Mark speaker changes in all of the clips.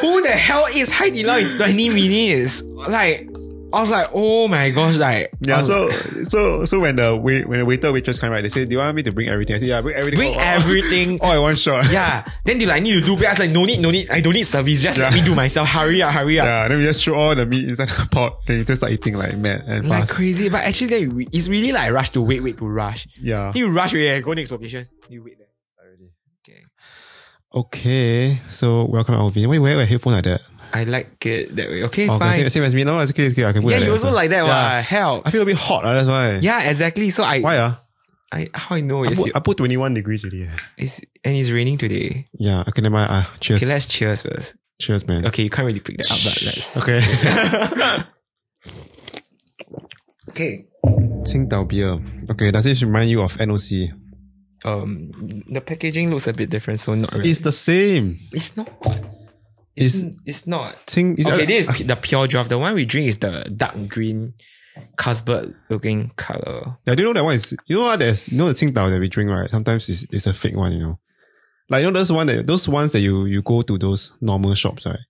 Speaker 1: Who the hell is Heidi Lao in 20 minutes? Like, I was like, oh my gosh, like um, I
Speaker 2: Yeah,
Speaker 1: was
Speaker 2: so so so when the wait, when the waiter waitress come right, they say, "Do you want me to bring everything?" I said, "Yeah, bring everything." Oh,
Speaker 1: bring
Speaker 2: all, all,
Speaker 1: everything.
Speaker 2: all, all in one shot.
Speaker 1: yeah. Then they like need to do back. I was like, no need, no need. I don't need service. Just let
Speaker 2: Yeah.
Speaker 1: me do myself. Hurry up, hurry up.
Speaker 2: Yeah, then we just threw all the meat inside the pot, then you just start eating like mad and
Speaker 1: Like
Speaker 2: fast.
Speaker 1: crazy, but actually, then you- it's really like rush to wait, wait to rush.
Speaker 2: yeah.
Speaker 1: Then you rush, wait, go next location. You wait there. Okay.
Speaker 2: Okay, so welcome Alvin. Why you wear a headphone like that?
Speaker 1: I like it that way. Okay,
Speaker 2: Okay,
Speaker 1: fine.
Speaker 2: Same, same as me. No, it's okay, it's okay. I can put
Speaker 1: yeah,
Speaker 2: like
Speaker 1: you
Speaker 2: that
Speaker 1: also like that.
Speaker 2: Yeah.
Speaker 1: Yeah. Hell.
Speaker 2: I feel a bit hot, ah, that's why.
Speaker 1: yeah, exactly. So I,
Speaker 2: Why ah?
Speaker 1: I how I know
Speaker 2: I
Speaker 1: it's,
Speaker 2: put, I put 21 degrees already. eh.
Speaker 1: it's and it's raining today.
Speaker 2: Yeah, okay, never mind. Ah, cheers.
Speaker 1: Okay, let's cheers first.
Speaker 2: cheers, man.
Speaker 1: Okay, you can't really pick that up, but let's.
Speaker 2: Okay.
Speaker 1: Okay.
Speaker 2: Qingdao beer. Okay, does this remind you of NOC?
Speaker 1: Um, the packaging looks a bit different, so not really.
Speaker 2: It's the same.
Speaker 1: it's not.
Speaker 2: It's
Speaker 1: It's not.
Speaker 2: Qing. It's,
Speaker 1: Okay, this is the pure draft. The one we drink is the dark green, Carlsberg looking color.
Speaker 2: Yeah, do you know that one is you know what there's you know the Qingdao that we drink, right? Sometimes it's it's a fake one, you know. Like you know those one that those ones that you you go to those normal shops, right?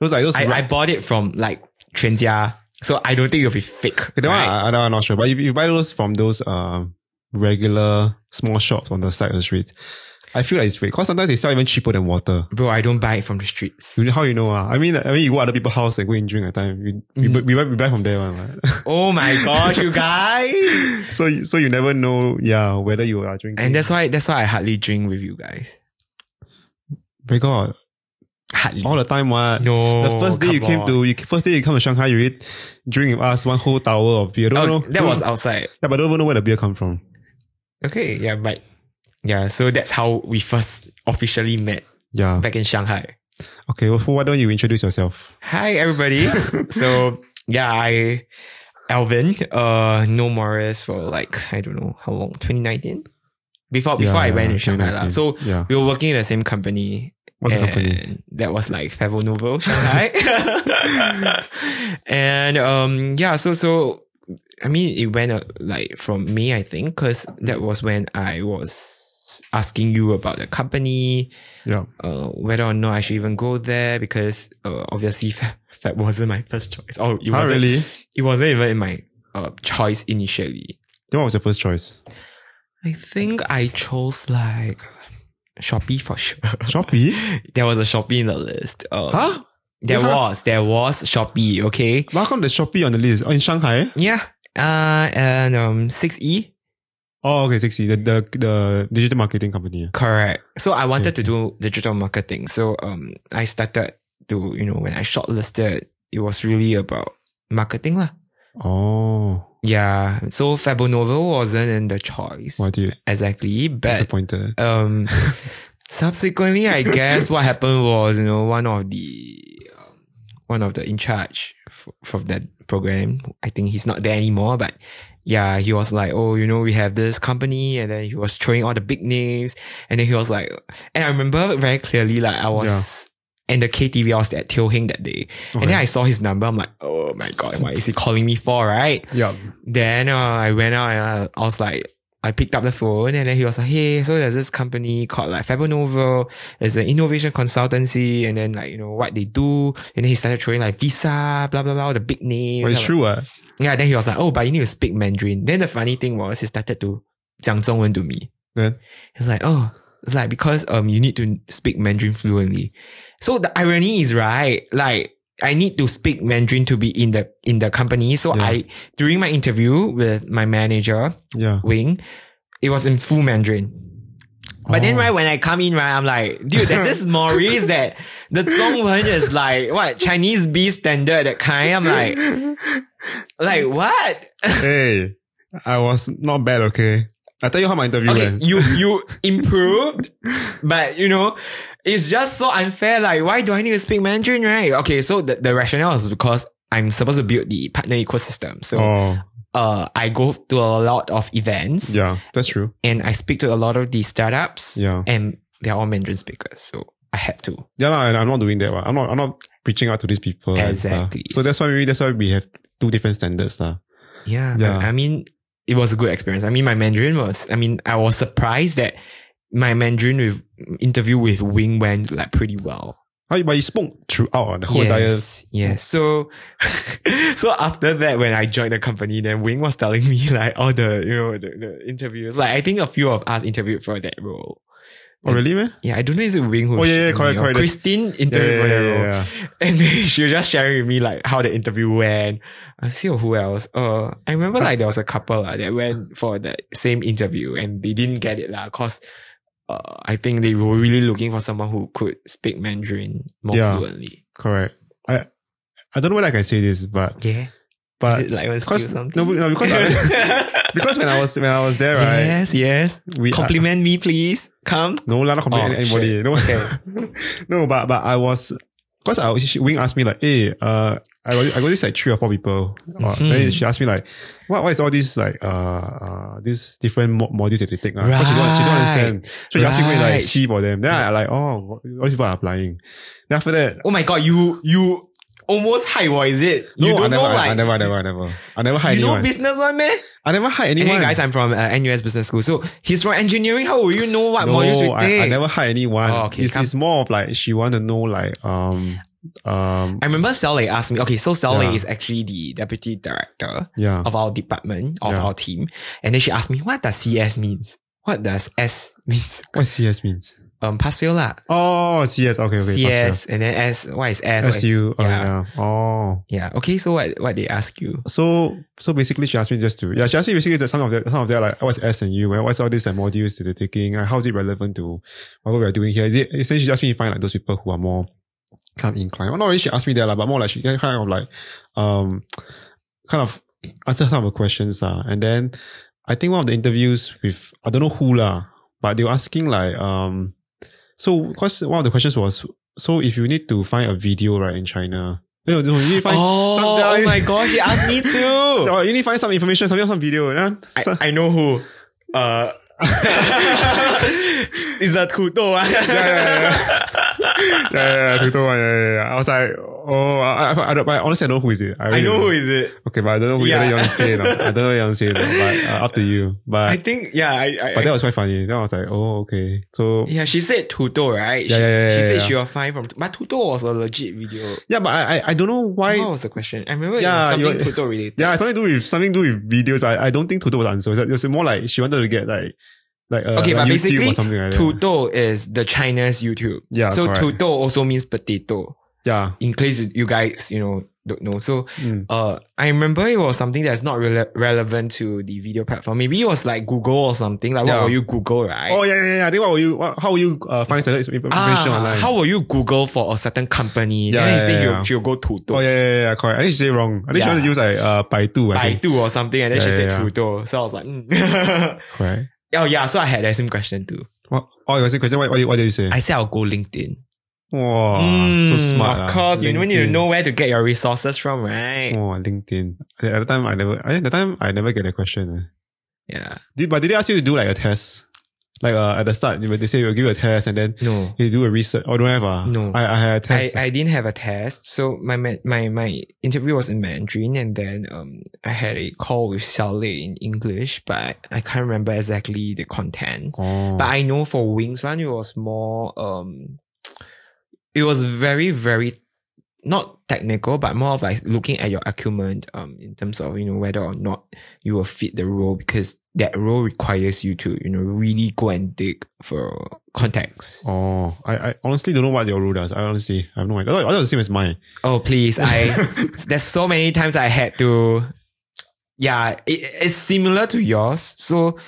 Speaker 2: Those like those
Speaker 1: I,
Speaker 2: ra-
Speaker 1: I bought it from like Trendia, so I don't think it'll be fake.
Speaker 2: that one
Speaker 1: right?
Speaker 2: I, I, am not sure. But you, you buy those from those um regular small shops on the side of the street. I feel like it's fake. Cause sometimes they sell even cheaper than water.
Speaker 1: Bro, I don't buy it from the streets.
Speaker 2: You know how you know ah? I mean I mean you go other people's house and go and drink at time. You,
Speaker 1: Mm.
Speaker 2: you, bu- we, buy, we buy from there one, right?
Speaker 1: Oh my gosh, you guys!
Speaker 2: so you- so you never know yeah whether you are drinking.
Speaker 1: And that's why that's why I hardly drink with you guys.
Speaker 2: my god
Speaker 1: Hardly.
Speaker 2: all the time what
Speaker 1: Oh, no.
Speaker 2: The first day you
Speaker 1: Oh, come
Speaker 2: came
Speaker 1: on.
Speaker 2: to you first day you come to Shanghai, you eat, drink with us one whole tower of beer. Don't
Speaker 1: Oh,
Speaker 2: know,
Speaker 1: that
Speaker 2: don't-
Speaker 1: was outside.
Speaker 2: yeah, but I don't even know where the beer come from.
Speaker 1: Okay, yeah, but yeah, so that's how we first officially met
Speaker 2: Yeah.
Speaker 1: back in Shanghai.
Speaker 2: Okay. Well, why don't you introduce yourself?
Speaker 1: Hi everybody. so yeah, I Alvin, uh no Morris for like I don't know how long, 2019? Before before I
Speaker 2: Yeah,
Speaker 1: went to Shanghai. lah.
Speaker 2: 2019.
Speaker 1: So
Speaker 2: yeah,
Speaker 1: we were working in the same company
Speaker 2: what's the
Speaker 1: and
Speaker 2: company?
Speaker 1: That was like Favo Novo Shanghai. and um yeah, so so I mean it went uh, like from May I think because that was when I was asking you about the company,
Speaker 2: Yeah.
Speaker 1: uh, whether or not I should even go there because uh, obviously Fab, Fab wasn't my first choice. Oh, it
Speaker 2: Not
Speaker 1: wasn't.
Speaker 2: really.
Speaker 1: It wasn't even in my uh, choice initially.
Speaker 2: Then what was your first choice?
Speaker 1: I think I chose like Shopee for sure.
Speaker 2: Shopee.
Speaker 1: there was a Shopee in the list. Um,
Speaker 2: huh?
Speaker 1: There
Speaker 2: Yeah.
Speaker 1: was, there was Shopee, okay?
Speaker 2: Why come the Shopee on the list? Oh, in Shanghai.
Speaker 1: Yeah. Uh and um 6E.
Speaker 2: Oh, okay. Sixty. The the the digital marketing company.
Speaker 1: Correct. So I wanted
Speaker 2: Okay.
Speaker 1: to do digital marketing. So um I started to, you know, when I shortlisted, it was really about marketing lah.
Speaker 2: Oh,
Speaker 1: Yeah. So Fabonovo wasn't in the choice.
Speaker 2: why do you
Speaker 1: Exactly. But
Speaker 2: disappointed?
Speaker 1: um subsequently I guess what happened was, you know, one of the um, one of the in charge f- from that program. I think he's not there anymore, but yeah, he was like, oh, you know, we have this company, and then he was throwing all the big names, and then he was like, and I remember very clearly, like I was in the KTV, I was at Teo Heng that day, and then I saw his number, I'm like, oh my god, what is he calling me for, right?
Speaker 2: Yeah.
Speaker 1: Then uh, I went out and I, I was like, I picked up the phone and then he was like, hey, so there's this company called like Fabonovo. It's an innovation consultancy and then like, you know, what they do. And then he started throwing like Visa, blah, blah, blah, all the big names.
Speaker 2: Well, it's
Speaker 1: I'm
Speaker 2: true. Uh.
Speaker 1: like- yeah, then he was like, oh, but you need to speak Mandarin. Then the funny thing was he started to 讲中文 to me.
Speaker 2: Then
Speaker 1: It's like, oh, it's like because um you need to speak Mandarin fluently. So the irony is right, like I need to speak Mandarin to be in the in the company. So
Speaker 2: Yeah.
Speaker 1: I during my interview with my manager,
Speaker 2: yeah.
Speaker 1: Wing, it was in full Mandarin. But then
Speaker 2: Oh.
Speaker 1: right when I come in, right, I'm like, dude, there's this Maurice that the Zhongwen is like what Chinese B standard that kind. I'm like, like what?
Speaker 2: hey, I was not bad. Okay, I tell you how my interview
Speaker 1: okay,
Speaker 2: went.
Speaker 1: you you improved, but you know, it's just so unfair. Like, why do I need to speak Mandarin, right? Okay, so the, the rationale is because I'm supposed to build the partner ecosystem. So
Speaker 2: oh,
Speaker 1: uh I go to a lot of events
Speaker 2: yeah, that's true.
Speaker 1: and I speak to a lot of these startups.
Speaker 2: Yeah.
Speaker 1: And they're all Mandarin speakers. So I had to.
Speaker 2: Yeah, lah, and I'm not doing that. lah. I'm not. I'm not reaching out to these people. and stuff.
Speaker 1: Exactly.
Speaker 2: So that's why maybe that's why we have two different standards, lah.
Speaker 1: Yeah. but
Speaker 2: Yeah.
Speaker 1: I mean, it was a good experience. I mean, my Mandarin was I mean, I was surprised that my Mandarin with interview with Wing went like pretty well.
Speaker 2: Oh, but you spoke throughout ah, the whole entire.
Speaker 1: yes, yes. So, so after that, when I joined the company, then Wing was telling me like all the you know the, the interviews. Like I think a few of us interviewed for that role.
Speaker 2: Oh, really, man?
Speaker 1: Yeah, I don't know is it Wing who
Speaker 2: Oh,
Speaker 1: showed
Speaker 2: yeah, yeah,
Speaker 1: me
Speaker 2: correct,
Speaker 1: or
Speaker 2: correct.
Speaker 1: Christine
Speaker 2: Yeah,
Speaker 1: interviewed
Speaker 2: yeah,
Speaker 1: for that
Speaker 2: yeah,
Speaker 1: role.
Speaker 2: yeah.
Speaker 1: And then she was just sharing with me like how the interview went. I see oh, who else. Uh, I remember like there was a couple uh, that went for the same interview and they didn't get it lah. Cause uh, I think they were really looking for someone who could speak Mandarin more
Speaker 2: Yeah.
Speaker 1: fluently.
Speaker 2: Correct. I I don't know whether I can say this, but
Speaker 1: Yeah,
Speaker 2: but
Speaker 1: is it like a skill
Speaker 2: because-
Speaker 1: something?
Speaker 2: no, no, because I- because when I was when I was there, right?
Speaker 1: yes, yes.
Speaker 2: We
Speaker 1: Compliment me, please. Come.
Speaker 2: I, no, lah, not compliment
Speaker 1: Oh,
Speaker 2: anybody. No,
Speaker 1: Okay.
Speaker 2: no, but but I was because I was, she, Wing asked me like, hey, uh, I got, I got this like three or four people. Uh,
Speaker 1: Mhm.
Speaker 2: Then she asked me like, what what is all these like uh, uh these different mo- modules that they take? Uh, 'Cause she don't she don't
Speaker 1: Right.
Speaker 2: understand. So she asked me go and like
Speaker 1: Right.
Speaker 2: see for them. Then I like oh, what- all these people are applying. Then after that.
Speaker 1: Oh my god, you you almost high what is it?
Speaker 2: No,
Speaker 1: you
Speaker 2: I
Speaker 1: don't
Speaker 2: never,
Speaker 1: know
Speaker 2: I,
Speaker 1: like
Speaker 2: I never, I never, I never, I never hide
Speaker 1: you know
Speaker 2: anyone.
Speaker 1: business one man.
Speaker 2: I never hide anyone.
Speaker 1: Anyway, guys, I'm from uh, NUS Business School. So he's from engineering. How will you know what
Speaker 2: no,
Speaker 1: modules you
Speaker 2: I,
Speaker 1: take?
Speaker 2: I never hide anyone.
Speaker 1: Oh, okay,
Speaker 2: it's,
Speaker 1: come.
Speaker 2: it's more of like she want to know like um um
Speaker 1: I remember Sally asked me, okay, so Sally
Speaker 2: Yeah.
Speaker 1: is actually the deputy director
Speaker 2: yeah
Speaker 1: of our department, of
Speaker 2: Yeah.
Speaker 1: our team. And then she asked me, what does CS means? What does S means?
Speaker 2: what CS means.
Speaker 1: Um, pass fail lah.
Speaker 2: Oh CS okay okay pass,
Speaker 1: CS and then S, what is S?
Speaker 2: fail.
Speaker 1: What is-
Speaker 2: SU oh,
Speaker 1: yeah.
Speaker 2: yeah. oh
Speaker 1: yeah. Okay. So what, what they ask you?
Speaker 2: so so basically she asked me just to yeah she asked me basically that some of the some of that like what's S and U right? what's all these like, modules that they're taking uh, how is it relevant to what we're doing here is it essentially she asked me to find like those people who are more kind of inclined well, not really she asked me that like, but more like she kind of like um kind of answer some of the questions uh, and then I think one of the interviews with I don't know who lah but they were asking like um so because one of the questions was so if you need to find a video right in China no, no, you need to find
Speaker 1: oh,
Speaker 2: sometime-
Speaker 1: oh my gosh. She asked me too.
Speaker 2: Oh, you need to find some information, something, some video. Yeah? So-
Speaker 1: I, I know who. Uh, is that Kuto?
Speaker 2: yeah, yeah, yeah, yeah, yeah, Twitter one, yeah, yeah, yeah. I was like, oh, I, I, I don't, but honestly, I know who is it.
Speaker 1: I
Speaker 2: really
Speaker 1: know
Speaker 2: don't.
Speaker 1: who is it.
Speaker 2: Okay, but I don't know who
Speaker 1: Yeah.
Speaker 2: you want to say. No. I don't know who you want to say. No. But uh, up to you.
Speaker 1: I
Speaker 2: But
Speaker 1: think yeah, I, I,
Speaker 2: but that was quite funny. Then I was like, oh, okay. So
Speaker 1: yeah. She said Tuto, right?
Speaker 2: Yeah,
Speaker 1: she,
Speaker 2: yeah, yeah,
Speaker 1: she
Speaker 2: yeah,
Speaker 1: said
Speaker 2: yeah.
Speaker 1: she was fine from, but Tuto was a legit video.
Speaker 2: yeah, but I I, I don't know why.
Speaker 1: what was the question? I remember
Speaker 2: Yeah,
Speaker 1: it was
Speaker 2: you-
Speaker 1: something Tuto related.
Speaker 2: Yeah, it's something to do with something to do with videos. But I, I don't think Toto was the answer. It's like- It was more like she wanted to get like like uh,
Speaker 1: Okay,
Speaker 2: like
Speaker 1: but
Speaker 2: YouTube
Speaker 1: basically,
Speaker 2: or something like that.
Speaker 1: Tuto is the China's YouTube.
Speaker 2: Yeah,
Speaker 1: So
Speaker 2: correct.
Speaker 1: Tuto also means potato.
Speaker 2: yeah.
Speaker 1: In case you guys you know don't know, so
Speaker 2: Mm.
Speaker 1: uh, I remember it was something that's not rele- relevant to the video platform. Maybe it was like Google or something. Like
Speaker 2: Yeah.
Speaker 1: what will you Google, right?
Speaker 2: Oh yeah, yeah, yeah. I think what will you? What, how will you uh, find certain information
Speaker 1: Ah,
Speaker 2: online?
Speaker 1: how will you Google for a certain company?
Speaker 2: Yeah,
Speaker 1: then he
Speaker 2: yeah,
Speaker 1: said
Speaker 2: yeah,
Speaker 1: you'll-
Speaker 2: yeah.
Speaker 1: she'll go Tuto.
Speaker 2: Oh yeah, yeah, yeah, correct. I think she said wrong. I think she
Speaker 1: Yeah.
Speaker 2: wanted to use like uh Baidu, I think.
Speaker 1: Baidu or something, and then
Speaker 2: Yeah,
Speaker 1: she
Speaker 2: yeah,
Speaker 1: said
Speaker 2: yeah.
Speaker 1: Tuto. So I was like, mm.
Speaker 2: Correct.
Speaker 1: oh yeah. So I had that same question too.
Speaker 2: What? Oh, you was a question. What, what, did, what did you say?
Speaker 1: I said I'll go LinkedIn.
Speaker 2: wow, so
Speaker 1: Mm,
Speaker 2: smart.
Speaker 1: Of
Speaker 2: ah.
Speaker 1: course, you need to
Speaker 2: LinkedIn. Oh.
Speaker 1: know where to get your resources from, right?
Speaker 2: Wow, LinkedIn. At the time, I never. I, at the time, I never get a question. eh.
Speaker 1: Yeah.
Speaker 2: Did, but did they ask you to do like a test? Like uh, at the start, when they say we'll give you a test, and then
Speaker 1: No.
Speaker 2: you do a research. Or don't have ah?
Speaker 1: No.
Speaker 2: I, I had a
Speaker 1: I,
Speaker 2: test.
Speaker 1: I didn't have a test, so my ma- my my interview was in Mandarin, and then um I had a call with Xiaolei in English, but I can't remember exactly the content.
Speaker 2: oh.
Speaker 1: But I know for Wings one, it was more um, it was very very not technical, but more of like looking at your acumen um in terms of you know whether or not you will fit the role because that role requires you to you know really go and dig for context.
Speaker 2: Oh, I, I honestly don't know what your rule does. I honestly, I have no idea. I thought it was the same as mine.
Speaker 1: Oh please, I there's so many times I had to. Yeah, it, it's similar to yours. So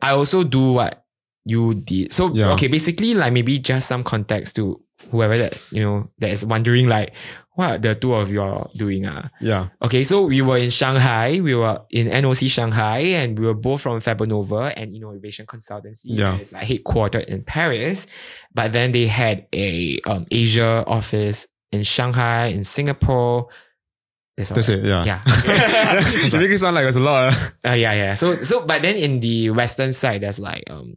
Speaker 1: I also do what you did. So
Speaker 2: Yeah.
Speaker 1: okay, basically like maybe just some context to whoever that you know that is wondering like what the two of you are doing ah.
Speaker 2: yeah.
Speaker 1: Okay, so we were in Shanghai, we were in NOC Shanghai, and we were both from Fabonova and Innovation Consultancy.
Speaker 2: Yeah.
Speaker 1: that is like headquartered in Paris, but then they had a um, Asia office in Shanghai, in Singapore. That's, all
Speaker 2: That's
Speaker 1: right.
Speaker 2: it. Yeah.
Speaker 1: Yeah.
Speaker 2: you make it sound like it's a lot. ah.
Speaker 1: Uh, yeah, yeah. So, so, but then in the western side, there's like um,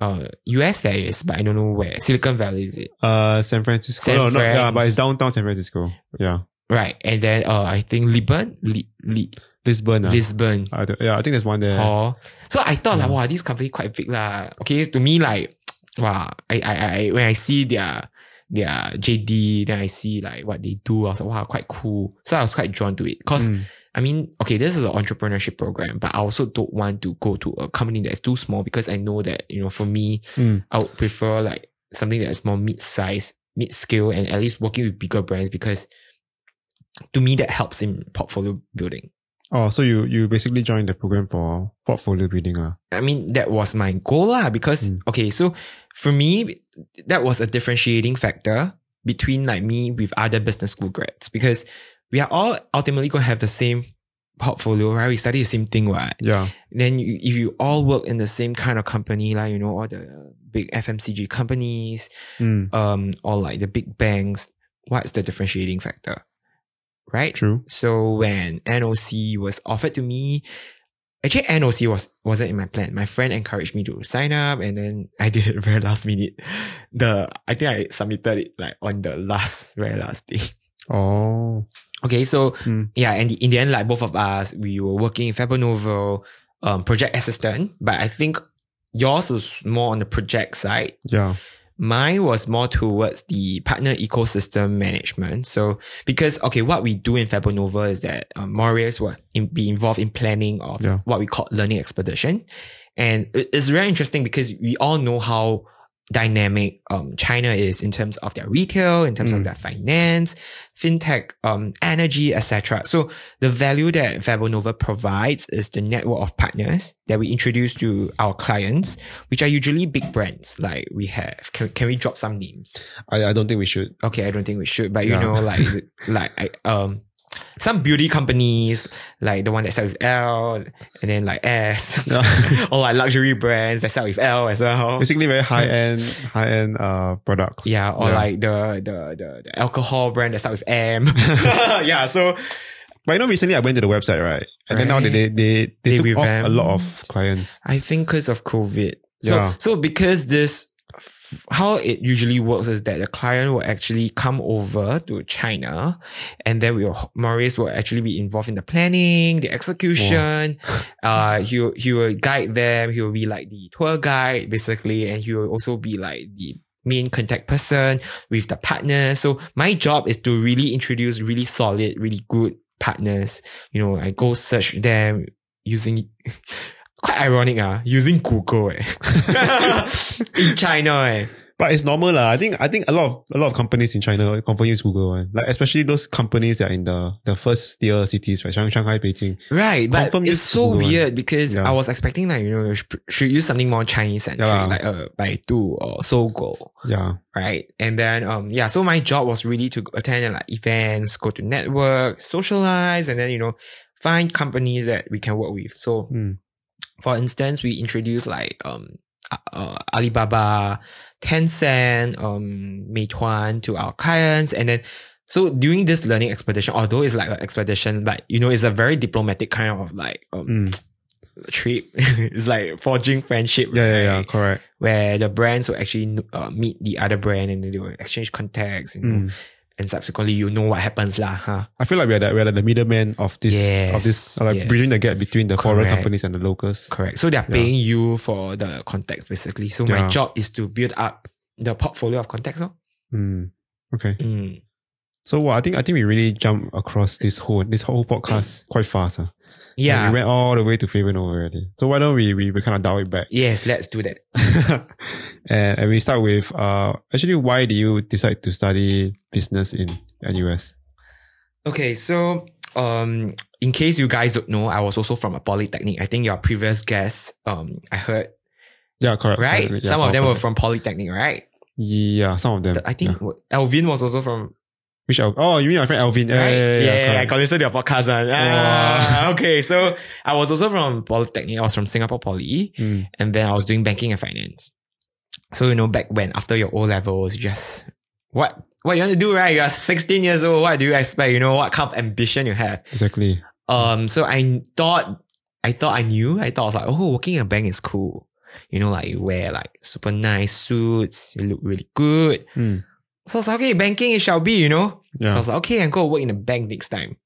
Speaker 1: uh, US there is, but I don't know where Silicon Valley is it,
Speaker 2: Uh, San Francisco.
Speaker 1: San
Speaker 2: no, no, yeah,
Speaker 1: Fran's.
Speaker 2: but it's downtown San Francisco. Yeah,
Speaker 1: right? And then uh, I think Lisbon, Li- Li-
Speaker 2: Lisbon. ah.
Speaker 1: Lisbon.
Speaker 2: I don't- yeah, I think there's one there.
Speaker 1: Hor. So I thought like,
Speaker 2: Yeah.
Speaker 1: wow, this company quite big lah. Okay, to me like, wow, I, I, I when I see their their JD, then I see like what they do. I was like, wow, quite cool. So I was quite drawn to it. Cause
Speaker 2: Mm.
Speaker 1: I mean, okay, this is an entrepreneurship program, but I also don't want to go to a company that's too small because I know that, you know, for me,
Speaker 2: Mm.
Speaker 1: I would prefer like something that's more mid size, mid scale, and at least working with bigger brands because to me that helps in portfolio building.
Speaker 2: Oh, so you you basically joined the program for portfolio building, uh? lah.
Speaker 1: I mean, that was my goal lah because,
Speaker 2: Mm.
Speaker 1: okay, so for me, that was a differentiating factor between like me with other business school grads because we are all ultimately going to have the same portfolio, right? We study the same thing, right?
Speaker 2: Yeah.
Speaker 1: then you, if you all work in the same kind of company, like you know all the big FMCG companies,
Speaker 2: Mm.
Speaker 1: um, or like the big banks, what's the differentiating factor, right?
Speaker 2: True.
Speaker 1: So when NOC was offered to me, actually NOC was wasn't in my plan. My friend encouraged me to sign up, and then I did it very last minute. The I think I submitted it like on the last very last day.
Speaker 2: Oh.
Speaker 1: Okay, so
Speaker 2: Hmm.
Speaker 1: yeah, and in the end, like both of us, we were working in Fabonovo, um, project assistant, but I think yours was more on the project side.
Speaker 2: Yeah.
Speaker 1: Mine was more towards the partner ecosystem management. So because okay, what we do in Fabonova is that um, Marius will in, be involved in planning of
Speaker 2: Yeah.
Speaker 1: what we call learning expedition, and it- it's very interesting because we all know how dynamic um, China is in terms of their retail, in terms of
Speaker 2: Mm.
Speaker 1: their finance, fintech, um, energy, etc. So the value that Fabonova provides is the network of partners that we introduce to our clients which are usually big brands. Like we have, can, can we drop some names?
Speaker 2: I, I don't think we should.
Speaker 1: Okay, I don't think we should, but you
Speaker 2: Yeah.
Speaker 1: know, like like I, um, some beauty companies like the one that starts with L and then like S,
Speaker 2: Yeah.
Speaker 1: or like luxury brands that start with L as well.
Speaker 2: Basically, very high end, high end uh products.
Speaker 1: Yeah, or like the, the the the alcohol brand that start with M. yeah, so
Speaker 2: But you know, recently I went to the website, right? And then now they
Speaker 1: Right.
Speaker 2: they they,
Speaker 1: They
Speaker 2: they took off a
Speaker 1: revamped.
Speaker 2: lot of clients.
Speaker 1: I think because of COVID. So
Speaker 2: Yeah.
Speaker 1: so because this f- how it usually works is that the client will actually come over to China and then we will Maurice will actually be involved in the planning, the execution. uh he will, he will guide them, he will be like the tour guide basically and he will also be like the main contact person with the partner. So my job is to really introduce really solid, really good partners. You know, I go search them using quite ironic ah, using Google eh. in China eh.
Speaker 2: But it's normal, lah. I think I think a lot of a lot of companies in China confirm use Google one. Like especially those companies that are in the the first tier cities, right? Shang- Shanghai, Beijing.
Speaker 1: Right, but
Speaker 2: Confirm
Speaker 1: it's
Speaker 2: use
Speaker 1: so
Speaker 2: Google one.
Speaker 1: weird because I
Speaker 2: Yeah.
Speaker 1: was expecting like you know you should, should use something more Chinese centric
Speaker 2: Yeah.
Speaker 1: like uh Baidu or Sogo,
Speaker 2: Yeah.
Speaker 1: right? And then um yeah, so my job was really to attend like events, go to network, socialize, and then you know find companies that we can work with. So
Speaker 2: Mm.
Speaker 1: for instance, we introduced like um uh, Alibaba, Tencent, um Meituan to our clients, and then so during this learning expedition, although it's like an expedition, like you know, it's a very diplomatic kind of like um,
Speaker 2: Mm.
Speaker 1: trip. it's like forging friendship,
Speaker 2: Yeah, yeah, yeah.
Speaker 1: right?
Speaker 2: Correct.
Speaker 1: Where the brands will actually uh, meet the other brand and then they will exchange contacts, you know,
Speaker 2: Mm.
Speaker 1: and subsequently you know what happens lah, huh?
Speaker 2: I feel like we're the, we're like the middleman of this of
Speaker 1: Yes,
Speaker 2: this like
Speaker 1: yes.
Speaker 2: bridging the gap between the foreign
Speaker 1: Correct.
Speaker 2: companies and the locals.
Speaker 1: Correct. So they're
Speaker 2: Yeah.
Speaker 1: paying you for the contacts basically. So my
Speaker 2: Yeah.
Speaker 1: job is to build up the portfolio of contacts, no?
Speaker 2: Mm. Okay.
Speaker 1: Mm.
Speaker 2: So well, I think I think we really jump across this whole this whole podcast quite fast. Huh?
Speaker 1: Yeah.
Speaker 2: we went all the way to Faven over already. So why don't we we, we kind of dial it back
Speaker 1: yes, let's do that.
Speaker 2: and, and we start with uh actually why do you decide to study business in NUS?
Speaker 1: Okay, so um in case you guys don't know, I was also from a polytechnic. I think your previous guests, um, I heard
Speaker 2: Yeah, correct.
Speaker 1: right.
Speaker 2: correct, yeah,
Speaker 1: Some of them were
Speaker 2: correct.
Speaker 1: from polytechnic, right?
Speaker 2: yeah, some of them.
Speaker 1: I think
Speaker 2: yeah.
Speaker 1: Elvin was also from
Speaker 2: which Al- oh you mean my friend Alvin? Yeah,
Speaker 1: right.
Speaker 2: yeah, yeah, yeah,
Speaker 1: I
Speaker 2: correct.
Speaker 1: got listen to your podcast. ah. Ah, okay, so I was also from polytechnic. I was from Singapore Poly,
Speaker 2: Mm.
Speaker 1: and then I was doing banking and finance. So you know, back when after your O levels, you just what what you want to do, right? You are sixteen years old. What do you expect? You know what kind of ambition you have.
Speaker 2: Exactly.
Speaker 1: Um, so I thought, I thought I knew. I thought I was like, oh, working in a bank is cool. You know, like you wear like super nice suits, you look really good.
Speaker 2: Mm.
Speaker 1: So I was like, okay, banking it shall be. You know. So I
Speaker 2: Yeah.
Speaker 1: was like, okay, I'm gonna work in a bank next time.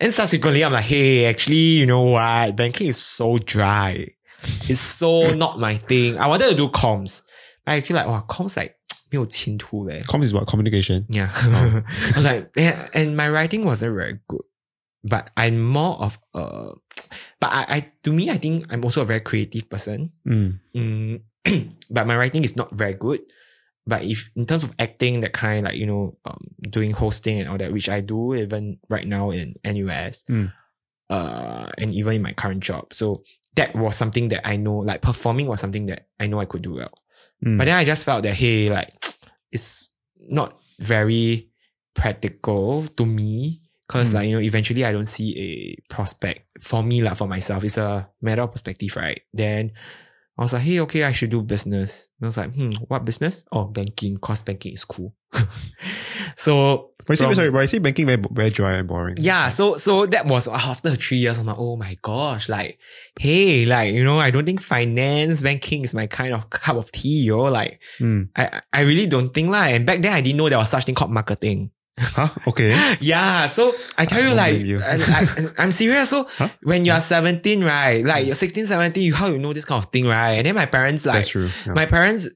Speaker 1: And subsequently, I'm like, hey, actually, you know what? Banking is so dry. It's so not my thing. I wanted to do comms. I feel like, wow, comms like 没有前途嘞。
Speaker 2: Comms is about communication.
Speaker 1: Yeah. I was like, yeah, and my writing wasn't very good. But I'm more of a, but I, I to me, I think I'm also a very creative person.
Speaker 2: Mm.
Speaker 1: Mm, but my writing is not very good. But if in terms of acting, that kind, like, you know, um, doing hosting and all that, which I do even right now in NUS,
Speaker 2: Mm.
Speaker 1: uh, and even in my current job. So that was something that I know, like performing was something that I know I could do well.
Speaker 2: Mm.
Speaker 1: But then I just felt that hey, like it's not very practical to me because
Speaker 2: Mm.
Speaker 1: like you know eventually I don't see a prospect for me like for myself. It's a matter of perspective, right? Then I was like, hey, okay, I should do business. And I was like, hmm, what business? Oh, banking. Cause banking is cool. so,
Speaker 2: but, I see,
Speaker 1: from-
Speaker 2: sorry, but I see banking very, bo- very dry and boring.
Speaker 1: yeah, so so that was after three years. I'm like, oh my gosh, like, hey, like you know, I don't think finance banking is my kind of cup of tea, yo. Like,
Speaker 2: Mm.
Speaker 1: I, I- I really don't think lah. And back then I didn't know there was such thing called marketing.
Speaker 2: Huh? Okay.
Speaker 1: Yeah. So I tell
Speaker 2: I
Speaker 1: you
Speaker 2: don't
Speaker 1: like,
Speaker 2: blame you.
Speaker 1: I, am serious. So
Speaker 2: Huh? Hmm.
Speaker 1: when you're 17, right? Like you're 16, 17, you, how you know this kind of thing, right? And then my parents like,
Speaker 2: That's true. Yeah.
Speaker 1: my parents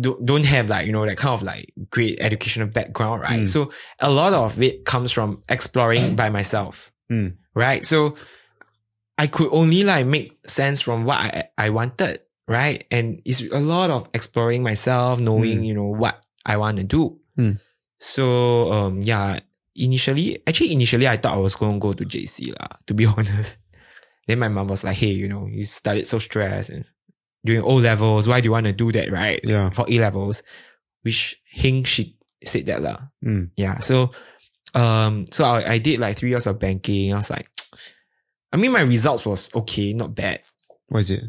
Speaker 1: do, don't have like, you know, that kind of like great educational background, right?
Speaker 2: Mm.
Speaker 1: So a lot of it comes from exploring by myself.
Speaker 2: Mm.
Speaker 1: Right. So I could only like make sense from what I, I wanted. Right. And it's a lot of exploring myself, knowing,
Speaker 2: Mm.
Speaker 1: you know, what I want to do.
Speaker 2: Mm.
Speaker 1: So, um, yeah, initially, actually, initially, I thought I was going to go to JC, lah, to be honest. Then my mom was like, hey, you know, you studied so stressed and doing O levels. Why do you want to do that, right?
Speaker 2: yeah.
Speaker 1: For A levels, which Hing she said that lah.
Speaker 2: Mm.
Speaker 1: Yeah. So, um, so I, I did like three years of banking. I was like, I mean, my results was okay, not bad.
Speaker 2: What is it?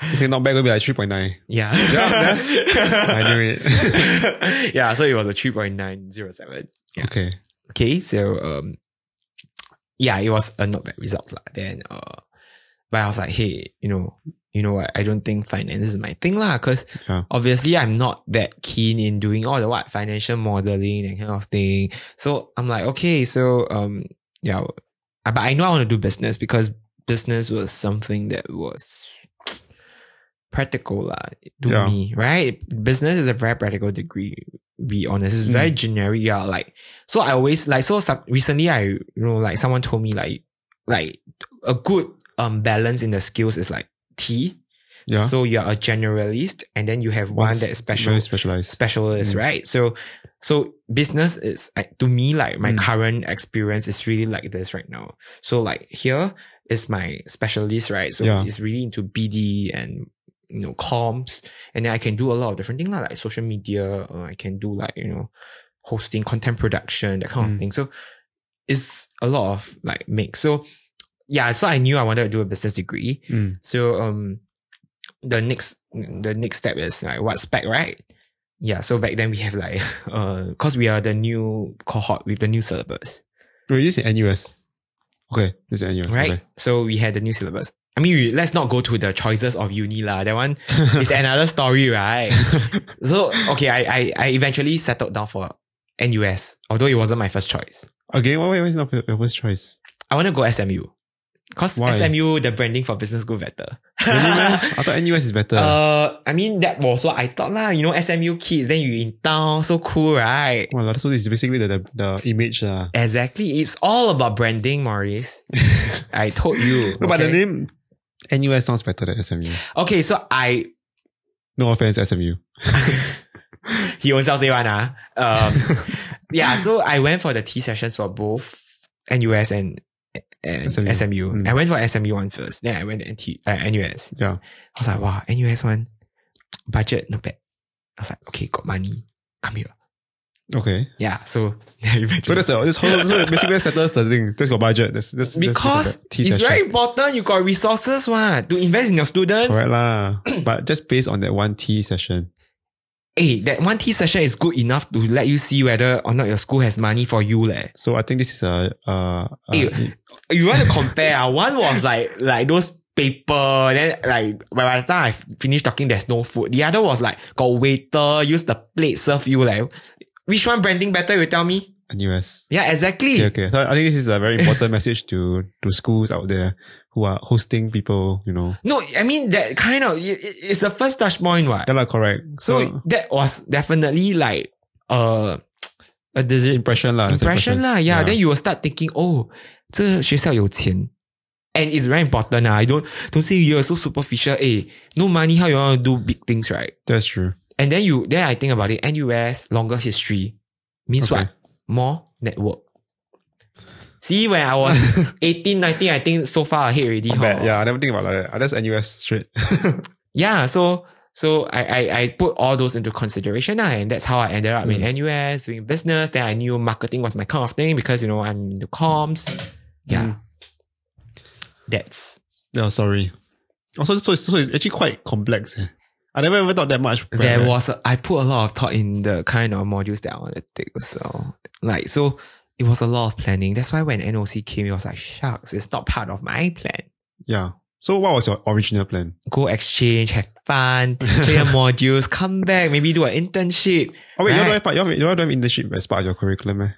Speaker 2: It's like not bad. It'll be like 3.9.
Speaker 1: Yeah.
Speaker 2: Yeah, I knew it.
Speaker 1: yeah. So it was a three point nine zero seven. Yeah.
Speaker 2: okay.
Speaker 1: Okay, so um, yeah, it was a not bad result lah. Then uh, but I was like, hey, you know, you know what? I don't think finance is my thing lah, because
Speaker 2: Yeah.
Speaker 1: obviously I'm not that keen in doing all the what financial modeling and kind of thing. So I'm like, okay, so um, yeah, I- but I know I want to do business because business was something that was practical lah to
Speaker 2: Yeah.
Speaker 1: me, right? Business is a very practical degree. Be honest, it's very generic. Yeah, like so I always like so some, recently I you know like someone told me like like a good um balance in the skills is like T.
Speaker 2: Yeah.
Speaker 1: So you're a generalist and then you have one
Speaker 2: One's
Speaker 1: that is special
Speaker 2: Very specialized.
Speaker 1: specialist,
Speaker 2: Mm.
Speaker 1: right? So so business is like to me like my
Speaker 2: Mm.
Speaker 1: current experience is really like this right now. So like here is my specialist, right? So
Speaker 2: Yeah.
Speaker 1: it's really into BD and you know comms, and then I can do a lot of different things lah, like social media. Uh, I can do like you know hosting content production that kind of
Speaker 2: Mm.
Speaker 1: thing. So it's a lot of like mix. So yeah, so I knew I wanted to do a business degree.
Speaker 2: Mm.
Speaker 1: So um, the next the next step is like what spec, right? Yeah. So back then we have like uh, cause we are the new cohort with the new syllabus,
Speaker 2: Wait, this is NUS. Okay. This is NUS.
Speaker 1: right?
Speaker 2: Okay.
Speaker 1: So we had the new syllabus. I mean, we, let's not go to the choices of uni lah. That one is another story, right? So okay, I, I I eventually settled down for NUS, although it wasn't my first choice.
Speaker 2: Again, why, why is not your first choice?
Speaker 1: I want to go SMU, cause
Speaker 2: Why?
Speaker 1: SMU the branding for business school better.
Speaker 2: Really, man? I thought NUS is better.
Speaker 1: Uh, I mean that was what I thought lah. You know, SMU kids, then you in town, so cool, right?
Speaker 2: Well, so this is basically the, the, the image. Uh.
Speaker 1: Exactly. It's all about branding, Maurice. I told you.
Speaker 2: No, but the
Speaker 1: okay?
Speaker 2: name NUS sounds better than SMU.
Speaker 1: Okay, so I
Speaker 2: No offense, SMU.
Speaker 1: he owns say one ah. Um, yeah. So I went for the T sessions for both NUS and and
Speaker 2: SMU.
Speaker 1: SMU.
Speaker 2: Mm.
Speaker 1: I went for SMU one first, then I went to NT, uh, NUS.
Speaker 2: Yeah.
Speaker 1: I was like, wow, NUS one budget not bad. I was like, okay, got money, come here.
Speaker 2: Okay.
Speaker 1: Yeah. So eventually.
Speaker 2: So that's the, this whole, so basically that settles the thing. That's your budget. That's, that's, that's
Speaker 1: Because
Speaker 2: that's the
Speaker 1: it's
Speaker 2: session.
Speaker 1: very important you got resources what, to invest in your students.
Speaker 2: Correct lah. but just based on that one tea session.
Speaker 1: Hey, that one T session is good enough to let you see whether or not your school has money for you. Leh.
Speaker 2: So I think this is a, uh, uh,
Speaker 1: Eh, You want to compare, ah, one was like like those paper, then like by the time I finish talking, there's no food. The other was like got waiter, use the plate, serve you. Like, which one branding better, you tell me?
Speaker 2: NUS.
Speaker 1: Yeah, exactly.
Speaker 2: Okay, okay. So I think this is a very important message to to schools out there who are hosting people. You know,
Speaker 1: No, I mean that kind of it, it- it's the first touch point, right?
Speaker 2: yeah, like, correct.
Speaker 1: So
Speaker 2: Hmm.
Speaker 1: that was definitely like uh, a decision
Speaker 2: impression lah. that's
Speaker 1: impression lah. Yeah, then you will start thinking, oh, 这学校有钱。And it's very important. I don't don't say you're so superficial. Hey, no money, how you want to do big things, right?
Speaker 2: that's true.
Speaker 1: And then you then I think about it. NUS longer history means
Speaker 2: Okay.
Speaker 1: what? More network. See, when I was 18, 19, I think so far ahead already.
Speaker 2: Not bad.
Speaker 1: huh?
Speaker 2: Yeah, I never think about like that. Ah, That's NUS straight.
Speaker 1: yeah, so so I, I I put all those into consideration lah, and that's how I ended up in NUS doing business. Then I knew marketing was my kind of thing because you know I'm into comms. Yeah. That's
Speaker 2: No, Oh, sorry. Also, so, so it's actually quite complex. eh. I never ever thought that much. when
Speaker 1: there
Speaker 2: I-
Speaker 1: was a, I put a lot of thought in the kind of modules that I want to take. So like so it was a lot of planning. That's why when NOC came, it was like shucks, it's not part of my plan.
Speaker 2: Yeah. So what was your original plan?
Speaker 1: Go exchange, have fun, clear modules, come back, maybe do an internship.
Speaker 2: Oh wait, you
Speaker 1: Right.
Speaker 2: all don't have part- you all- you all don't have internship as part of your curriculum, eh?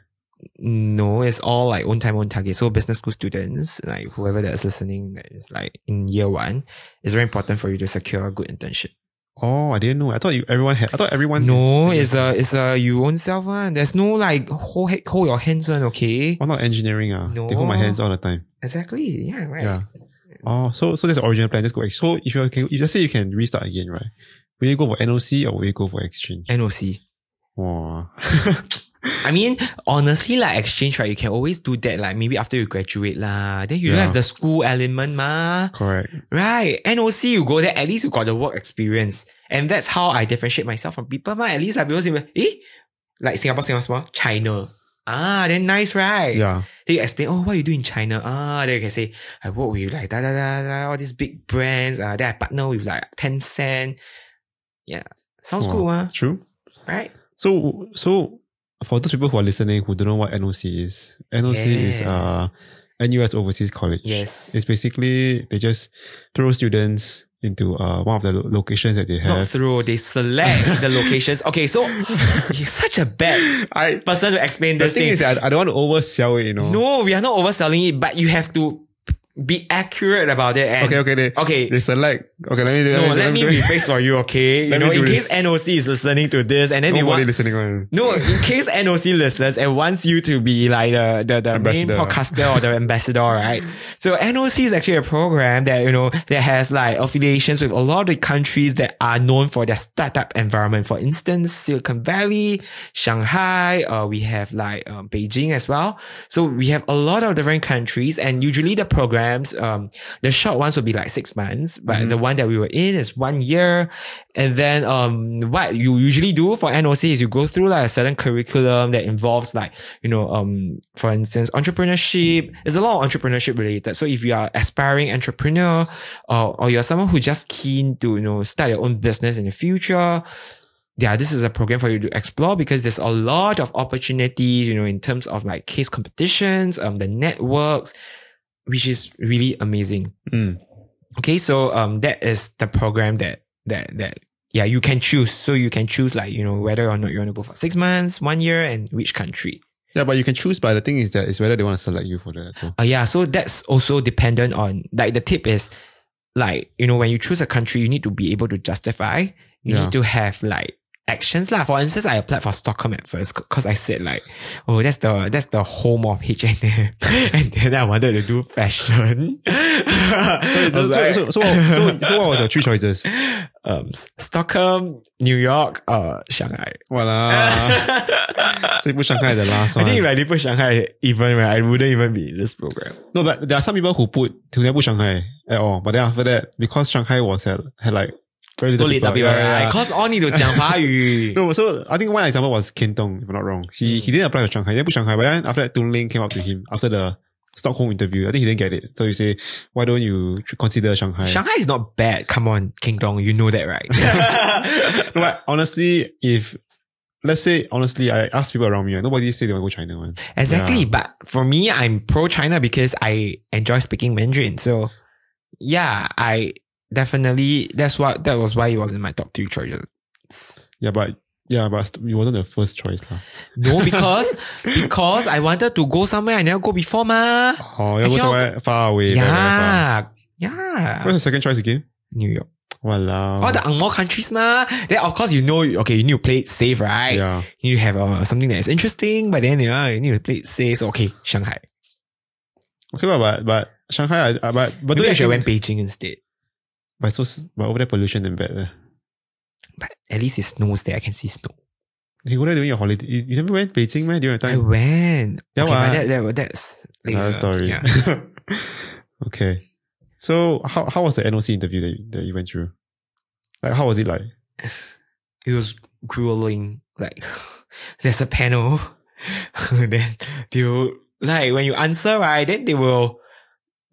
Speaker 1: No, it's all like own time, own target. So business school students, like whoever that's listening, that is like in year one, it's very important for you to secure a good internship.
Speaker 2: Oh, I didn't know. I thought you everyone had. I thought everyone.
Speaker 1: No,
Speaker 2: is,
Speaker 1: it's a it's a you own self one. There's no like hold he- hold your hands one. Okay,
Speaker 2: Why not engineering? Ah,
Speaker 1: No.
Speaker 2: they hold my hands all the time.
Speaker 1: exactly. Yeah, right.
Speaker 2: Yeah. Oh, so so that's the original plan. Just go. ex- So if you can, if let's say you can restart again, right? Will you go for NOC or will you go for exchange?
Speaker 1: NOC.
Speaker 2: Wow.
Speaker 1: I mean, honestly, like exchange, right? You can always do that. Like maybe after you graduate, lah. Then you
Speaker 2: Yeah.
Speaker 1: have the school element, ma.
Speaker 2: Correct.
Speaker 1: Right. NOC, you go there, at least you got the work experience. And that's how I differentiate myself from people. Mah. At least like people say, eh? Like Singapore, Singapore, Singapore, China. Ah, then nice, right?
Speaker 2: Yeah.
Speaker 1: Then you explain, oh, what you do in China? Ah, then you can say, I work with like da da da da, all these big brands. Ah, then I partner with like Tencent. Yeah. Sounds
Speaker 2: Wow.
Speaker 1: good, huh?
Speaker 2: True.
Speaker 1: right?
Speaker 2: So so for those people who are listening who don't know what NOC is, NOC is uh
Speaker 1: Yeah.
Speaker 2: NUS Overseas College.
Speaker 1: Yes.
Speaker 2: It's basically they just throw students into uh one of the lo- locations that they
Speaker 1: Not
Speaker 2: have.
Speaker 1: through, they select the locations. Okay, so you're such a bad
Speaker 2: I
Speaker 1: person to explain
Speaker 2: the
Speaker 1: this
Speaker 2: thing
Speaker 1: thing.
Speaker 2: is that I, I don't want to oversell it, you know.
Speaker 1: No, we are not overselling it, but you have to be accurate about it. And,
Speaker 2: Okay, okay, they
Speaker 1: okay.
Speaker 2: they select. Okay, let me do
Speaker 1: no, let me
Speaker 2: do-
Speaker 1: rephrase for you, okay? You
Speaker 2: Let me
Speaker 1: know,
Speaker 2: do
Speaker 1: in case
Speaker 2: this.
Speaker 1: NOC is listening to this and then they
Speaker 2: Nobody
Speaker 1: want.
Speaker 2: listening on.
Speaker 1: No, in case NOC listens and wants you to be like the, the, the main
Speaker 2: Ambassador.
Speaker 1: podcaster or the ambassador, right? So NOC is actually a program that, you know, that has like affiliations with a lot of the countries that are known for their startup environment. For instance, Silicon Valley, Shanghai, uh, we have like um, Beijing as well. So we have a lot of different countries and usually the programs, um, the short ones will be like six months, but the one that we were in is one year. And then, um, what you usually do for NOC is you go through like a certain curriculum that involves like, you know, um, for instance, entrepreneurship. There's a lot of entrepreneurship related. So if you are aspiring entrepreneur, uh, or you're someone who just keen to, you know, start your own business in the future, yeah, this is a program for you to explore because there's a lot of opportunities, you know, in terms of like case competitions, um, the networks, which is really amazing.
Speaker 2: Mm.
Speaker 1: Okay, so um, that is the program that that that yeah you can choose. So you can choose like you know whether or not you want to go for six months, one year, and which country.
Speaker 2: Yeah, but you can choose. But the thing is that it's whether they want to select you for that. So
Speaker 1: Uh, yeah, so that's also dependent on like the tip is like you know when you choose a country, you need to be able to justify. You
Speaker 2: Yeah.
Speaker 1: need to have like actions lah. For instance, I applied for Stockholm at first because I said like, oh, that's the that's the home of H and M, and then I wanted to do fashion.
Speaker 2: so, so, so, so, so, so, so what was your three choices?
Speaker 1: um, S- Stockholm, New York, uh, Shanghai.
Speaker 2: Well, uh, so you put Shanghai at the last
Speaker 1: I
Speaker 2: one.
Speaker 1: think if I did put Shanghai even, right, I wouldn't even be in this program.
Speaker 2: no, but there are some people who put who never put Shanghai at all. But then after that, because Shanghai was at, had like very little, yeah, yeah, yeah.
Speaker 1: Cause all need to 讲华语.
Speaker 2: No, so I think one example was Ken Tong, if I'm not wrong. He he didn't apply for Shanghai. He didn't put Shanghai, but then after that, Toon Ling came up to him after the Stockholm interview. I think he didn't get it. So you say, why don't you tr- consider Shanghai?
Speaker 1: Shanghai is not bad. Come on, King Dong, you know that, right?
Speaker 2: No, but honestly, if let's say honestly, I asked people around me, and nobody said they want to go China. One.
Speaker 1: exactly. But for me, I'm pro China because I enjoy speaking Mandarin. So yeah, I definitely that's what that was why it was in my top three choices.
Speaker 2: Yeah, but Yeah, but st- it wasn't the first choice. lah.
Speaker 1: No, because because I wanted to go somewhere I never go before, ma.
Speaker 2: Oh, that
Speaker 1: cannot-
Speaker 2: was somewhere far away. very, very far.
Speaker 1: Yeah,
Speaker 2: What's
Speaker 1: yeah.
Speaker 2: the second choice again?
Speaker 1: New York.
Speaker 2: Wow.
Speaker 1: All the Ang Moh countries, ma. Then of course you know, okay, you need to play it safe, right?
Speaker 2: yeah.
Speaker 1: You need to have uh, something that is interesting, but then yeah, you need to play it safe. So, okay, Shanghai.
Speaker 2: Okay, but but, but Shanghai, I, I, but
Speaker 1: Maybe
Speaker 2: but don't
Speaker 1: I should have
Speaker 2: you
Speaker 1: went
Speaker 2: think-
Speaker 1: Beijing instead.
Speaker 2: But so s- but over there pollution and bad. eh.
Speaker 1: But at least it snows there. I can see snow.
Speaker 2: You go there during your holiday. You, you never went Beijing man during your
Speaker 1: I
Speaker 2: time.
Speaker 1: went.
Speaker 2: Yeah,
Speaker 1: okay, but
Speaker 2: what?
Speaker 1: that, that, that's later.
Speaker 2: Another story.
Speaker 1: Yeah.
Speaker 2: okay. So how how was the NOC interview that you, that you went through? Like how was it like?
Speaker 1: it was grueling. Like there's a panel. then they will like when you answer right, then they will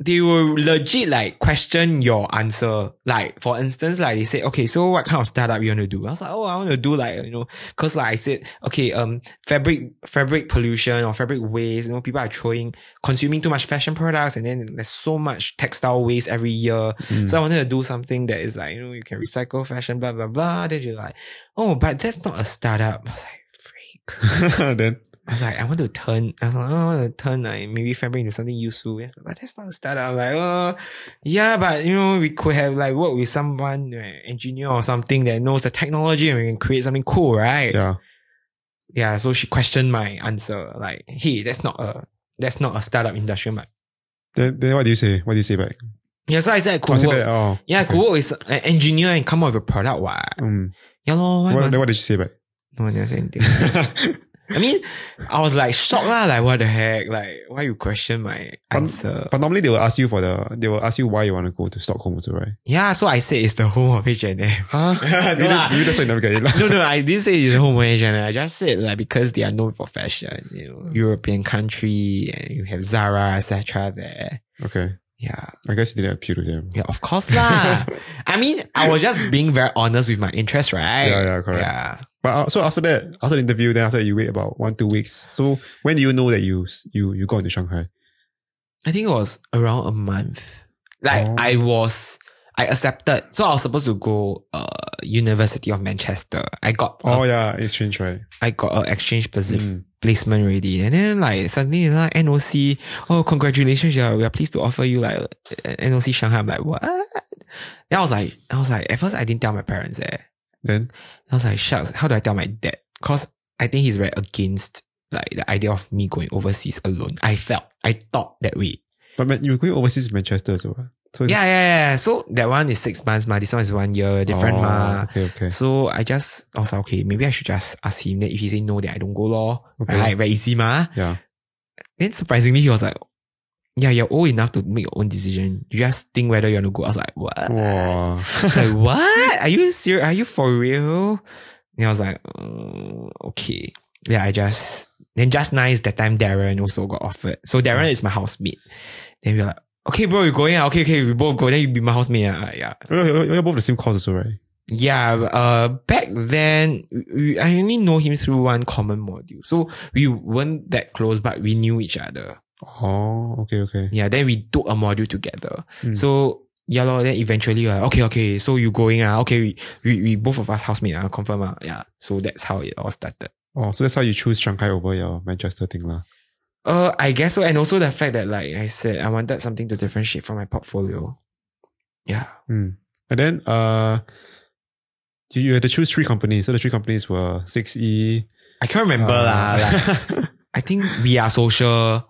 Speaker 1: they will legit like question your answer. Like for instance, like they say, okay, so what kind of startup you want to do? I was like, oh, I want to do like you know, cause like I said, okay, um, fabric fabric pollution or fabric waste. You know, people are throwing consuming too much fashion products, and then there's so much textile waste every year.
Speaker 2: Mm.
Speaker 1: So I wanted to do something that is like, you know, you can recycle fashion, blah, blah, blah. Then you're like, oh, but that's not a startup. I was like, freak.
Speaker 2: Mm. then
Speaker 1: I was like, I want to turn, I was like, oh, I want to turn like maybe fabric into something useful. Yes, but that's not a startup. I'm like, oh, yeah, but you know, we could have like worked with someone, uh, engineer or something that knows the technology and we can create something cool, right?
Speaker 2: yeah.
Speaker 1: yeah, so she questioned my answer. Like, hey, that's not a, that's not a startup industry, but
Speaker 2: Then then what do you say? What do you say back?
Speaker 1: yeah, so I said I
Speaker 2: I
Speaker 1: could
Speaker 2: said
Speaker 1: work.
Speaker 2: that, oh,
Speaker 1: Yeah, I
Speaker 2: okay.
Speaker 1: could work with an engineer and come up with a product. What?
Speaker 2: Mm.
Speaker 1: Yeah, lor, why
Speaker 2: What,
Speaker 1: must-
Speaker 2: then what did you say back?
Speaker 1: No one else said anything. I mean, I was like shocked lah. Like, what the heck? Like, why you question my
Speaker 2: But-
Speaker 1: answer?
Speaker 2: but normally they will ask you for the they will ask you why you want to go to Stockholm also, right?
Speaker 1: Yeah, so I said it's the home of H&M.
Speaker 2: Huh? maybe,
Speaker 1: lah.
Speaker 2: maybe that's why you never get it. lah.
Speaker 1: No, no, I didn't say it's the home of H&M. I just said like because they are known for fashion, you know,
Speaker 2: Mm.
Speaker 1: European country, and you have Zara, etc. There,
Speaker 2: Okay.
Speaker 1: yeah,
Speaker 2: I guess it didn't appeal to them.
Speaker 1: yeah, of course lah. I mean, I was just being very honest with my interest, right?
Speaker 2: Yeah, yeah, correct.
Speaker 1: Yeah.
Speaker 2: But uh, so after that, after the interview, then after that you wait about one two weeks. So when do you know that you you you got into Shanghai?
Speaker 1: I think it was around a month. Like
Speaker 2: Oh.
Speaker 1: I was, I accepted. So I was supposed to go uh University of Manchester. I got
Speaker 2: Oh
Speaker 1: a,
Speaker 2: yeah, exchange right.
Speaker 1: I got an exchange posi-
Speaker 2: Mm.
Speaker 1: placement already, and then like suddenly uh, NOC. Oh congratulations! Yeah, we are pleased to offer you like uh, NOC Shanghai. I'm like what? Then I was like, I was like, at first I didn't tell my parents. Eh,
Speaker 2: Then
Speaker 1: I was like, shucks. How do I tell my dad? Cause I think he's very against like the idea of me going overseas alone. I felt, I thought that way.
Speaker 2: but man, you were going overseas to Manchester so what? So it's-
Speaker 1: Yeah, yeah, yeah. So that one is six months, ma. This one is one year, different,
Speaker 2: oh,
Speaker 1: ma.
Speaker 2: Okay, okay.
Speaker 1: So I just, I was like, okay, maybe I should just ask him. Then if he say no, then I don't go, lor.
Speaker 2: Okay.
Speaker 1: Right, very easy, ma.
Speaker 2: Yeah.
Speaker 1: Then surprisingly, he was like, yeah, you're old enough to make your own decision. You just think whether you want to go. I was like, what? I
Speaker 2: Wow.
Speaker 1: was like, what? Are you serious? Are you for real? And I was like, "Uh, okay. Yeah, I just, then just nice that time Darren also got offered. So Darren is my housemate. Then we were like, okay, bro, you going? ah? Okay, okay, we both go. Then you be my housemate. ah." Yeah.
Speaker 2: You're, you're- you're both the same course also, right?
Speaker 1: Yeah, uh, back then, we- we, I only know him through one common module. So we weren't that close, but we knew each other.
Speaker 2: Oh, okay, okay.
Speaker 1: Yeah, then we took a module together.
Speaker 2: Mm.
Speaker 1: So, yeah, lor, then eventually, uh, okay, okay, so you going, uh, okay, we, we, we both of us housemate, uh, confirm, uh, yeah. So that's how it all started.
Speaker 2: Oh, so that's how you choose Shanghai over your Manchester thing, lah.
Speaker 1: Uh, I guess so. And also the fact that, like I said, I wanted something to differentiate from my portfolio. Yeah.
Speaker 2: Mm. And then uh, you, you had to choose three companies. So the three companies were Six E.
Speaker 1: I can't remember, lah. like, I think we are social.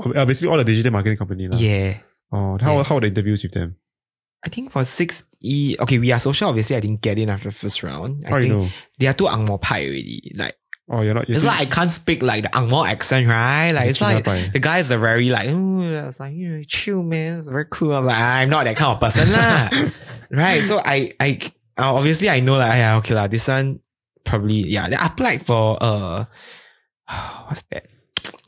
Speaker 2: Uh, basically all the digital marketing company. lah.
Speaker 1: Yeah.
Speaker 2: Oh, how,
Speaker 1: Yeah.
Speaker 2: how were the interviews with them?
Speaker 1: I think for six E, okay, we are social. Obviously, I didn't get in after the first round. I
Speaker 2: How you
Speaker 1: think
Speaker 2: know?
Speaker 1: they are too Ang Moh Pai already. Like
Speaker 2: Oh, you're not. You're
Speaker 1: it's
Speaker 2: still-
Speaker 1: like I can't speak like the Ang Moh accent, right? Like it's
Speaker 2: you're
Speaker 1: like
Speaker 2: not by-
Speaker 1: the guy is the very like, oh, it's like you know, chill man, it's very cool. I'm like I'm not that kind of person lah, right? So I I uh, obviously I know like yeah okay lah, this one probably yeah. Then I applied for uh, what's that?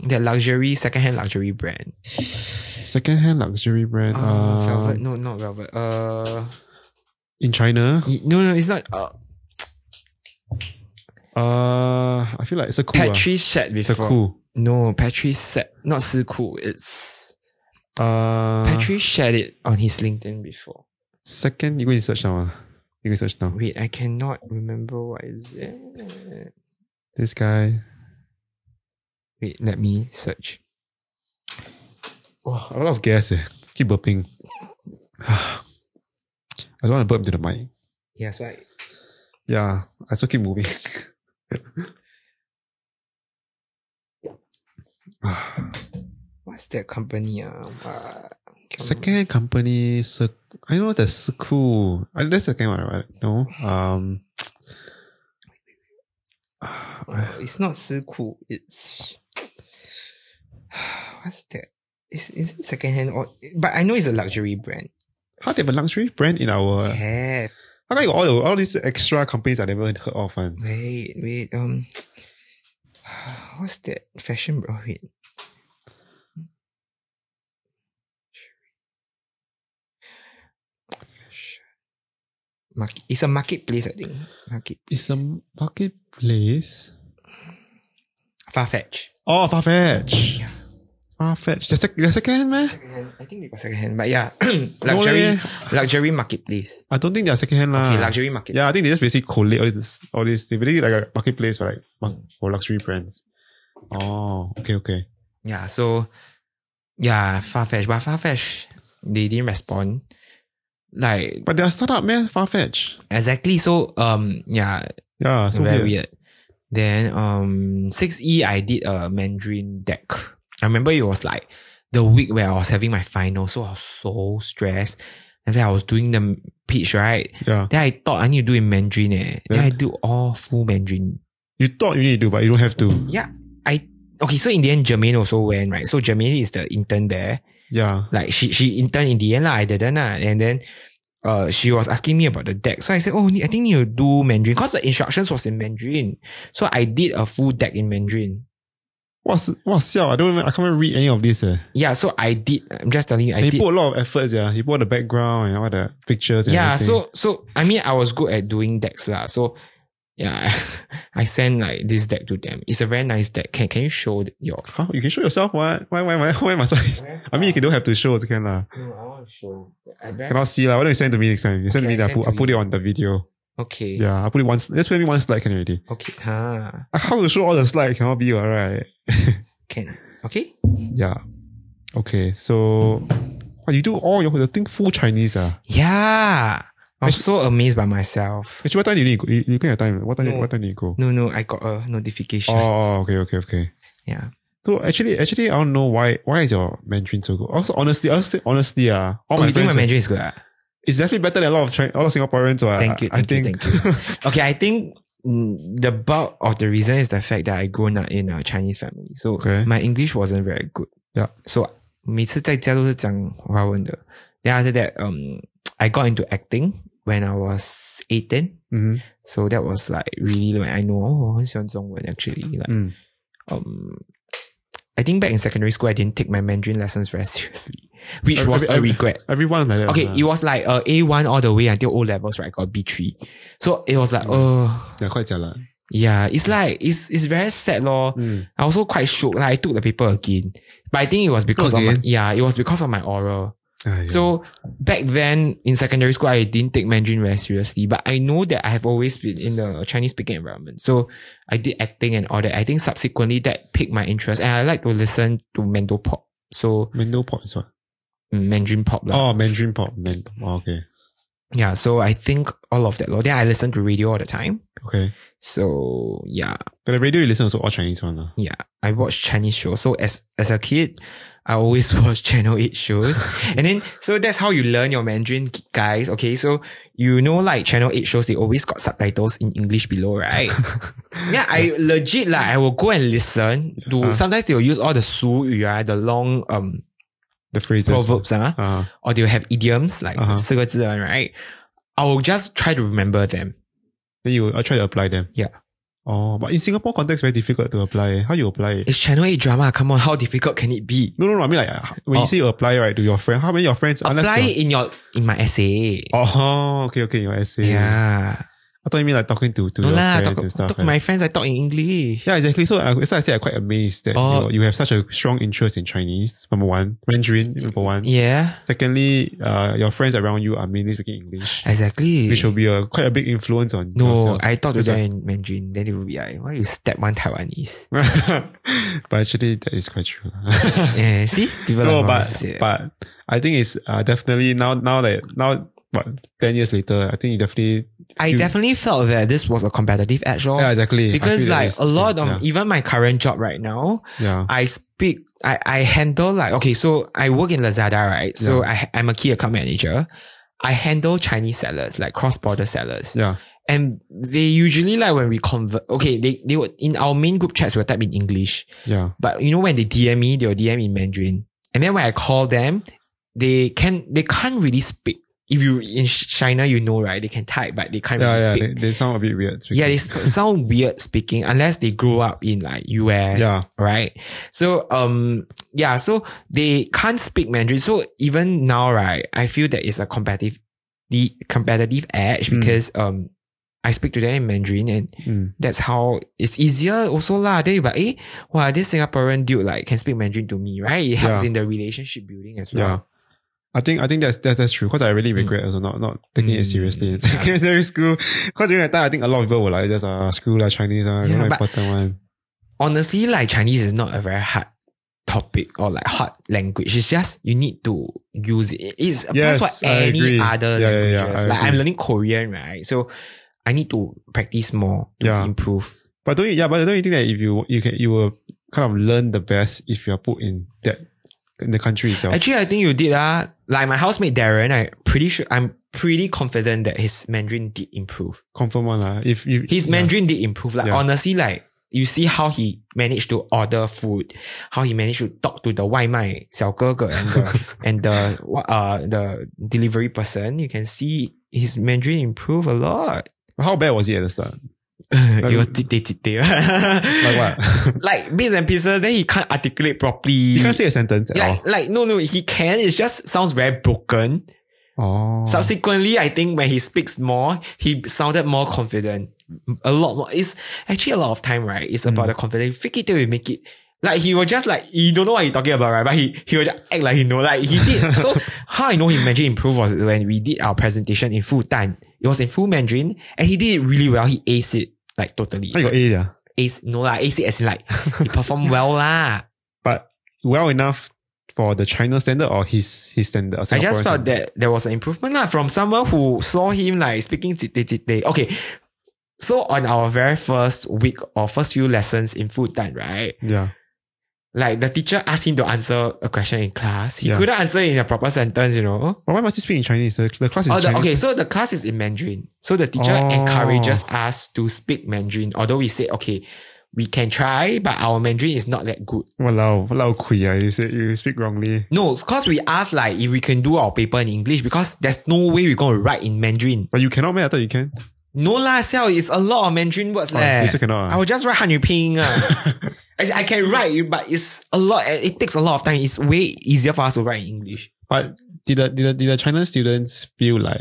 Speaker 1: That luxury secondhand luxury brand.
Speaker 2: secondhand luxury brand.
Speaker 1: Uh,
Speaker 2: uh,
Speaker 1: velvet? No, not velvet. Uh,
Speaker 2: in China.
Speaker 1: y- no, no, it's not. Uh,
Speaker 2: Uh, I feel like it's a cool.
Speaker 1: Patrice said
Speaker 2: it's a
Speaker 1: before.
Speaker 2: cool.
Speaker 1: No, Patrice said not Siku. It's
Speaker 2: Uh,
Speaker 1: Uh. Patrice shared it on his LinkedIn before.
Speaker 2: Second, you go and search now. ah. You can search now.
Speaker 1: Wait, I cannot remember what is it.
Speaker 2: This guy.
Speaker 1: Wait, let me search.
Speaker 2: Oh, a lot of gas. Eh. Keep burping. I don't want to burp into the mic.
Speaker 1: Yeah, so I,
Speaker 2: Yeah, I still keep moving.
Speaker 1: what's that company? Uh, uh,
Speaker 2: Second company, Cir- I know that's Circle. Uh, that's the second one, right? No, um,
Speaker 1: Uh, it's not Siku. It's what's that? Is is it secondhand or? But I know it's a luxury brand.
Speaker 2: how they have a luxury brand in our.
Speaker 1: Have
Speaker 2: How come you got all the, all these extra companies I never heard of? And
Speaker 1: wait wait um, what's that fashion? br- Oh wait. Market. It's a marketplace, I think. Marketplace.
Speaker 2: it's a marketplace.
Speaker 1: Farfetch.
Speaker 2: Oh, Farfetch.
Speaker 1: Yeah.
Speaker 2: Farfetch. That's sec- that's second, man.
Speaker 1: Secondhand. I think they got secondhand, but yeah, luxury,
Speaker 2: leh.
Speaker 1: luxury marketplace.
Speaker 2: I don't think they're secondhand lah.
Speaker 1: Okay, luxury market.
Speaker 2: Yeah, I think they just basically collate all this, all this. They really like a marketplace for like mar- for luxury brands. Oh, okay, okay.
Speaker 1: Yeah, so yeah, Farfetch, but Farfetch they didn't respond. Like
Speaker 2: But they're a startup, man. Farfetch.
Speaker 1: exactly. So um yeah,
Speaker 2: Yeah, so
Speaker 1: very weird.
Speaker 2: weird.
Speaker 1: Then um six E I did a Mandarin deck. I remember it was like the week where I was having my final, so I was so stressed. And then I was doing the pitch, right?
Speaker 2: Yeah,
Speaker 1: Then I thought I need to do in Mandarin eh. Then
Speaker 2: Then?
Speaker 1: I do all full Mandarin.
Speaker 2: you thought you need to do, but you don't have to.
Speaker 1: Yeah. I okay, so in the end Jermaine also went, right? So Jermaine is the intern there.
Speaker 2: Yeah,
Speaker 1: like she she interned in the end lah, I didn't lah. and then uh she was asking me about the deck so I said oh I think you do Mandarin because the instructions was in Mandarin so I did a full deck in Mandarin
Speaker 2: what's what's yeah? I don't even I can't even read any of this. Eh.
Speaker 1: yeah so I did I'm just telling you I
Speaker 2: And he
Speaker 1: did
Speaker 2: put a lot of efforts. Yeah, he put all the background and all the pictures. And
Speaker 1: yeah
Speaker 2: everything.
Speaker 1: so so I mean I was good at doing decks lah so yeah I sent like this deck to them it's a very nice deck can can you show your
Speaker 2: Huh? You can show yourself. What? Why? Why? Why? Why must I? I mean, you can, don't have to show. Also can lah.
Speaker 1: no I want to show I
Speaker 2: Cannot see lah. Why don't you send it to me next time? You send
Speaker 1: Okay,
Speaker 2: it to me.
Speaker 1: I
Speaker 2: then I
Speaker 1: send
Speaker 2: put, I
Speaker 1: to
Speaker 2: put it
Speaker 1: you.
Speaker 2: on the video.
Speaker 1: okay
Speaker 2: Yeah, I put it once. Let's put me one slide can already.
Speaker 1: okay huh
Speaker 2: I How to show all the slide cannot be all right.
Speaker 1: can okay
Speaker 2: Yeah. Okay. So oh, you do all your the thing full Chinese ah.
Speaker 1: yeah I was so amazed by myself
Speaker 2: Actually, what time did you go? You, you got your time. What time?
Speaker 1: No.
Speaker 2: What time did you go?
Speaker 1: No, no, I got a notification.
Speaker 2: Oh, okay, okay, okay.
Speaker 1: Yeah.
Speaker 2: So actually, actually, I don't know why. Why is your Mandarin so good? Also, honestly, honestly, honestly, ah, all
Speaker 1: Oh,
Speaker 2: my
Speaker 1: you think my
Speaker 2: friends,
Speaker 1: Mandarin is good? ah?
Speaker 2: it's definitely better than a lot of China, a lot of Singaporeans. ah.
Speaker 1: Thank you,
Speaker 2: I, I
Speaker 1: thank you,
Speaker 2: think.
Speaker 1: Okay, I think mm, the bulk of the reason is the fact that I grew up in a Chinese family. So
Speaker 2: Okay.
Speaker 1: my English wasn't very good.
Speaker 2: Yeah.
Speaker 1: So 每次在家都是讲华文的. Then after that, um, I got into acting when I was 18.
Speaker 2: Mhm.
Speaker 1: So that was like really when I know, oh, 我很喜欢中文 actually. Like,
Speaker 2: Mm.
Speaker 1: um, I think back in secondary school, I didn't take my Mandarin lessons very seriously, which
Speaker 2: Every-
Speaker 1: was a
Speaker 2: every-
Speaker 1: regret.
Speaker 2: Everyone's like that.
Speaker 1: Okay,
Speaker 2: ah.
Speaker 1: it was like uh, A1 all the way until O levels, right? Got B3. So it was like, oh,
Speaker 2: yeah, quite jialat.
Speaker 1: yeah, it's like, it's it's very sad, lor.
Speaker 2: Mm.
Speaker 1: I also quite shook. Like, I took the paper again. But I think it was because of my,
Speaker 2: Again?
Speaker 1: yeah, it was because of my oral.
Speaker 2: Ah, yeah.
Speaker 1: So back then in secondary school, I didn't take Mandarin very seriously, but I know that I have always been in a Chinese speaking environment. So I did acting and all that. I think subsequently that piqued my interest and I like to listen to Mando pop. So
Speaker 2: Mendo pop is what?
Speaker 1: mm, Mandarin pop. lah.
Speaker 2: Oh, Mandarin pop. Man- oh, okay.
Speaker 1: Yeah. So I think all of that. lor. Then I listen to radio all the time.
Speaker 2: Okay.
Speaker 1: So yeah,
Speaker 2: But the radio you listen also all Chinese one. ah. lah.
Speaker 1: yeah. I watch Chinese shows. So as as a kid, I always watch Channel 8 shows. and then so that's how you learn your Mandarin guys. Okay. So you know like Channel 8 shows, they always got subtitles in English below, right? yeah, I legit like I will go and listen to
Speaker 2: Uh-huh.
Speaker 1: sometimes they will use all the 俗语, ah, the long um
Speaker 2: The phrases.
Speaker 1: proverbs, ah,
Speaker 2: Uh,
Speaker 1: or they'll have idioms like
Speaker 2: Uh-huh.
Speaker 1: 四个字 one, right? I will just try to remember them.
Speaker 2: then you I try to apply them.
Speaker 1: Yeah.
Speaker 2: Oh, but in Singapore context, very difficult to apply. How you apply it?
Speaker 1: It's Channel 8 drama. Come on, how difficult can it be?
Speaker 2: No, no, no. I mean, like uh, when
Speaker 1: Oh.
Speaker 2: you say you apply right to your friend, how many of your friends?
Speaker 1: apply
Speaker 2: Unless Oh,
Speaker 1: it in your in my essay.
Speaker 2: you're, oh, okay, okay, your essay.
Speaker 1: Yeah.
Speaker 2: I thought you mean like talking to to
Speaker 1: No
Speaker 2: your
Speaker 1: lah, I
Speaker 2: friends
Speaker 1: talk,
Speaker 2: and stuff.
Speaker 1: talk to
Speaker 2: right?
Speaker 1: my friends. I talk in English.
Speaker 2: yeah, exactly. So I, so I say I'm quite amazed that
Speaker 1: Oh.
Speaker 2: you, you have such a strong interest in Chinese. Number one, Mandarin. Number one.
Speaker 1: Yeah,
Speaker 2: Secondly, uh, your friends around you are mainly speaking English,
Speaker 1: exactly.
Speaker 2: which will be a quite a big influence on
Speaker 1: no,
Speaker 2: yourself.
Speaker 1: I talk to
Speaker 2: It's
Speaker 1: them in Mandarin. Then they will be like, "Why you step one Taiwanese?"
Speaker 2: but actually, that is quite true.
Speaker 1: yeah, see, people
Speaker 2: no,
Speaker 1: like
Speaker 2: but
Speaker 1: to say that.
Speaker 2: but I think it's uh, definitely now now that now what ten years later, I think you definitely
Speaker 1: I
Speaker 2: you-
Speaker 1: definitely felt that this was a competitive edge, lor.
Speaker 2: yeah exactly I
Speaker 1: Oh, because
Speaker 2: feel that
Speaker 1: like
Speaker 2: it's
Speaker 1: a
Speaker 2: the
Speaker 1: lot of
Speaker 2: same.
Speaker 1: even my current job right now,
Speaker 2: yeah,
Speaker 1: I speak, I, I handle like, okay, so I work in Lazada, right? So I, I'm a key account manager. I handle Chinese sellers, like cross border sellers.
Speaker 2: yeah
Speaker 1: And they usually like when we convert, okay, they, they would, in our main group chats, we'll type in English.
Speaker 2: yeah yeah
Speaker 1: But you know, when they DM me, they'll DM in Mandarin. And then when I call them, they can, they can't really speak. If you in China, you know, right? They can type, but they can't
Speaker 2: yeah
Speaker 1: really
Speaker 2: yeah
Speaker 1: speak.
Speaker 2: they, they sound a bit weird
Speaker 1: Yeah, they sp- sound weird speaking unless they grew up in like US,
Speaker 2: Yeah.
Speaker 1: right? So um yeah, so they can't speak Mandarin. So even now, right, I feel that it's a competitive the competitive edge
Speaker 2: Mm.
Speaker 1: because um I speak to them in Mandarin and
Speaker 2: Mm.
Speaker 1: that's how it's easier also lah. Then you like, eh, wow, this Singaporean dude like can speak Mandarin to me, right? It helps
Speaker 2: Yeah.
Speaker 1: in the relationship building as
Speaker 2: yeah
Speaker 1: well.
Speaker 2: I think I think that's that's, that's true because I really
Speaker 1: Mm.
Speaker 2: regret also not not taking it
Speaker 1: Mm.
Speaker 2: seriously in
Speaker 1: Yeah.
Speaker 2: secondary school because during that time I think a lot of people were like just uh school like Chinese uh,
Speaker 1: Yeah,
Speaker 2: not
Speaker 1: but-
Speaker 2: important one
Speaker 1: honestly, like Chinese is not a very hard topic or like hard language. It's just you need to use it. It's applies
Speaker 2: Yes,
Speaker 1: for
Speaker 2: I
Speaker 1: any
Speaker 2: agree.
Speaker 1: other
Speaker 2: Yeah, yeah, yeah,
Speaker 1: languages.
Speaker 2: I
Speaker 1: like I'm
Speaker 2: agree.
Speaker 1: learning Korean, right? So I need to practice more to
Speaker 2: Yeah.
Speaker 1: improve.
Speaker 2: but don't you yeah but don't you think that if you you can you will kind of learn the best if you are put in that in the country itself
Speaker 1: Actually, I think you did ah. Like my housemate Darren, I pretty sure I'm pretty confident that his Mandarin did improve.
Speaker 2: confirm one lah if you
Speaker 1: His
Speaker 2: yeah.
Speaker 1: Mandarin did improve. Like
Speaker 2: Yeah.
Speaker 1: honestly, like you see how he managed to order food, how he managed to talk to the 外卖小哥哥 and the and the what uh the delivery person. You can see his Mandarin improve a lot.
Speaker 2: How bad was it at the start?
Speaker 1: it was tite tite.
Speaker 2: Like what?
Speaker 1: Like bits and pieces. Then he can't articulate properly.
Speaker 2: you can't Oh. say a sentence at
Speaker 1: like, like no no he can. It just sounds very broken.
Speaker 2: all. Oh.
Speaker 1: Subsequently, I think when he speaks more, he sounded more confident. A lot more. It's actually a lot of time, right? It's
Speaker 2: Hmm.
Speaker 1: about the confidence. Fake it till you make it. Like he was just like he don't know what he talking about, right? But he he will just act like he know. Like he did. so how I know his Mandarin improved was when we did our presentation in full time. It was in full Mandarin, and he did it really well. He aced it like totally.
Speaker 2: Oh, you got A, yeah.
Speaker 1: Ace no lah. Ace it as in like he performed well lah.
Speaker 2: But well enough for the China standard or his his standard?
Speaker 1: I
Speaker 2: or
Speaker 1: just
Speaker 2: Singaporean
Speaker 1: felt
Speaker 2: standard?
Speaker 1: that there was an improvement lah from someone who saw him like speaking today today. Okay. So on our very first week or first few lessons in Fudan, right?
Speaker 2: Yeah.
Speaker 1: Like the teacher asked him to answer a question in class. He
Speaker 2: Yeah.
Speaker 1: couldn't answer in a proper sentence, you know.
Speaker 2: But why must he speak in Chinese? The, the class is
Speaker 1: Oh, the,
Speaker 2: Chinese.
Speaker 1: okay, so the class is in Mandarin. So the teacher
Speaker 2: Oh.
Speaker 1: encourages us to speak Mandarin, although we say, okay, we can try, but our Mandarin is not that good.
Speaker 2: Walao, walao kui ah, You, say, you speak wrongly.
Speaker 1: No, because we asked like if we can do our paper in English because there's no way we're going to write in Mandarin.
Speaker 2: But you cannot, man. I thought you can.
Speaker 1: No lah, Xiao, it's a lot of Mandarin words
Speaker 2: Oh,
Speaker 1: leh.
Speaker 2: you still cannot.
Speaker 1: I
Speaker 2: ah.
Speaker 1: will just write Hanyu Ping. I said, I can write, but it's a lot. and It takes a lot of time. It's way easier for us to write in English.
Speaker 2: But did the, did, the, did the China students feel like,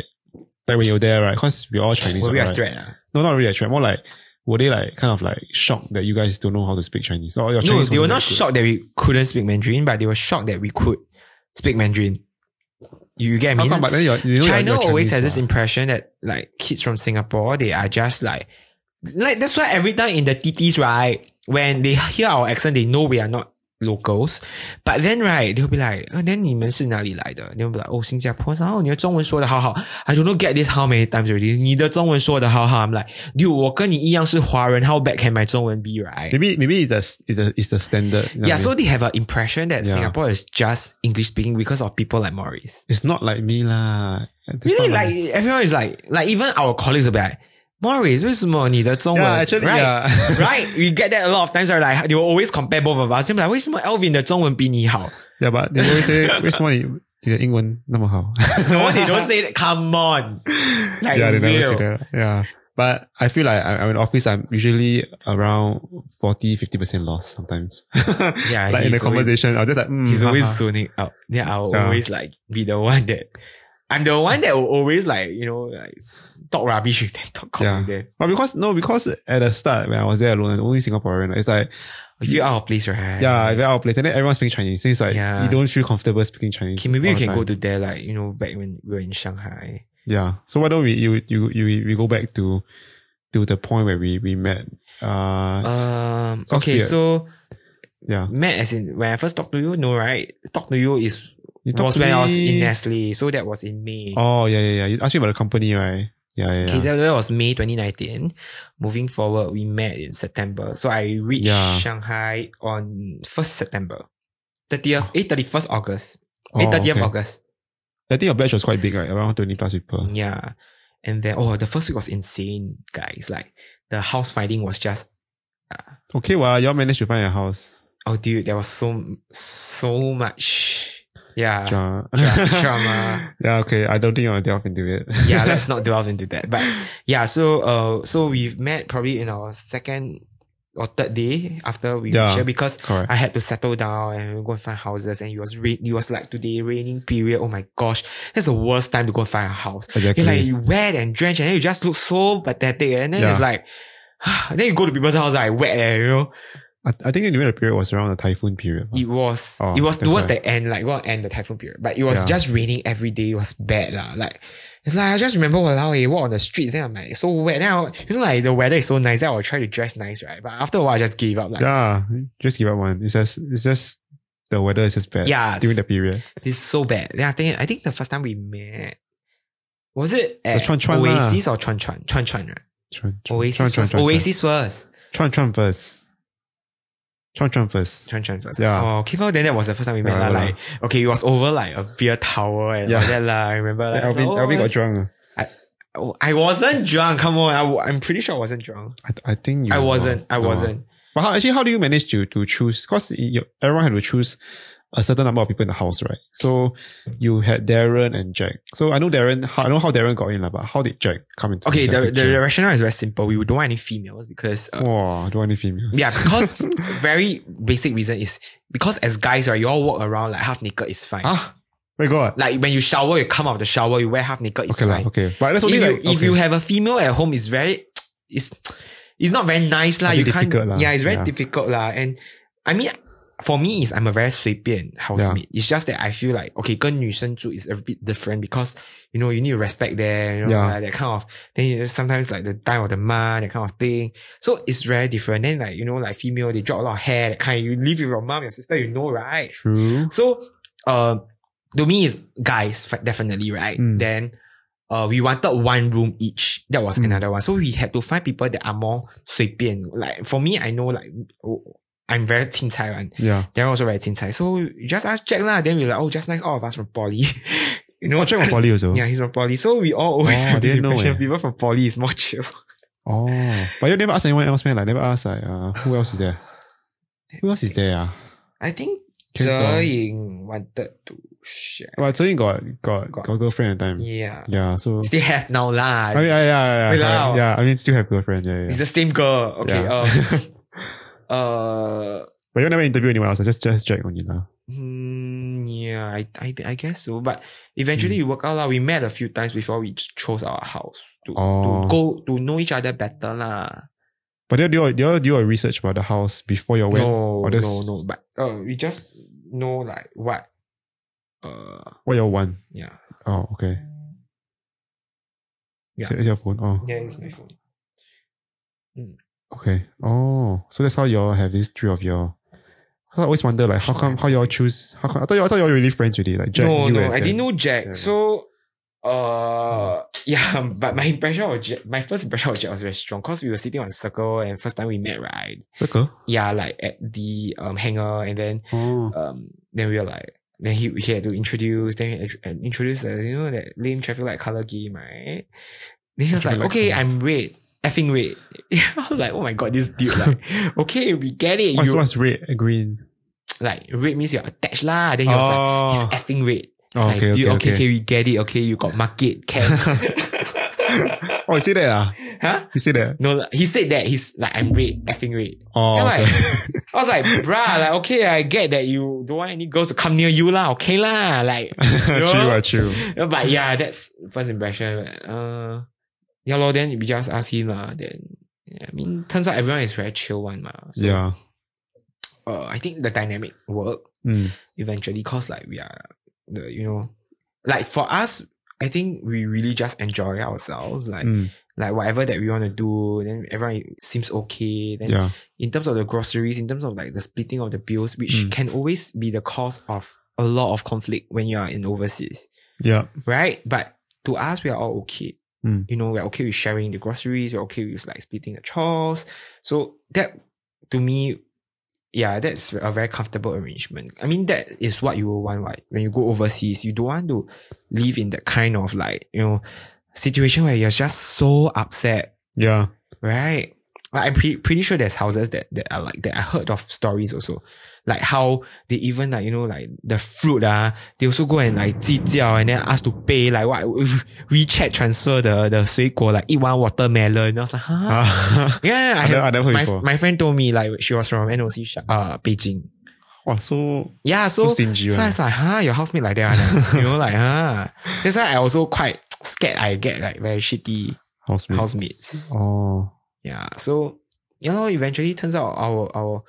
Speaker 2: like when you were there, right? Because we're all Chinese.
Speaker 1: Were we
Speaker 2: right?
Speaker 1: a threat? ah?
Speaker 2: No, not really a threat. More like, were they like kind of like shocked that you guys don't know how to speak Chinese? Or your
Speaker 1: No,
Speaker 2: Chinese
Speaker 1: they were
Speaker 2: wasn't
Speaker 1: not
Speaker 2: that good?
Speaker 1: shocked that we couldn't speak Mandarin, but they were shocked that we could speak Mandarin. You, you get
Speaker 2: How
Speaker 1: me?
Speaker 2: come? But then you're, you know you're-
Speaker 1: China
Speaker 2: you're
Speaker 1: always
Speaker 2: Chinese,
Speaker 1: has this
Speaker 2: what?
Speaker 1: impression that like kids from Singapore, they are just like, like that's why every time in the TTs, right, when they hear our accent, they know we are not locals. But then, right, they'll be like, oh, then 你们是哪里来的? They'll be like, oh, 新加坡. Oh, 你的中文说的好好. I don't know, get this how many times already. 你的中文说的好好. I'm like, dude, 我跟你一样是华人, how bad can my 中文 be, right?
Speaker 2: Maybe maybe it's the it's the, it's the standard. you know
Speaker 1: Yeah,
Speaker 2: what I
Speaker 1: so
Speaker 2: mean?
Speaker 1: they have an impression that
Speaker 2: Yeah.
Speaker 1: Singapore is just English speaking because of people like Maurice.
Speaker 2: it's not like me lah. It's
Speaker 1: Really,
Speaker 2: not
Speaker 1: like, everyone is like, like even our colleagues will be like, Maurice, 为什么你的中文
Speaker 2: yeah, actually,
Speaker 1: right?
Speaker 2: yeah.
Speaker 1: right? We get that a lot of times. Right? Like they will always compare both of us. They'll be like, 为什么 Elvin 的中文比你好?
Speaker 2: yeah, but they always say, "Which one? The 英文那么好?"
Speaker 1: No, they don't say that. Come on, like
Speaker 2: yeah, they never
Speaker 1: real.
Speaker 2: say that. Yeah, but I feel like I- I'm in office. I'm usually around 40 50 percent loss sometimes.
Speaker 1: Yeah,
Speaker 2: like
Speaker 1: Ah, he's
Speaker 2: in the
Speaker 1: always-
Speaker 2: conversation, I'm just like, mm,
Speaker 1: He's always
Speaker 2: haha.
Speaker 1: zoning out. Yeah, I'll
Speaker 2: Yeah.
Speaker 1: always like be the one that I'm the one that will always like, you know, like talk rubbish with them, talk cock
Speaker 2: Yeah.
Speaker 1: with them.
Speaker 2: But because no, because at the start when I was there alone, the only Singaporean, it's like
Speaker 1: You out of place, right?
Speaker 2: yeah, very out of place. And then everyone speaking Chinese. So it's like
Speaker 1: Yeah.
Speaker 2: you don't feel comfortable speaking Chinese.
Speaker 1: Okay, maybe
Speaker 2: all
Speaker 1: you
Speaker 2: the
Speaker 1: can
Speaker 2: time.
Speaker 1: go to there, like, you know, back when we were in Shanghai.
Speaker 2: Yeah. So why don't we you you you we go back to to the point where we we met? Uh,
Speaker 1: Um,
Speaker 2: Sounds
Speaker 1: okay,
Speaker 2: weird.
Speaker 1: so
Speaker 2: yeah.
Speaker 1: Matt, as in when I first talked to you, no, right? Talk to you is
Speaker 2: You
Speaker 1: was
Speaker 2: talked to
Speaker 1: when I was
Speaker 2: me-
Speaker 1: in Nestle, so that was in May.
Speaker 2: Oh yeah yeah yeah. You asked me about the company right? Yeah yeah. yeah.
Speaker 1: Okay, that, that was May 2019. Moving forward, we met in September. So I reached
Speaker 2: Yeah.
Speaker 1: Shanghai on 1st September. 30th, eh, 31st August.
Speaker 2: Oh,
Speaker 1: Eh, 30th
Speaker 2: okay.
Speaker 1: August.
Speaker 2: I think your batch was quite big, right? Around twenty plus people.
Speaker 1: Yeah. And then, oh, the first week was insane, guys. Like, the house finding was just,
Speaker 2: Okay, well, y'all managed to find a house.
Speaker 1: oh, dude, there was so, so much. Yeah.
Speaker 2: Drama.
Speaker 1: Uh, Yeah, drama.
Speaker 2: yeah, okay. I don't think I want to delve into it.
Speaker 1: yeah, let's not delve into that. But yeah, so uh, so we've met probably in our second or third day after we
Speaker 2: Yeah.
Speaker 1: yeah. because
Speaker 2: Correct.
Speaker 1: I had to settle down and go and find houses, and it was rain. It was like today raining period. Oh my gosh, that's the worst time to go and find a house.
Speaker 2: Exactly.
Speaker 1: You're like you wet and drenched, and then you just look so pathetic. And then
Speaker 2: Yeah.
Speaker 1: it's like, then you go to people's house like wet, eh, you know.
Speaker 2: I, I think during the period was around the typhoon period.
Speaker 1: It was
Speaker 2: Oh,
Speaker 1: it was
Speaker 2: that's
Speaker 1: towards
Speaker 2: why.
Speaker 1: the end, like well end the typhoon period. But it was
Speaker 2: Yeah.
Speaker 1: just raining every day. It was bad lah. Like it's like I just remember walao, eh, walk on the streets and I'm like so wet. Now you know like the weather is so nice that I'll try to dress nice, right? But after a while I just gave up. Like
Speaker 2: yeah, just give up one. It's just it's just the weather is just bad.
Speaker 1: Yeah,
Speaker 2: during the period.
Speaker 1: this is so bad. Then I think I think the first time we met was it
Speaker 2: The
Speaker 1: at
Speaker 2: Chuan Chuan lah.
Speaker 1: Oasis or Chuan Chuan? Chuan Chuan, right?
Speaker 2: Chuan, Chuan,
Speaker 1: Oasis
Speaker 2: Chuan, Chuan,
Speaker 1: first.
Speaker 2: Chuan, Chuan.
Speaker 1: Oasis first.
Speaker 2: Chuan Chuan first. Chuan Chuan first.
Speaker 1: Chuan Chuan first.
Speaker 2: Yeah.
Speaker 1: Oh, okay. Well, then that was the first time we met.
Speaker 2: Yeah,
Speaker 1: lah.
Speaker 2: yeah.
Speaker 1: like, okay, it was over like a beer tower and all
Speaker 2: Yeah.
Speaker 1: that. lah. I remember. Like,
Speaker 2: Then Alvin,
Speaker 1: oh,
Speaker 2: Alvin got
Speaker 1: it's-
Speaker 2: drunk. ah.
Speaker 1: Oh, I wasn't drunk. Come on, I, w- I'm pretty sure I wasn't drunk.
Speaker 2: I, I think you
Speaker 1: I
Speaker 2: were.
Speaker 1: wasn't. I
Speaker 2: No.
Speaker 1: wasn't.
Speaker 2: But how, actually, how do you manage to to choose? Because everyone had to choose a certain number of people in the house, right? So you had Darren and Jack. So I know Darren. How, I know how Darren got in, lah, but how did Jack come into?
Speaker 1: Okay, the,
Speaker 2: that
Speaker 1: the
Speaker 2: picture?
Speaker 1: rationale is very simple. We don't want any females because, uh,
Speaker 2: Wow, I don't want any females.
Speaker 1: yeah, because very basic reason is because as guys, right, you all walk around like half naked is fine.
Speaker 2: Ah, my God.
Speaker 1: Like when you shower, you come out of the shower, you wear half naked is
Speaker 2: okay, lah,
Speaker 1: fine.
Speaker 2: okay. But that's
Speaker 1: If,
Speaker 2: only
Speaker 1: you,
Speaker 2: like
Speaker 1: if
Speaker 2: okay.
Speaker 1: you have a female at home, it's very, it's, it's not very nice lah.
Speaker 2: A bit
Speaker 1: You can't,
Speaker 2: difficult lah,
Speaker 1: yeah, it's very
Speaker 2: yeah.
Speaker 1: difficult lah. And I mean, for me is I'm a very 随便 housemate. It's just that I feel like okay, 跟女生住 is a bit different because you know you need to respect them, you know,
Speaker 2: Yeah.
Speaker 1: like that kind of. Then you sometimes like the time of the month, that kind of thing. So it's very different. Then like you know like female they drop a lot of hair, that kind. You live with your mom, your sister, you know, right?
Speaker 2: true.
Speaker 1: So, uh, to me, is guys fi- definitely right.
Speaker 2: Mm.
Speaker 1: Then, uh, we wanted one room each. That was
Speaker 2: Mm.
Speaker 1: another one. So we had to find people that are more 随便. Like for me, I know like oh, I'm very 精彩 one.
Speaker 2: Yeah.
Speaker 1: They're also very 精彩. So you just ask Jack lah. Then we were like, oh, just nice, all of us from poly. you know,
Speaker 2: Oh, Jack was poly also.
Speaker 1: yeah, he's from poly. So we all always
Speaker 2: Oh, I
Speaker 1: have this
Speaker 2: didn't know
Speaker 1: impression
Speaker 2: eh.
Speaker 1: people from poly is more chill.
Speaker 2: Oh, but you never ask anyone else, man. Like never ask like uh, who else is there? Who else is there? Ah,
Speaker 1: I think
Speaker 2: Can tell.
Speaker 1: Zhe Ying wanted to share.
Speaker 2: well, Zheng got got
Speaker 1: Got-
Speaker 2: got girlfriend at the time.
Speaker 1: Yeah.
Speaker 2: Yeah, so
Speaker 1: Still have now lah.
Speaker 2: I mean, yeah, yeah, yeah, yeah,
Speaker 1: Without-
Speaker 2: yeah. I mean, still have girlfriend. Yeah, yeah.
Speaker 1: It's the same girl. Okay.
Speaker 2: Yeah.
Speaker 1: Um, uh,
Speaker 2: but you never interview anyone else. ah, Just just Jack only lah.
Speaker 1: hmm, yeah, I, I, I guess so. But eventually
Speaker 2: Hmm.
Speaker 1: it worked out. lah. We met a few times before we ch- chose our house to,
Speaker 2: Oh.
Speaker 1: to go to know each other better. lah.
Speaker 2: But do you do you do your research about the house before you went?
Speaker 1: No,
Speaker 2: or Oh, this-
Speaker 1: no, no. But uh, we just know like what. Uh,
Speaker 2: What you want?
Speaker 1: yeah.
Speaker 2: Oh, okay.
Speaker 1: Yeah.
Speaker 2: Is, it- is your phone? Oh,
Speaker 1: Yeah, it's my phone.
Speaker 2: okay. Oh, so that's how you all have these three of your. I always wonder like how come how y'all choose how come I thought y'all, I thought y'all were really friends already like Jack
Speaker 1: no,
Speaker 2: you
Speaker 1: no,
Speaker 2: and
Speaker 1: I
Speaker 2: Jack.
Speaker 1: didn't know Jack.
Speaker 2: Yeah.
Speaker 1: So, uh, yeah, but my impression of Jack, my first impression of Jack was very strong because we were sitting on a circle and first time we met, right?
Speaker 2: circle
Speaker 1: yeah, like at the um hangar, and then
Speaker 2: oh
Speaker 1: um then we were like then he, he had to introduce then he had to introduce the you know that lame traffic light color game right. Then he was
Speaker 2: Traffic
Speaker 1: like,
Speaker 2: light
Speaker 1: okay,
Speaker 2: colour.
Speaker 1: I'm red, effing red. I was like, oh my god, this dude like, okay, we get it.
Speaker 2: what's,
Speaker 1: You
Speaker 2: what's red and green
Speaker 1: like red means you're attached lah. Then he was like, he's effing red. It's
Speaker 2: Oh,
Speaker 1: like,
Speaker 2: okay,
Speaker 1: dude,
Speaker 2: okay,
Speaker 1: okay, okay,
Speaker 2: okay.
Speaker 1: we get it. Okay, you got market can.
Speaker 2: Oh, you say that? Ah?
Speaker 1: Huh?
Speaker 2: You say that?
Speaker 1: No, he said that he's like I'm red, effing red.
Speaker 2: Oh,
Speaker 1: Then I'm
Speaker 2: okay.
Speaker 1: like, I was like, bruh, like okay, I get that you don't want any girls to come near you lah, okay lah, like.
Speaker 2: true, ah, true.
Speaker 1: No, but yeah, that's first impression. Uh, yeah, lor, then we just ask him lah. Then yeah, I mean, turns out everyone is very chill one ma. So,
Speaker 2: Yeah.
Speaker 1: Uh, I think the dynamic worked
Speaker 2: Mm.
Speaker 1: eventually cause like we are the you know, like for us, I think we really just enjoy ourselves. Like
Speaker 2: Mm.
Speaker 1: like whatever that we want to do, then everyone seems okay. Then
Speaker 2: Yeah.
Speaker 1: in terms of the groceries, in terms of like the splitting of the bills, which
Speaker 2: Mm.
Speaker 1: can always be the cause of a lot of conflict when you are in overseas
Speaker 2: Yeah.
Speaker 1: right? But to us, we are all okay.
Speaker 2: Mm.
Speaker 1: You know, we're okay with sharing the groceries. We're okay with like splitting the chores. So that, to me, yeah, that's a very comfortable arrangement. I mean, that is what you will want, right? When you go overseas, you don't want to live in that kind of like you know situation where you're just so upset,
Speaker 2: Yeah.
Speaker 1: right? Like, I'm pre- pretty sure there's houses that, that are like that. I heard of stories also, like how they even like you know like the fruit ah, they also go and like 计较 and then ask to pay like what WeChat transfer the the 水果 like eat one watermelon. I was like, huh?
Speaker 2: Ah,
Speaker 1: Yeah, I
Speaker 2: I, never,
Speaker 1: had,
Speaker 2: I never heard
Speaker 1: my
Speaker 2: before.
Speaker 1: my friend told me like she was from NOC Sha- uh Beijing.
Speaker 2: Wow, so
Speaker 1: Yeah,
Speaker 2: so, ah.
Speaker 1: so so,
Speaker 2: stingy.
Speaker 1: I
Speaker 2: one.
Speaker 1: was like, huh, your housemate like that, one ah?" you know, like huh. That's why I also quite scared. I get like very shitty
Speaker 2: housemates.
Speaker 1: housemates.
Speaker 2: Oh.
Speaker 1: Yeah. So you know, eventually turns out our our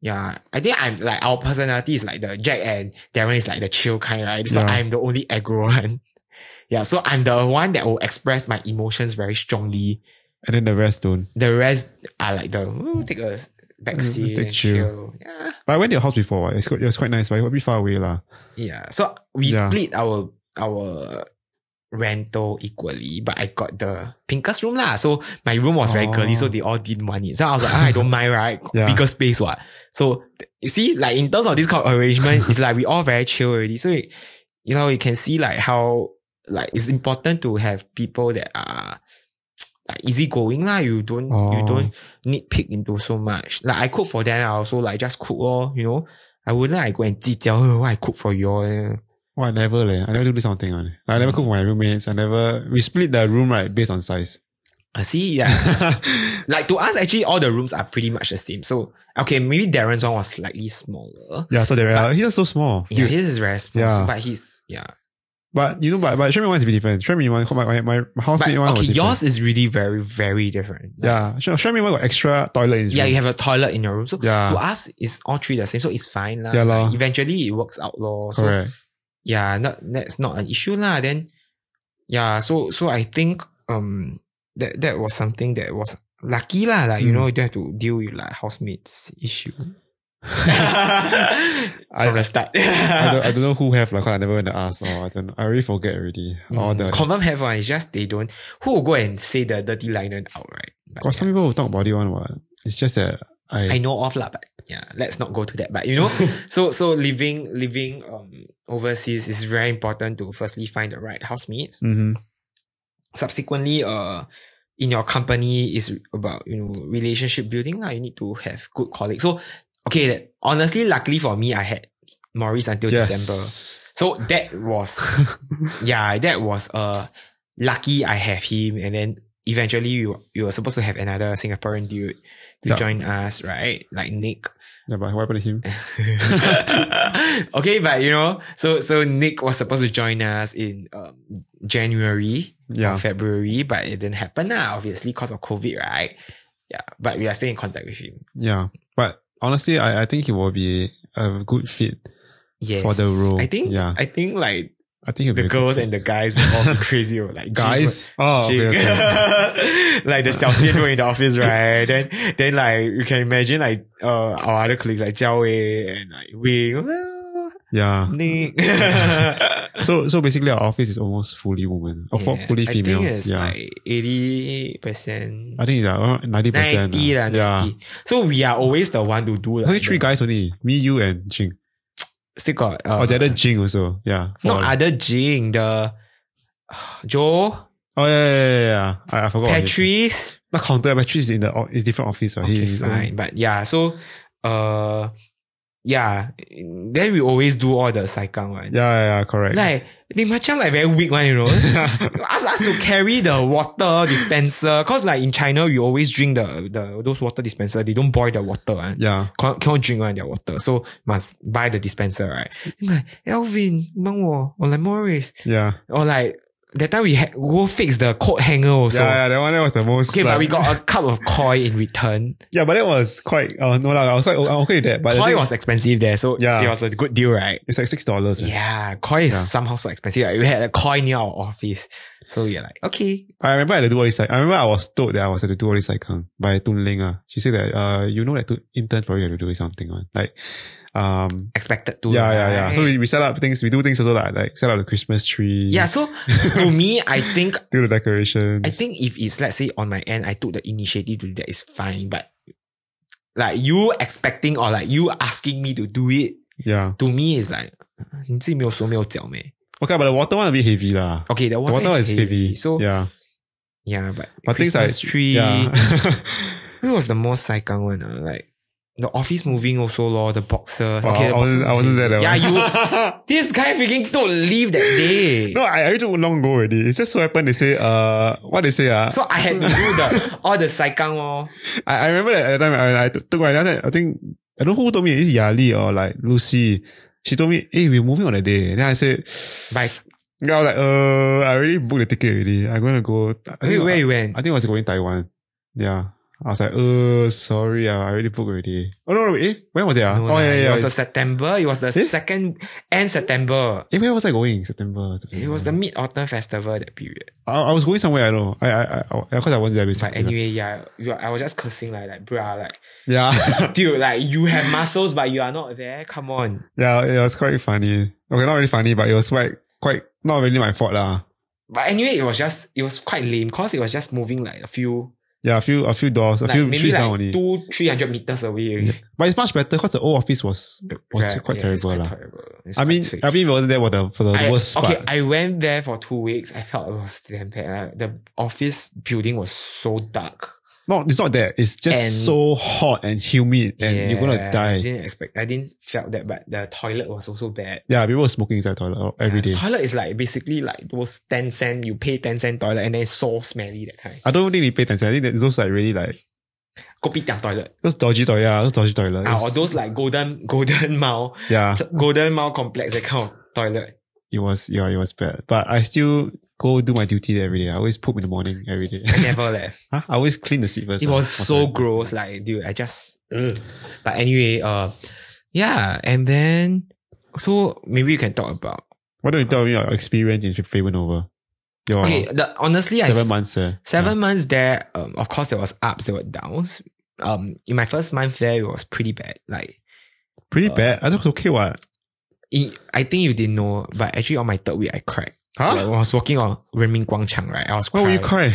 Speaker 1: yeah, I think I'm like our personality is like the Jack and Darren is like the chill kind, right? So
Speaker 2: Yeah.
Speaker 1: I'm the only aggro one. Yeah, so I'm the one that will express my emotions very strongly.
Speaker 2: And then the rest don't.
Speaker 1: The rest are like the "Ooh, take a back
Speaker 2: Just
Speaker 1: seat
Speaker 2: take
Speaker 1: and
Speaker 2: chill."
Speaker 1: chill. Yeah.
Speaker 2: But I went to your house before. Right? It's quite, it was quite nice, but it was a bit far away. lah.
Speaker 1: Yeah. So we
Speaker 2: Yeah.
Speaker 1: split our our rental equally, but I got the pinkest room lah. So my room was very girly, so
Speaker 2: Oh.
Speaker 1: they all didn't want it. So I was like, ah, I don't mind, right?
Speaker 2: Yeah.
Speaker 1: Bigger space, what? So th- you see, like in terms of this kind of arrangement, it's like we all very chill already. So you, you know, you can see like how like it's important to have people that are like easygoing lah. You don't you
Speaker 2: Oh.
Speaker 1: don't nitpick into so much. Like I cook for them, I also like just cook all, you know. I wouldn't like go and 计较 "Oh, what I cook for you. all."
Speaker 2: Oh, I never leh. I never do this kind of thing. one. I never cook for my roommates. I never. We split the room right based on size.
Speaker 1: I see, yeah. like to us, actually, all the rooms are pretty much the same. So okay, maybe Darren's one was slightly smaller.
Speaker 2: yeah, so they're uh, he's just so small.
Speaker 1: Yeah,
Speaker 2: Dude,
Speaker 1: his is very small,
Speaker 2: Yeah.
Speaker 1: so- but he's yeah.
Speaker 2: But you know, but but Sherman one is a bit different. Sherman one, my my, my
Speaker 1: But
Speaker 2: housemate one
Speaker 1: okay,
Speaker 2: was different.
Speaker 1: yours is really very very different. Like,
Speaker 2: Yeah, sure. Sherman one got extra toilet in his
Speaker 1: yeah,
Speaker 2: room.
Speaker 1: you have a toilet in your room, so to
Speaker 2: yeah,
Speaker 1: us, it's all three the same, so it's fine lah.
Speaker 2: Ah. Yeah lah.
Speaker 1: Like, eventually, it works out lor. So
Speaker 2: correct.
Speaker 1: yeah, not that's not an issue lah. Then yeah, so so I think um that that was something that was lucky lah. Like you know,
Speaker 2: Mm.
Speaker 1: you don't have to deal with like housemates issue. From the start,
Speaker 2: I, don't, I don't know who have like I never went to ask. Oh, I don't. know. I already forget already. All the
Speaker 1: Mm. confirm have one. It's just they don't. Who will go and say the dirty linen out right? But
Speaker 2: got some people who talk about it one. What? It's just that I,
Speaker 1: I know of lah, but yeah, let's not go to that. But you know, so so living living um overseas is very important to firstly find the right housemates.
Speaker 2: Mhm.
Speaker 1: subsequently uh in your company is about you know relationship building lah. you need to have good colleagues so okay honestly luckily for me i had maurice until december
Speaker 2: yes.
Speaker 1: so that was yeah that was uh lucky i have him and then eventually we were, we were supposed to have another singaporean dude to
Speaker 2: Yeah.
Speaker 1: join us right like nick
Speaker 2: Yeah, but what happened to
Speaker 1: Eh,
Speaker 2: him?
Speaker 1: okay but you know so so nick was supposed to join us in um, january
Speaker 2: Yeah.
Speaker 1: of February, but it didn't happen now, obviously, because of COVID, right? Yeah, but we are still in contact with him.
Speaker 2: Yeah, but honestly, I, I think he will be a good fit.
Speaker 1: Yes.
Speaker 2: For the role,
Speaker 1: I think,
Speaker 2: yeah.
Speaker 1: I think like
Speaker 2: I think he'll
Speaker 1: the
Speaker 2: be a good
Speaker 1: girls
Speaker 2: fit.
Speaker 1: and the guys were all crazy, over, like
Speaker 2: guys. Oh,
Speaker 1: Jing-
Speaker 2: okay,
Speaker 1: Jing.
Speaker 2: okay.
Speaker 1: like the Xiaoxian were in the office, right? Then, then like you can imagine like uh our other colleagues like Jiao Wei and like Wing,
Speaker 2: yeah.
Speaker 1: Nick.
Speaker 2: So so basically, our office is almost fully women or fu-
Speaker 1: Yeah, I
Speaker 2: fully
Speaker 1: think it's
Speaker 2: females. yeah,
Speaker 1: like eighty percent.
Speaker 2: I think it's around ninety percent. uh,
Speaker 1: 90 lah,
Speaker 2: yeah.
Speaker 1: 90. So we are always the one to do
Speaker 2: There's only
Speaker 1: like
Speaker 2: three
Speaker 1: the-
Speaker 2: guys only. Me, you, and Jing.
Speaker 1: Still got uh,
Speaker 2: oh, the other Jing also. Yeah.
Speaker 1: no
Speaker 2: four.
Speaker 1: other Jing, the Joe,
Speaker 2: oh yeah, yeah, yeah, yeah. I, I forgot. about him.
Speaker 1: Patrice.
Speaker 2: Not Oh, counter. Patrice is in the o- is different office. Right?
Speaker 1: Okay,
Speaker 2: He- he's
Speaker 1: fine. But yeah, so uh yeah, then we always do all the saikang one.
Speaker 2: Yeah, yeah, yeah, correct.
Speaker 1: Like they macam like very weak one, you know. ask us to carry the water dispenser cause like in China you always drink the the those water dispenser. They don't boil the water one.
Speaker 2: yeah.
Speaker 1: Can't, can't drink one their water, so must buy the dispenser, right? I'm like Elvin, 帮我 or like Morris,
Speaker 2: Yeah.
Speaker 1: or like that time we had go fix the coat hanger also.
Speaker 2: yeah, yeah, that one that was the most.
Speaker 1: Okay, but
Speaker 2: like-
Speaker 1: we got a cup of koi in return.
Speaker 2: Yeah, but that was quite. Uh, no, lah, I was quite. I'm okay with that. But the
Speaker 1: koi
Speaker 2: thing-
Speaker 1: was expensive there, so
Speaker 2: Yeah.
Speaker 1: it was a good deal, right?
Speaker 2: It's like six dollars. eh.
Speaker 1: Yeah, koi is
Speaker 2: Yeah.
Speaker 1: somehow so expensive. Like, we had a koi near our office, so we're like, okay,
Speaker 2: I remember I had to do all this. Like, I remember I was told that I was at the do all this like um, by Tun Ling. Ah, she said that uh, you know that to interns probably have to do something one like um.
Speaker 1: expected to.
Speaker 2: Yeah, yeah, yeah. So
Speaker 1: right?
Speaker 2: we, we set up things. We do things also like like set up the Christmas tree.
Speaker 1: yeah. So to me, I think
Speaker 2: Do the decorations.
Speaker 1: I think if it's let's say on my end, I took the initiative to do that, it's fine. But like you expecting or like you asking me to do it,
Speaker 2: yeah.
Speaker 1: to me is like uh, 你自己没有手没有脚 meh.
Speaker 2: Okay, but the water one a bit heavy lah.
Speaker 1: Okay, the
Speaker 2: The
Speaker 1: water,
Speaker 2: water is heavy.
Speaker 1: So yeah,
Speaker 2: yeah,
Speaker 1: but,
Speaker 2: but
Speaker 1: Christmas
Speaker 2: things like
Speaker 1: tree.
Speaker 2: Yeah.
Speaker 1: Where was the most saikang one? Uh? Like the office moving also law, the boxers.
Speaker 2: Wow,
Speaker 1: okay, the
Speaker 2: I wasn't-
Speaker 1: boxers-
Speaker 2: I wasn't there that
Speaker 1: Yeah,
Speaker 2: one.
Speaker 1: you this guy freaking don't leave that day.
Speaker 2: no, I I took long ago already. It's just so happened they say uh what they say uh
Speaker 1: So I had to do the all the saikang oh.
Speaker 2: I, I remember that at the time I, I took my I think- I think I don't know who told me it's Yali or like Lucy. She told me, "Hey, we're moving on a day." And then I said,
Speaker 1: By
Speaker 2: "I was like, uh, I already booked the ticket already. I'm gonna go." I
Speaker 1: wait,
Speaker 2: think-
Speaker 1: where you went?
Speaker 2: I think I was going Taiwan. Yeah. I was like, uh, sorry, uh, I already booked already. Oh no, no, eh, when was it? ah?
Speaker 1: No,
Speaker 2: oh
Speaker 1: lah,
Speaker 2: yeah,
Speaker 1: it
Speaker 2: yeah.
Speaker 1: was a
Speaker 2: yeah.
Speaker 1: September. It was the
Speaker 2: Eh?
Speaker 1: second end September.
Speaker 2: Eh, where was I going? September.
Speaker 1: It was
Speaker 2: Mm.
Speaker 1: the Mid Autumn Festival that period.
Speaker 2: I, I was going somewhere. I know. I, I, I, I cause I wasn't there
Speaker 1: But
Speaker 2: basically.
Speaker 1: anyway, yeah, you- I was just cursing like, like, bruh, like,
Speaker 2: yeah.
Speaker 1: dude, like you have muscles, but you are not there. Come on.
Speaker 2: Yeah, it was quite funny. Okay, not really funny, but it was quite quite not really my fault lah.
Speaker 1: But anyway, it was just it was quite lame because it was just moving like a few,
Speaker 2: Yeah, a few a few doors, a
Speaker 1: like,
Speaker 2: few
Speaker 1: maybe
Speaker 2: streets down
Speaker 1: like
Speaker 2: only.
Speaker 1: two, three hundred meters away. already.
Speaker 2: But it's much better because the old office was was
Speaker 1: Right,
Speaker 2: quite
Speaker 1: yeah, it's
Speaker 2: terrible lah.
Speaker 1: quite terrible. It's quite
Speaker 2: I mean,
Speaker 1: cui.
Speaker 2: I mean, we wasn't there for the for the
Speaker 1: I-
Speaker 2: worst spot.
Speaker 1: okay, I went there for two weeks. I felt it was damn bad. Like, the office building was so dark.
Speaker 2: no, it's not that. It's just
Speaker 1: And-
Speaker 2: so hot and humid, and
Speaker 1: Yeah,
Speaker 2: you're
Speaker 1: I
Speaker 2: gonna die.
Speaker 1: didn't expect. I didn't felt that, but the toilet was also bad.
Speaker 2: Yeah, people were smoking inside toilet every
Speaker 1: Yeah,
Speaker 2: day.
Speaker 1: the toilet is like basically like those ten cent. You pay ten cent toilet, and then it's so smelly that kind.
Speaker 2: I don't think we paid attention. I think that those like really like
Speaker 1: Kopitiam toilet,
Speaker 2: those dodgy toilet, yeah, those dodgy toilets.
Speaker 1: Ah, or those like golden golden mile,
Speaker 2: yeah,
Speaker 1: golden mile complex that kind of toilet.
Speaker 2: it was yeah, it was bad. But I still go do my duty there every day. I always poop in the morning every day.
Speaker 1: I never left.
Speaker 2: Huh? I always clean the seat first.
Speaker 1: It
Speaker 2: huh?
Speaker 1: was so
Speaker 2: Awesome.
Speaker 1: gross, like dude. I just. ugh. But anyway, uh, yeah, and then so maybe you can talk about
Speaker 2: Why don't you tell me your experience in Favenova? Your
Speaker 1: okay. The, honestly, I
Speaker 2: seven months there.
Speaker 1: Seven months there, um, of course there was ups, there were downs. Um, in my first month there, it was pretty bad. Like,
Speaker 2: Yeah. Pretty
Speaker 1: uh,
Speaker 2: bad. I thought it was okay what?
Speaker 1: it, I think you didn't know, but actually on my third week I cried. Like,
Speaker 2: Huh?
Speaker 1: when I was working on Renmin Guangchang, right? I was
Speaker 2: Why
Speaker 1: crying.
Speaker 2: were you crying?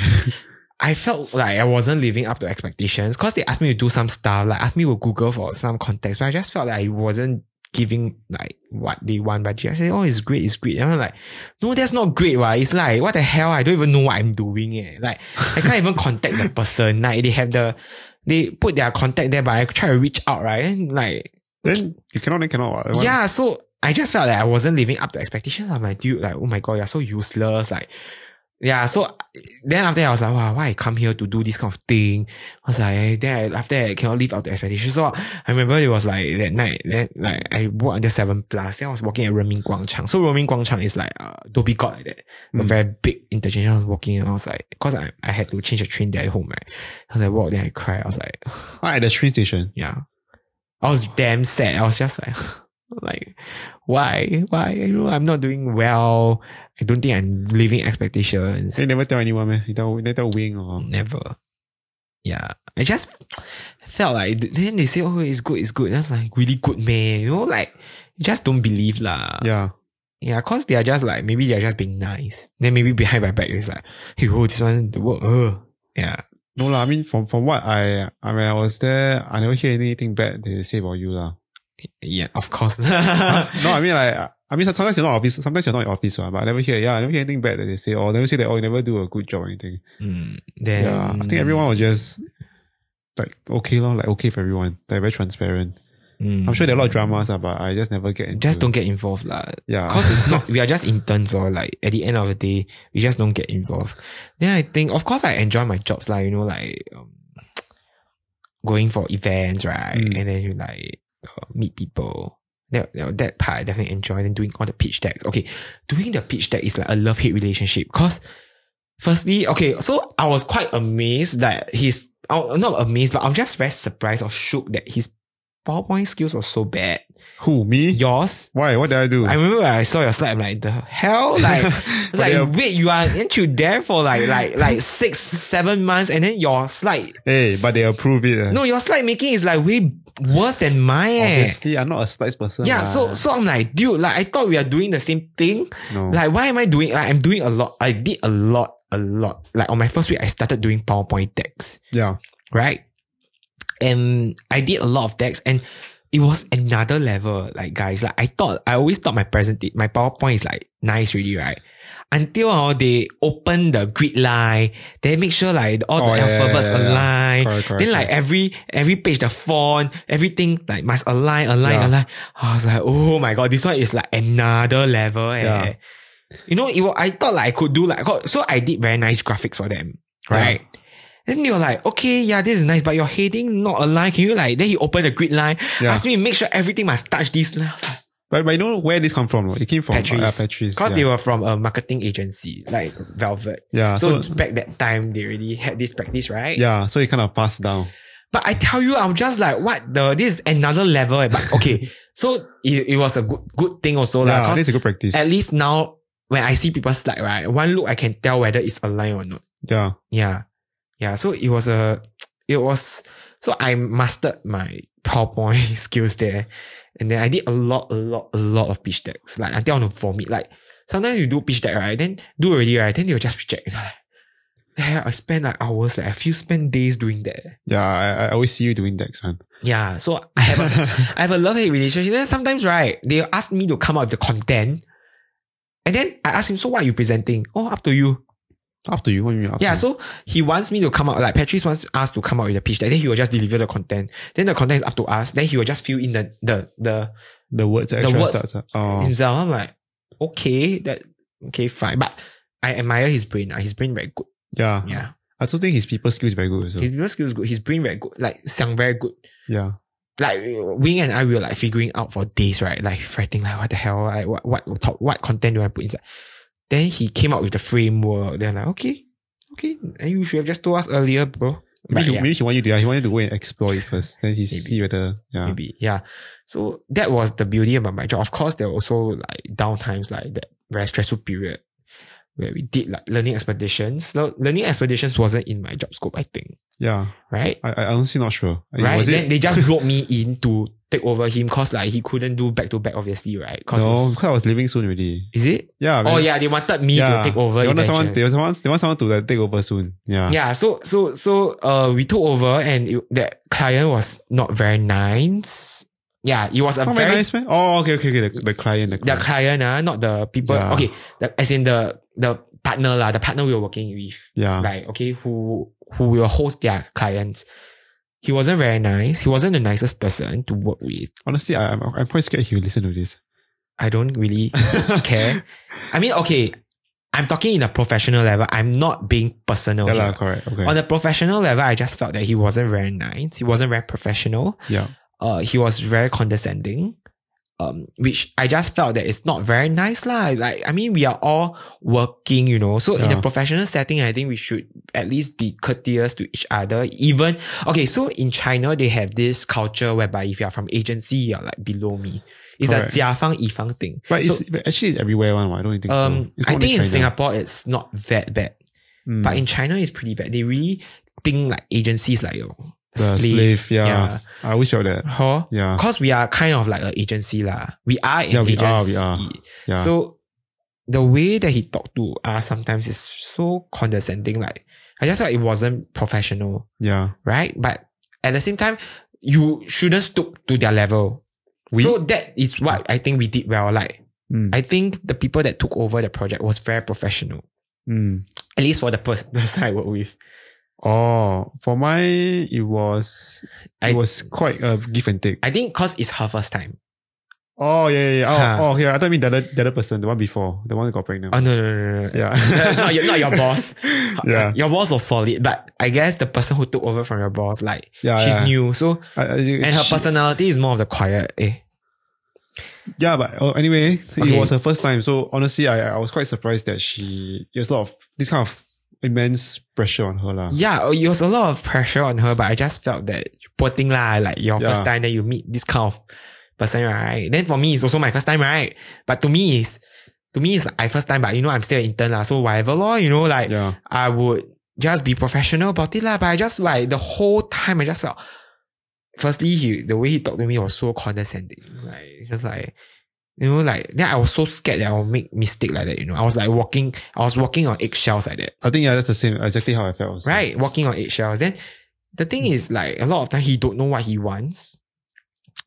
Speaker 1: I felt like I wasn't living up to expectations because they asked me to do some stuff, like asked me to Google for some context, but I just felt like I wasn't giving like what they want. But I said, oh, it's great, it's great. And I'm like, no, that's not great, right? It's like, what the hell? I don't even know what I'm doing. Eh. Like, I can't even contact the person. Like, they have the, they put their contact there, but I try to reach out, right? And like,
Speaker 2: then you cannot, then cannot. What?
Speaker 1: yeah, so I just felt like I wasn't living up to expectations. I'm like, dude, like, oh my god, you're so useless. Like, yeah, so then after that, I was like, wow, why I come here to do this kind of thing? I was like, eh, then I, after that, I cannot live up to expectations. So I remember it was like that night, then like I worked until 7 plus, then I was walking at Renmin Guangchang. So Renmin Guangchang is like uh, Dhoby Ghaut like that. A
Speaker 2: Mm.
Speaker 1: very big interchange. I was walking and I was like, cause I, I had to change the train there at home, right? I was like, wow, then I cried. I was like,
Speaker 2: Ah, at the train station.
Speaker 1: yeah. I was damn sad. I was just like, like, why? Why? You know, I'm not doing well. I don't think I'm living expectations.
Speaker 2: You never tell anyone, man. You tell, you tell Wing or
Speaker 1: Never. Yeah. I just felt like then they say, Oh, it's good, it's good. That's like really good man. You know, like you just don't believe lah.
Speaker 2: yeah.
Speaker 1: Yeah, cause they are just like maybe they are just being nice. Then maybe behind my back it's like, hey, oh, this one the work. Uh. Yeah.
Speaker 2: No lah. I mean, from from what I I mean, I was there. I never hear anything bad they say about you lah.
Speaker 1: Yeah, of course.
Speaker 2: no, I mean like. I mean, sometimes you're not office. Sometimes you're not in office, one, but I never hear. Yeah, I never hear anything bad that they say, or never say that. Oh, you never do a good job or anything.
Speaker 1: Mm, then
Speaker 2: Yeah, I think everyone was just like okay, lor, like okay for everyone. They're very transparent.
Speaker 1: Mm.
Speaker 2: I'm sure there are a lot of dramas, uh, but I just never get into
Speaker 1: Just don't get involved, lah.
Speaker 2: Yeah.
Speaker 1: Cause it's not we are just interns or like at the end of the day, we just don't get involved. Then I think of course I enjoy my jobs, like you know, like um, going for events, right?
Speaker 2: Mm.
Speaker 1: And then you like uh, meet people. That, that that part I definitely enjoy and doing all the pitch decks. Okay, doing the pitch deck is like a love hate relationship. Cause firstly, okay, so I was quite amazed that he's I'm not amazed, but I'm just very surprised or shook that his PowerPoint skills were so bad.
Speaker 2: Who, me?
Speaker 1: Yours,
Speaker 2: Why? What did I do?
Speaker 1: I remember when I saw your slide. I'm like, the hell? Like, it's like,
Speaker 2: Yeah.
Speaker 1: wait, you are aren't you there for like like like six seven months, and then your slide,
Speaker 2: hey, but they approve it. uh.
Speaker 1: no, your slide making is like way worse than mine. eh.
Speaker 2: Obviously, I'm not a slice person.
Speaker 1: Yeah,
Speaker 2: lah.
Speaker 1: so so I'm like, dude, like I thought we are doing the same thing.
Speaker 2: no.
Speaker 1: Like, why am I doing? Like, I'm doing a lot. I did a lot, a lot. Like on my first week, I started doing PowerPoint decks,
Speaker 2: yeah.
Speaker 1: right? And I did a lot of decks, and it was another level. Like guys, like I thought, I always thought my present, my PowerPoint is like nice, really, right? Until oh, they open the grid line, they make sure like all the
Speaker 2: Oh, yeah, yeah,
Speaker 1: alphabets
Speaker 2: yeah, yeah.
Speaker 1: align.
Speaker 2: Correct, correct,
Speaker 1: then like every every page, the font, everything like must align, align,
Speaker 2: Yeah.
Speaker 1: align. I was like, oh my god, this one is like another level. eh.
Speaker 2: Yeah.
Speaker 1: You know, it was, I thought like I could do like so I did very nice graphics for them,
Speaker 2: Yeah.
Speaker 1: right? Then they were like, okay, yeah, this is nice, but your heading not aligned. Can you like? Then he opened the grid line,
Speaker 2: Yeah.
Speaker 1: asked me to make sure everything must touch this line. I was like,
Speaker 2: But, but you know where this come from? no? It came from
Speaker 1: Patrice.
Speaker 2: Uh, Patrice.
Speaker 1: Because
Speaker 2: yeah.
Speaker 1: they were from a marketing agency, like Velvet.
Speaker 2: Yeah,
Speaker 1: So,
Speaker 2: so,
Speaker 1: back that time, they already had this practice, right?
Speaker 2: yeah, so it kind of passed down.
Speaker 1: But I tell you, I'm just like, what the? This is another level. eh, But okay, so it, it was a good good thing also, lah,
Speaker 2: yeah,
Speaker 1: 'cause
Speaker 2: it's a good practice.
Speaker 1: At least now, when I see people slide, right, one look I can tell whether it's aligned or not.
Speaker 2: yeah,
Speaker 1: Yeah, yeah. So it was a, it was. So I mastered my PowerPoint skills there, and then I did a lot, a lot, a lot of pitch decks. Like until I want to vomit. Like sometimes you do pitch deck, right? Then do already, right? Then they'll just reject. Yeah, I spent like hours, like I feel spent days doing that.
Speaker 2: yeah. I, I always see you doing decks, man.
Speaker 1: Yeah, so I have a, I have a love hate relationship. Then sometimes, right, they ask me to come up with the content, and then I ask him, "So what are you presenting?" Oh, up to you.
Speaker 2: Up to you. What do you mean up
Speaker 1: Yeah,
Speaker 2: to
Speaker 1: so he wants me to come out like Patrice wants us to come out with a pitch. deck, Then he will just deliver the content. Then the content is up to us. Then he will just fill in the the the
Speaker 2: you? the words extra
Speaker 1: words-
Speaker 2: starts. uh, Oh,
Speaker 1: himself. I'm like, okay, that okay, fine. But I admire his brain. ah. His brain very good.
Speaker 2: yeah.
Speaker 1: Yeah,
Speaker 2: I also think his people skills very good. Also.
Speaker 1: his brain skills good. His brain very good. Like sound very good.
Speaker 2: yeah,
Speaker 1: like Wing and I we were like figuring out for days, right? Like writing like what the hell, like what what top, what content do I put inside? Then he came up with the framework. Then I'm like, okay, okay, and you should have just told us earlier, bro. But
Speaker 2: maybe,
Speaker 1: yeah,
Speaker 2: maybe he want you to. Yeah, he wanted to go and explore it first. Then he
Speaker 1: Maybe.
Speaker 2: see whether. Yeah,
Speaker 1: maybe yeah. So that was the beauty about my job. Of course, there were also like downtimes, like that very stressful period where we did like learning expeditions. No, learning expeditions wasn't in my job scope, I think,
Speaker 2: yeah.
Speaker 1: right?
Speaker 2: I, I honestly not sure. I mean,
Speaker 1: Right?
Speaker 2: Was it?
Speaker 1: Then they just roped me in to take over him because like he couldn't do back to back, obviously, right? Cause it
Speaker 2: no,
Speaker 1: was-
Speaker 2: because I was leaving soon already.
Speaker 1: is it?
Speaker 2: Yeah.
Speaker 1: Oh
Speaker 2: man.
Speaker 1: yeah, they wanted me to
Speaker 2: Yeah.
Speaker 1: take over.
Speaker 2: They wanted someone.
Speaker 1: eventually.
Speaker 2: They, want, they want someone to like, take over soon. Yeah.
Speaker 1: yeah, so so so uh, we took over, and it, that client was not very nice. Yeah, it was a
Speaker 2: Not
Speaker 1: very
Speaker 2: very nice, man. Oh, okay, okay, okay. The, the client, the
Speaker 1: the
Speaker 2: client.
Speaker 1: client, ah, not the people.
Speaker 2: Yeah.
Speaker 1: Okay, the, as in the the partner lah, the partner we were working with,
Speaker 2: yeah.
Speaker 1: right? Okay, who who will host their clients. He wasn't very nice. He wasn't the nicest person to work with.
Speaker 2: Honestly, I, I'm, I'm quite scared he will listen to this.
Speaker 1: I don't really care. I mean, okay, I'm talking in a professional level. I'm not being personal.
Speaker 2: yeah,
Speaker 1: here.
Speaker 2: lah, correct. Okay.
Speaker 1: on a professional level, I just felt that he wasn't very nice. He wasn't very professional.
Speaker 2: yeah.
Speaker 1: Uh, he was very condescending. Um, which I just felt that it's not very nice lah. Like, I mean, we are all working, you know. So in a
Speaker 2: Yeah.
Speaker 1: professional setting, I think we should at least be courteous to each other. Even okay, so in China they have this culture whereby if you are from agency, you're like below me. It's
Speaker 2: Correct.
Speaker 1: a 甲方乙方 thing.
Speaker 2: But it's
Speaker 1: So-
Speaker 2: but actually it's everywhere one. I don't think so.
Speaker 1: Um,
Speaker 2: It's
Speaker 1: I
Speaker 2: only
Speaker 1: think in
Speaker 2: China.
Speaker 1: Singapore it's not that bad.
Speaker 2: Mm.
Speaker 1: But in China, it's pretty bad. They really think like agencies like oh, your
Speaker 2: the slave, yeah. I always felt that.
Speaker 1: Huh?
Speaker 2: Yeah.
Speaker 1: Because we are kind of like an agency lah. We are an
Speaker 2: Yeah, we are,
Speaker 1: agency.
Speaker 2: we are. Yeah.
Speaker 1: So the way that he talked to us sometimes is so condescending. Like I just felt it wasn't professional,
Speaker 2: yeah.
Speaker 1: right? But at the same time, you shouldn't stoop to their level.
Speaker 2: We
Speaker 1: so that is what I think we did well. Like
Speaker 2: Mm,
Speaker 1: I think the people that took over the project was very professional.
Speaker 2: mm.
Speaker 1: At least for the person I work with.
Speaker 2: Oh, for mine it was it
Speaker 1: I-
Speaker 2: was quite a give and take.
Speaker 1: I think cause it's her first time.
Speaker 2: Oh yeah, yeah, yeah. Oh,
Speaker 1: Huh.
Speaker 2: oh yeah. I don't mean the other, the other person, the one before, the one that got pregnant.
Speaker 1: Oh no no no no. no.
Speaker 2: yeah,
Speaker 1: not, your, not your boss.
Speaker 2: Yeah.
Speaker 1: Your boss was solid, but I guess the person who took over from your boss, like
Speaker 2: yeah,
Speaker 1: she's
Speaker 2: yeah.
Speaker 1: new. So
Speaker 2: I- I- you-
Speaker 1: and her
Speaker 2: she-
Speaker 1: personality is more of the quiet. Eh.
Speaker 2: Yeah, but oh, anyway,
Speaker 1: Okay.
Speaker 2: it was her first time. So honestly, I, I was quite surprised that she there's a lot of this kind of immense pressure on her lah.
Speaker 1: Yeah, oh, it was a lot of pressure on her, but I just felt that poor thing lah, like your
Speaker 2: Yeah.
Speaker 1: first time that you meet this kind of person, right? Then for me, it's also my first time, right? But to me, is to me, it's like I first time, but you know, I'm still an intern lah, so whatever law, you know, like
Speaker 2: Yeah.
Speaker 1: I would just be professional about it lah. But I just like the whole time, I just felt. Firstly, he the way he talked to me was so condescending, like just like. You know, like then I was so scared that I would make mistake like that. You know, I was like walking, I was walking on eggshells like that
Speaker 2: I think yeah, that's the same exactly how I felt. also.
Speaker 1: right? Walking on eggshells. Then the thing is, like a lot of time he don't know what he wants,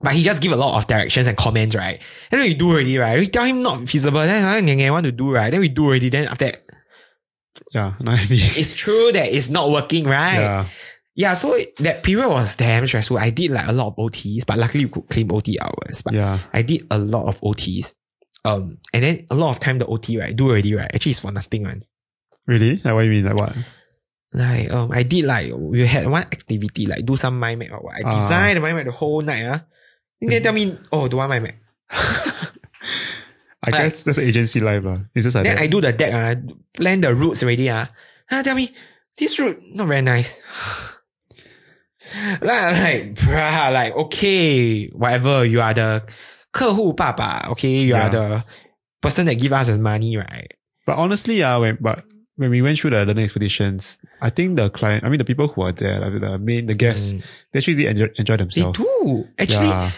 Speaker 1: but he just give a lot of directions and comments, right? And then we do already, right? We tell him not feasible. Then I want to do right. Then we do already. Then after that,
Speaker 2: Yeah. Know what I mean?
Speaker 1: it's true that it's not working, right? Yeah.
Speaker 2: Yeah.
Speaker 1: so it- that period was damn stressful. I did like a lot of OTs, but luckily we could claim OT hours. But
Speaker 2: Yeah.
Speaker 1: I did a lot of OTs. Um, and then a lot of time the OT right do already right actually it's for nothing one.
Speaker 2: Really? Like what you mean? Like what?
Speaker 1: Like um, I did like we had one activity like do some mind map or what. I
Speaker 2: Ah.
Speaker 1: designed the mind map the whole night. Ah, then they tell me oh don't want mind map.
Speaker 2: I
Speaker 1: Like-
Speaker 2: guess that's agency life lah. It's just like
Speaker 1: then
Speaker 2: that.
Speaker 1: I do the deck. Ah, plan the routes already. Ah, ah tell me this route not very nice. like like bruh like okay whatever you are the 客户爸爸 okay you
Speaker 2: Yeah.
Speaker 1: are the person that give us the money right
Speaker 2: But honestly, uh, when but when we went through the learning expeditions, I think the client, I mean the people who are there, like the main, the guests,
Speaker 1: Mm.
Speaker 2: they actually did enjoy, enjoy
Speaker 1: they
Speaker 2: themselves.
Speaker 1: do actually
Speaker 2: yeah.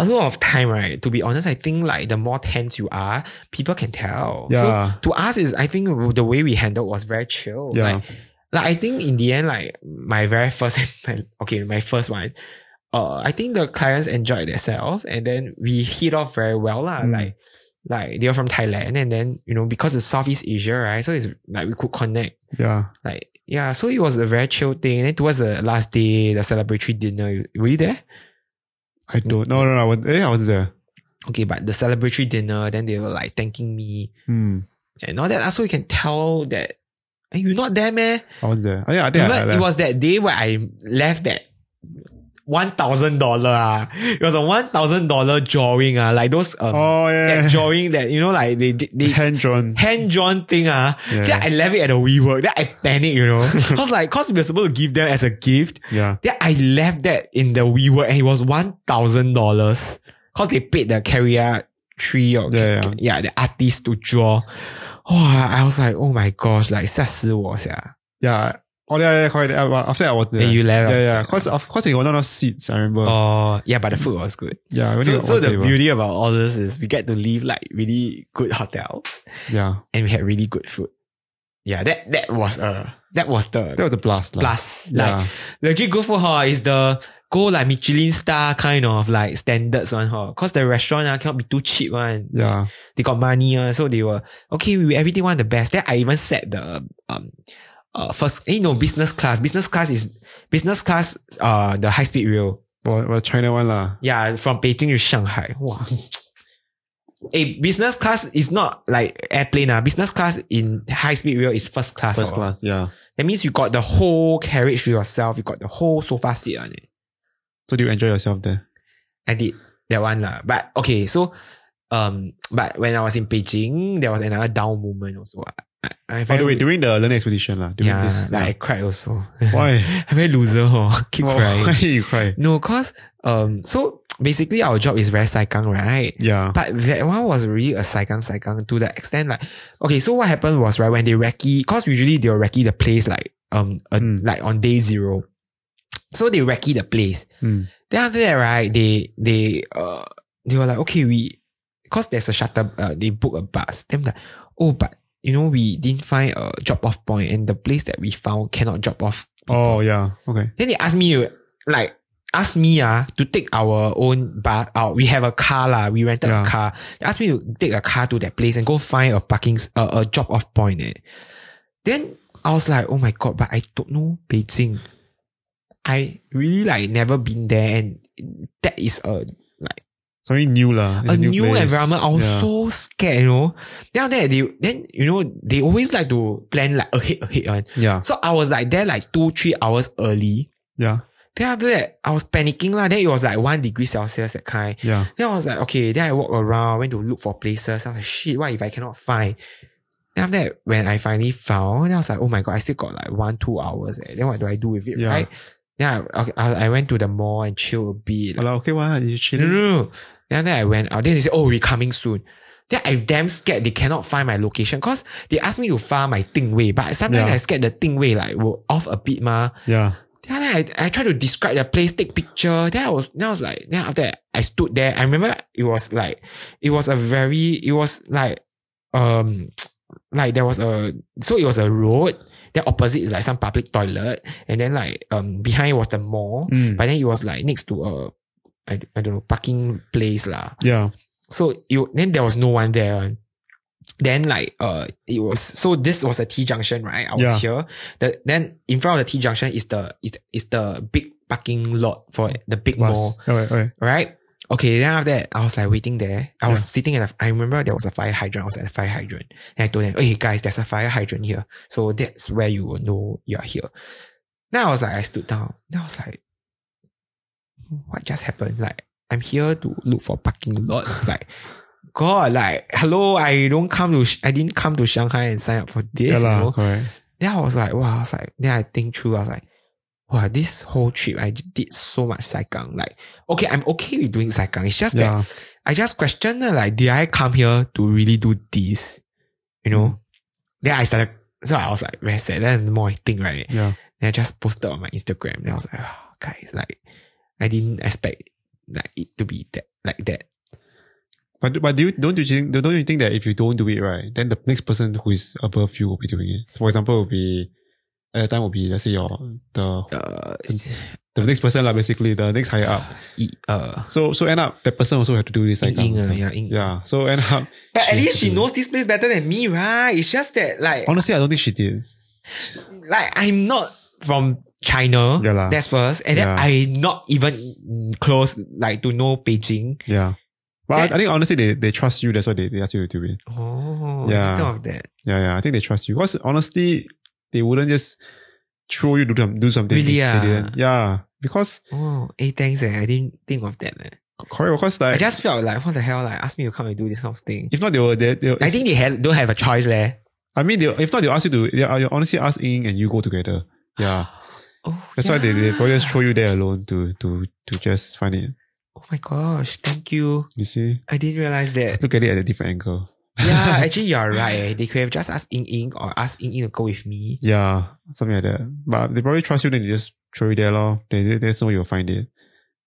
Speaker 1: a lot of time, right? To be honest, I think like the more tense you are, people can tell.
Speaker 2: Yeah.
Speaker 1: So to us is I think the way we handled was very chill. Like,
Speaker 2: Yeah.
Speaker 1: like I think in the end, like my very first my, okay, my first one. Uh, I think the clients enjoyed themselves and then we hit off very well. lah.
Speaker 2: Mm.
Speaker 1: Like like they're from Thailand and then, you know, because it's Southeast Asia, right? So it's like we could connect.
Speaker 2: yeah.
Speaker 1: Like yeah, so it was a very chill thing. And then towards the last day, the celebratory dinner, you- were you there?
Speaker 2: I don't. No, no, no. I wasn't, eh, I wasn't there.
Speaker 1: okay, but the celebratory dinner, then they were like thanking me
Speaker 2: Hmm.
Speaker 1: and all that. lah. So you can tell that "Eh, you're not there, man.
Speaker 2: I wasn't there. Oh, yeah, I think I-
Speaker 1: Remember, it
Speaker 2: I,
Speaker 1: was that day where I left that one thousand dollar. ah. It was a one thousand dollar drawing. Ah, like those um,
Speaker 2: Oh yeah.
Speaker 1: that drawing that you know, like they they
Speaker 2: hand drawn.
Speaker 1: hand drawn thing. Ah,
Speaker 2: Yeah.
Speaker 1: then I left it at a WeWork. Then I panicked, you know, I was like, cause we were supposed to give them as a gift.
Speaker 2: Yeah.
Speaker 1: Then I left that in the WeWork and it was one thousand dollars because they paid the carrier tree or
Speaker 2: Yeah, yeah.
Speaker 1: the artist to draw. Oh, I was like, oh my gosh, like 吓死我 sia.
Speaker 2: Yeah. Oh yeah, yeah, correct. Uh, but After that, I was there.
Speaker 1: Then you left.
Speaker 2: yeah, yeah. Cause of course they got not enough seats. I remember.
Speaker 1: Oh yeah, but the food was good.
Speaker 2: yeah. we only
Speaker 1: So,
Speaker 2: got
Speaker 1: so
Speaker 2: one
Speaker 1: the
Speaker 2: table.
Speaker 1: beauty about all this is we get to leave like really good hotels
Speaker 2: Yeah.
Speaker 1: and we had really good food. Yeah, that that was uh that was the
Speaker 2: That was a blast. lah.
Speaker 1: plus like
Speaker 2: Yeah.
Speaker 1: Legit good food hall is the go like Michelin star kind of like standards one hall. Cause the restaurant ah, cannot be too cheap one.
Speaker 2: Yeah.
Speaker 1: They got money one, so they were okay. We everything want the best. Then I even set the um uh first you know business class. Business class is business class uh the high speed rail.
Speaker 2: Well, well, China one lah.
Speaker 1: Yeah, from Beijing to Shanghai. Wow. A business class is not like airplane. Ah, business class in high speed rail is first class.
Speaker 2: First
Speaker 1: or-
Speaker 2: class. Yeah.
Speaker 1: That means you got the whole carriage to yourself. You got the whole sofa seat on it.
Speaker 2: So do you enjoy yourself there?
Speaker 1: I did that one lah. But okay, so um, but when I was in Beijing, there was another down moment also. ah. I, I, I
Speaker 2: By
Speaker 1: very,
Speaker 2: the way, during the learning expedition lah. During
Speaker 1: yeah,
Speaker 2: this.
Speaker 1: like I
Speaker 2: Like,
Speaker 1: cried also.
Speaker 2: why?
Speaker 1: I very loser, huh? keep
Speaker 2: Why-
Speaker 1: crying.
Speaker 2: Why you cry?
Speaker 1: No, cause um, so basically our job is very saikang, right?
Speaker 2: Yeah.
Speaker 1: But that one was really a saikang saikang to the extent like okay, so what happened was right when they recce, cause usually they'll recce the place like um a,
Speaker 2: Mm.
Speaker 1: like on day zero. So they recce the place.
Speaker 2: Mm.
Speaker 1: Then after that, right, they they uh they were like, okay, we because there's a shuttle, uh, they book a bus. Then like, oh, but you know, we didn't find a drop off point, and the place that we found cannot drop off.
Speaker 2: Oh yeah. Okay.
Speaker 1: Then they asked me to like ask me ah to take our own bus. Uh, we have a car lah. We rented
Speaker 2: Yeah.
Speaker 1: a car. They asked me to take a car to that place and go find a parking s- uh, a drop off point. Eh. Then I was like, oh my god, but I don't know Beijing. I really like never been there, and that is a
Speaker 2: Something new lah.
Speaker 1: a
Speaker 2: It's
Speaker 1: new,
Speaker 2: place.
Speaker 1: environment. I was
Speaker 2: Yeah.
Speaker 1: so scared, you know. Then after that, they then you know they always like to plan like ahead, ahead one.
Speaker 2: yeah,
Speaker 1: So I was like there like two, three hours early.
Speaker 2: yeah,
Speaker 1: Then after that, I was panicking lah. Then it was like one degree Celsius that kind.
Speaker 2: yeah,
Speaker 1: Then I was like, okay. Then I walk around, went to look for places. I was like, shit, what if I cannot find? Then after that, when I finally found, then I was like, oh my god, I still got like one, two hours. eh. Then what do I do with it,
Speaker 2: Yeah.
Speaker 1: right? Then I, okay, I I went to the mall and chill a bit.
Speaker 2: Well, okay, why you
Speaker 1: No,
Speaker 2: chilling?
Speaker 1: no, no. Then after that I went out. Then they said, oh, we're coming soon. Then I damn scared they cannot find my location because they asked me to find my thing way. But sometimes
Speaker 2: Yeah.
Speaker 1: I scared the thing way like will off a bit ma.
Speaker 2: Yeah,
Speaker 1: Then after that I, I tried to describe the place, take picture. Then I was then I was like, then after that I stood there. I remember it was like it was a very it was like um like there was a so it was a road. Then opposite is like some public toilet. And then like um behind was the mall.
Speaker 2: Mm.
Speaker 1: But then it was like next to a I, I don't know parking place lah.
Speaker 2: yeah,
Speaker 1: So you then there was no one there. one. Then like uh it was so this was a T junction right? I was
Speaker 2: Yeah.
Speaker 1: here. The, then in front of the T junction is the is the, is the big parking lot for the big mall,
Speaker 2: was okay, okay.
Speaker 1: right? Okay, then after that, I was like waiting there. I was sitting at a, I remember there was a fire hydrant. I was at a fire hydrant. And I told them, hey guys, there's a fire hydrant here. So that's where you will know you're here. Then I was like, I stood down. Then I was like, what just happened? Like, I'm here to look for parking lots. like, God, like, hello, I don't come to, Sh- I didn't come to Shanghai and sign up for
Speaker 2: yeah,
Speaker 1: this. you
Speaker 2: lah,
Speaker 1: know?
Speaker 2: correct.
Speaker 1: Then I was like, wow, I was like, then I think through, I was like, wow, this whole trip, I j- did so much saikang. Like, okay, I'm okay with doing saikang. It's just that
Speaker 2: Yeah,
Speaker 1: I just questioned, uh, like, did I come here to really do this? You know?
Speaker 2: Mm.
Speaker 1: Then I started, so I was like, very sad. Then the more I think, right?
Speaker 2: yeah,
Speaker 1: Then I just posted on my Instagram. Then I was like, oh, guys, like, I didn't expect like it to be that, like that.
Speaker 2: but but do you, don't you think don't you think that if you don't do it right, then the next person who is above you will be doing it. For example, will be at the time will be let's say your the
Speaker 1: Uh, it's-
Speaker 2: the next person like basically the next higher up.
Speaker 1: it, uh,
Speaker 2: So so end up that person also have to do this like
Speaker 1: Ying-Ying,
Speaker 2: um,
Speaker 1: uh,
Speaker 2: so-
Speaker 1: yeah, Ying-Ying.
Speaker 2: yeah. So end up
Speaker 1: But at
Speaker 2: She
Speaker 1: least she
Speaker 2: didn't.
Speaker 1: knows this place better than me, right? It's just that, like,
Speaker 2: honestly I don't think she did.
Speaker 1: like I'm not from China.
Speaker 2: Yeah lah.
Speaker 1: That's first, and then
Speaker 2: Yeah.
Speaker 1: I'm not even close like to know Beijing.
Speaker 2: Yeah. But I-
Speaker 1: That-
Speaker 2: I, think honestly they, they trust you, that's why they, they ask you to do it.
Speaker 1: Oh, I
Speaker 2: Yeah.
Speaker 1: didn't know of that.
Speaker 2: Yeah, yeah. I think they trust you. Because honestly, they wouldn't just throw you to do, some- do something.
Speaker 1: Really,
Speaker 2: if
Speaker 1: ah?
Speaker 2: they didn't. Yeah. Because
Speaker 1: Oh, hey, thanks. Eh. I didn't think of that. Eh.
Speaker 2: correct, because
Speaker 1: I
Speaker 2: like
Speaker 1: just felt like, what the hell? Like, ask me to come and do this kind of thing.
Speaker 2: if not they will they, they
Speaker 1: I think they had, don't have a choice, leh.
Speaker 2: I mean they, if not they'll ask you to they, they'll honestly ask Ying and you go together. Yeah.
Speaker 1: Oh,
Speaker 2: That's why they, they
Speaker 1: yeah.
Speaker 2: probably just throw you there alone to to to just find it.
Speaker 1: Oh my gosh, thank you.
Speaker 2: You see?
Speaker 1: I didn't realize that.
Speaker 2: Look at it at a different angle.
Speaker 1: yeah, actually, you're right. Eh. They could have just asked Ying Ying or asked Ying Ying to go with me.
Speaker 2: Yeah, something like that. But they probably trust you, then they just throw you there, lor. They, they, that's where you'll find it.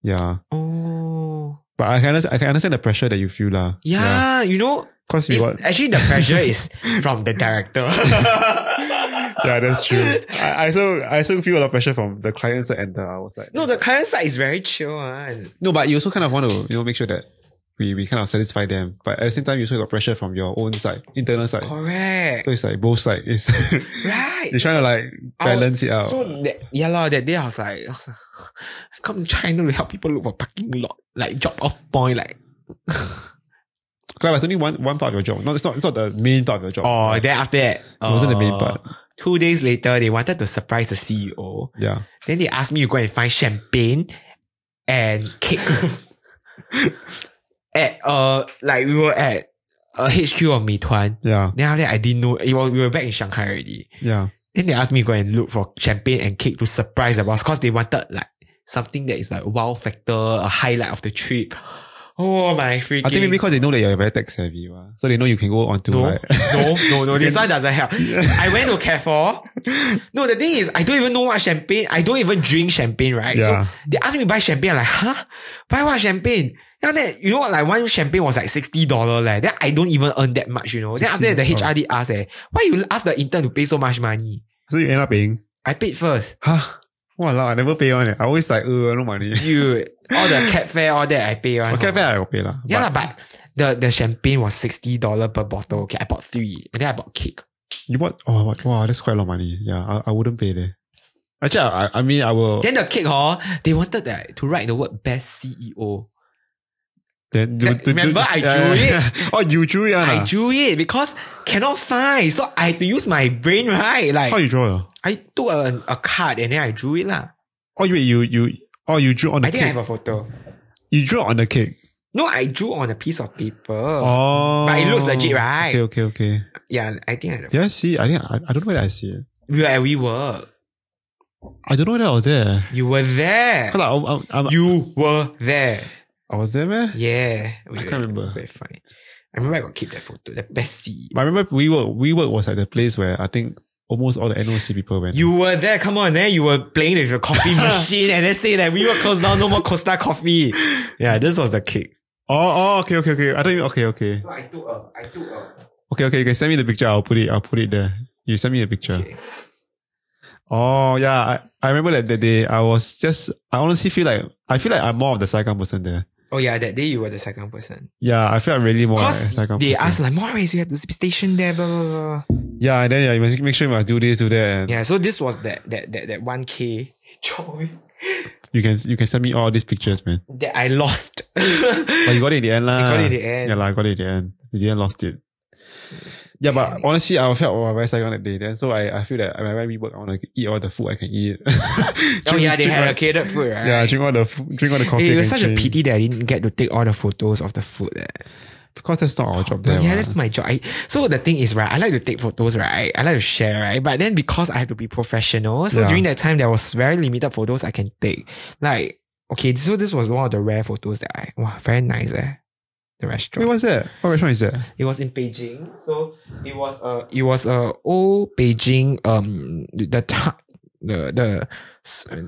Speaker 2: Yeah,
Speaker 1: Oh,
Speaker 2: but I can understand, I can understand the pressure that you feel, lah.
Speaker 1: yeah. You know,
Speaker 2: because you got,
Speaker 1: it's, actually, the pressure is from the director.
Speaker 2: yeah, that's true. I, I also I also feel a lot of pressure from the clients and the outside.
Speaker 1: No, the client side is very chill one.
Speaker 2: no, but you also kind of want to you know make sure that we we kind of satisfy them, but at the same time you also got pressure from your own side, internal side.
Speaker 1: Correct.
Speaker 2: So it's like both side is
Speaker 1: Right.
Speaker 2: they're trying to like
Speaker 1: I was-
Speaker 2: balance it out.
Speaker 1: So that, yeah, lah. that day I was like, I, was like, I come to China to help people look for parking lot, like drop off point, like
Speaker 2: Clive, it's only one one part of your job. No, it's not it's not the main part of your job.
Speaker 1: oh then after that.
Speaker 2: it wasn't the main
Speaker 1: uh,
Speaker 2: part.
Speaker 1: Two days later, they wanted to surprise the CEO.
Speaker 2: Yeah.
Speaker 1: Then they asked me to go and find champagne and cake. at uh like we were at a HQ of Meituan.
Speaker 2: Yeah.
Speaker 1: Then after that I didn't know it was, we were back in Shanghai already.
Speaker 2: Yeah.
Speaker 1: Then they asked me to go and look for champagne and cake to surprise the boss because they wanted like something that is like wow factor, a highlight of the trip. Oh my freaking!
Speaker 2: I think maybe because they know that you're very tech savvy, wah. so they know you can go on to
Speaker 1: no,
Speaker 2: like
Speaker 1: no, no, no. This one doesn't help. I went to Carrefour. No, the thing is, I don't even know what champagne. I don't even drink champagne, right?
Speaker 2: Yeah.
Speaker 1: So they asked me to buy champagne. I'm like, huh? Buy what champagne? Then after that, you know what? Like one champagne was like sixty dollar, like. Then I don't even earn that much, you know. Then after that, the
Speaker 2: 60?
Speaker 1: HRD asked, eh, why you ask the intern to pay so much money?
Speaker 2: so you end up paying.
Speaker 1: I paid first.
Speaker 2: Huh? Wow, I never pay on it. I always like, uh, no money.
Speaker 1: Dude, all the cab fare, all that I pay one.
Speaker 2: okay,
Speaker 1: hor.
Speaker 2: fair, I will pay lah.
Speaker 1: Yeah,
Speaker 2: But-
Speaker 1: but, but the, the champagne was $60 per bottle. Okay, I bought three. And then I bought cake.
Speaker 2: You bought? Oh, what, wow, that's quite a lot of money. Yeah, I, I wouldn't pay there. Actually, I, I mean, I will.
Speaker 1: Then the cake, huh? They wanted that to write the word best CEO.
Speaker 2: Then,
Speaker 1: That- remember I drew
Speaker 2: it. oh, you drew it.
Speaker 1: I
Speaker 2: ah.
Speaker 1: drew it because cannot find, so I had to use my brain, right? Like
Speaker 2: How you draw? it?
Speaker 1: I took a, a card and then I drew it lah.
Speaker 2: Oh, you wait, you you. Oh, you drew on the
Speaker 1: I think
Speaker 2: cake.
Speaker 1: I have a photo.
Speaker 2: You drew on the cake.
Speaker 1: No, I drew on a piece of paper.
Speaker 2: Oh,
Speaker 1: But it looks legit, right?
Speaker 2: Okay, okay, okay.
Speaker 1: Yeah, I think I had a
Speaker 2: Yeah, I see, I think I, I don't know whether I see it.
Speaker 1: We were at WeWork.
Speaker 2: I don't know whether I was there.
Speaker 1: You were there.
Speaker 2: 'Cause I, I, I,
Speaker 1: You were there.
Speaker 2: I was there, man.
Speaker 1: Yeah.
Speaker 2: I can't remember.
Speaker 1: Very funny. I remember I got keep that photo. The best E CEO.
Speaker 2: But I remember we were we were was like the place where I think almost all the NOC people went.
Speaker 1: You were there, come on, then you were playing with your coffee machine and they say that we were closed down, no more Costa coffee. Yeah, this was the kick.
Speaker 2: oh, oh, okay, okay, okay. I don't. even- Okay, okay,
Speaker 1: I took a, I took a.
Speaker 2: okay, okay. You can send me the picture. I'll put it. I'll put it there. You send me the picture.
Speaker 1: Okay.
Speaker 2: Oh yeah, I, I remember that the day I was just. I honestly feel like I feel like I'm more of the Saigon person there.
Speaker 1: Oh yeah, that day you were the second person.
Speaker 2: Yeah, I feel I'm really more like
Speaker 1: Because
Speaker 2: Saigon.
Speaker 1: they
Speaker 2: person.
Speaker 1: asked like, Maurice, you have to be stationed there, blah, blah, blah.
Speaker 2: Yeah, and then yeah, you must make sure you must do this, do that. And
Speaker 1: Yeah, so this was that, that, that, that 1K joy
Speaker 2: You can you can send me all these pictures, man.
Speaker 1: that I lost.
Speaker 2: But you got it in the end, lah.
Speaker 1: I got it in the end.
Speaker 2: Ah, Yeah, lah, I got it in the end. In the end, lost it. Yeah, but honestly, I felt oh, very psyched on that day. Then, so I, I feel that when I we work, I want to eat all the food I can eat.
Speaker 1: Oh yeah, they had a
Speaker 2: all,
Speaker 1: catered food, right?
Speaker 2: Yeah, drink all the food, drink all the coffee.
Speaker 1: Hey, it
Speaker 2: I
Speaker 1: was
Speaker 2: can
Speaker 1: such a
Speaker 2: drink.
Speaker 1: pity that I didn't get to take all the photos of the food. eh.
Speaker 2: because that's not our
Speaker 1: But
Speaker 2: job. There,
Speaker 1: yeah,
Speaker 2: what.
Speaker 1: that's my job. I, so the thing is, right, I like to take photos, right? I like to share, right? But then because I have to be professional, so
Speaker 2: Yeah.
Speaker 1: during that time there was very limited photos I can take. Like, okay, so this was one of the rare photos that I wow, very nice eh. The
Speaker 2: Wait,
Speaker 1: restaurant.
Speaker 2: what's that? What restaurant is that?
Speaker 1: It was in Beijing. So it was a it was a old Beijing um the town the the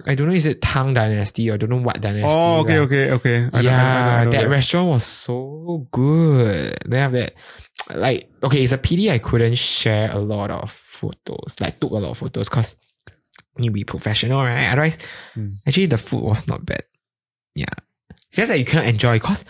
Speaker 1: I don't know is it Tang Dynasty or I don't know what dynasty.
Speaker 2: oh, okay,
Speaker 1: right?
Speaker 2: okay, okay. I know, I know, I know, I
Speaker 1: yeah,
Speaker 2: know
Speaker 1: that restaurant was so good. Then after that, like, okay, it's a pity I couldn't share a lot of photos, like, took a lot of photos because need to be professional, right? Otherwise,
Speaker 2: Hmm.
Speaker 1: actually, the food was not bad. Yeah. Just that you cannot enjoy because.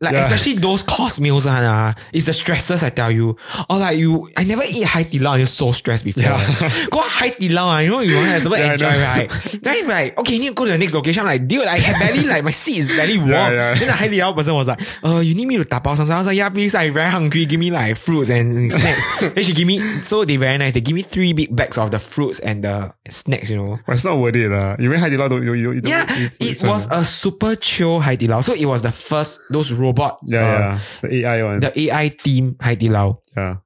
Speaker 1: Like
Speaker 2: Yeah.
Speaker 1: especially those course meals, ah, it's the stresses I tell you. Or like you, I never eat Hai Di Lao. and You're so stressed before.
Speaker 2: Yeah.
Speaker 1: go Hai Di Lao, ah, you know you want to have something
Speaker 2: Yeah, I
Speaker 1: enjoy,
Speaker 2: know.
Speaker 1: right? Then you like, okay, you need to go to the next location. I'm like, dude, I had barely like my seat is barely warm.
Speaker 2: Yeah, yeah.
Speaker 1: Then the highly out person was like, uh, you need me to tap out something. I was like, yeah, please, I'm very hungry. Give me like fruits and snacks. then she give me so they very nice. They give me three big bags of the fruits and the snacks, you know.
Speaker 2: But it's not worth it, lah. You went Hai Di Lao, don't you? you, you don't
Speaker 1: Yeah,
Speaker 2: eat food,
Speaker 1: it
Speaker 2: so-
Speaker 1: was a super chill Hai Di Lao. So it was the first those robot, uh,
Speaker 2: Yeah, yeah. The AI one.
Speaker 1: the AI team Hai Di Lao.
Speaker 2: yeah.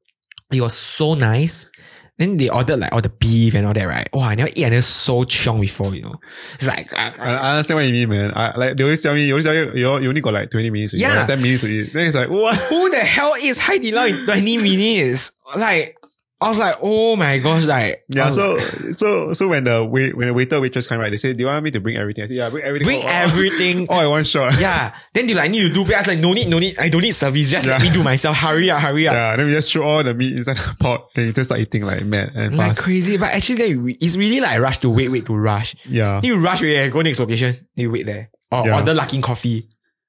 Speaker 1: It was so nice. Then they ordered like all the beef and all that, right? Oh, I never eat and it's so chiong before, you know. It's like uh,
Speaker 2: I, I understand what you mean, man. I like they always tell me, you always tell you, you, you only got like twenty minutes to eat,
Speaker 1: Yeah.
Speaker 2: or ten minutes to eat. Then it's like, what?
Speaker 1: who the hell is Hai Di Lao in 20 minutes? Like, I was like, oh my gosh, like, um, I
Speaker 2: Yeah,
Speaker 1: was
Speaker 2: so
Speaker 1: like,
Speaker 2: so so when the wait when the waiter waitress come right, they say, "Do you want me to bring everything?" I say, "Yeah, bring everything."
Speaker 1: bring
Speaker 2: Oh, oh,
Speaker 1: everything.
Speaker 2: Oh, I want shot. Yeah.
Speaker 1: yeah. Then they like need to do pay. I was like, no need, no need. I don't need service. Just let
Speaker 2: Yeah.
Speaker 1: me do myself. Hurry up, hurry up.
Speaker 2: Then we just throw all the meat inside the pot, and you just start eating like mad and
Speaker 1: Like
Speaker 2: fast.
Speaker 1: crazy. But actually, then you- it's really like rush to wait, wait to rush.
Speaker 2: yeah,
Speaker 1: Then You rush, yeah, go next location. Then you wait there. Or
Speaker 2: Yeah.
Speaker 1: order Luckin coffee.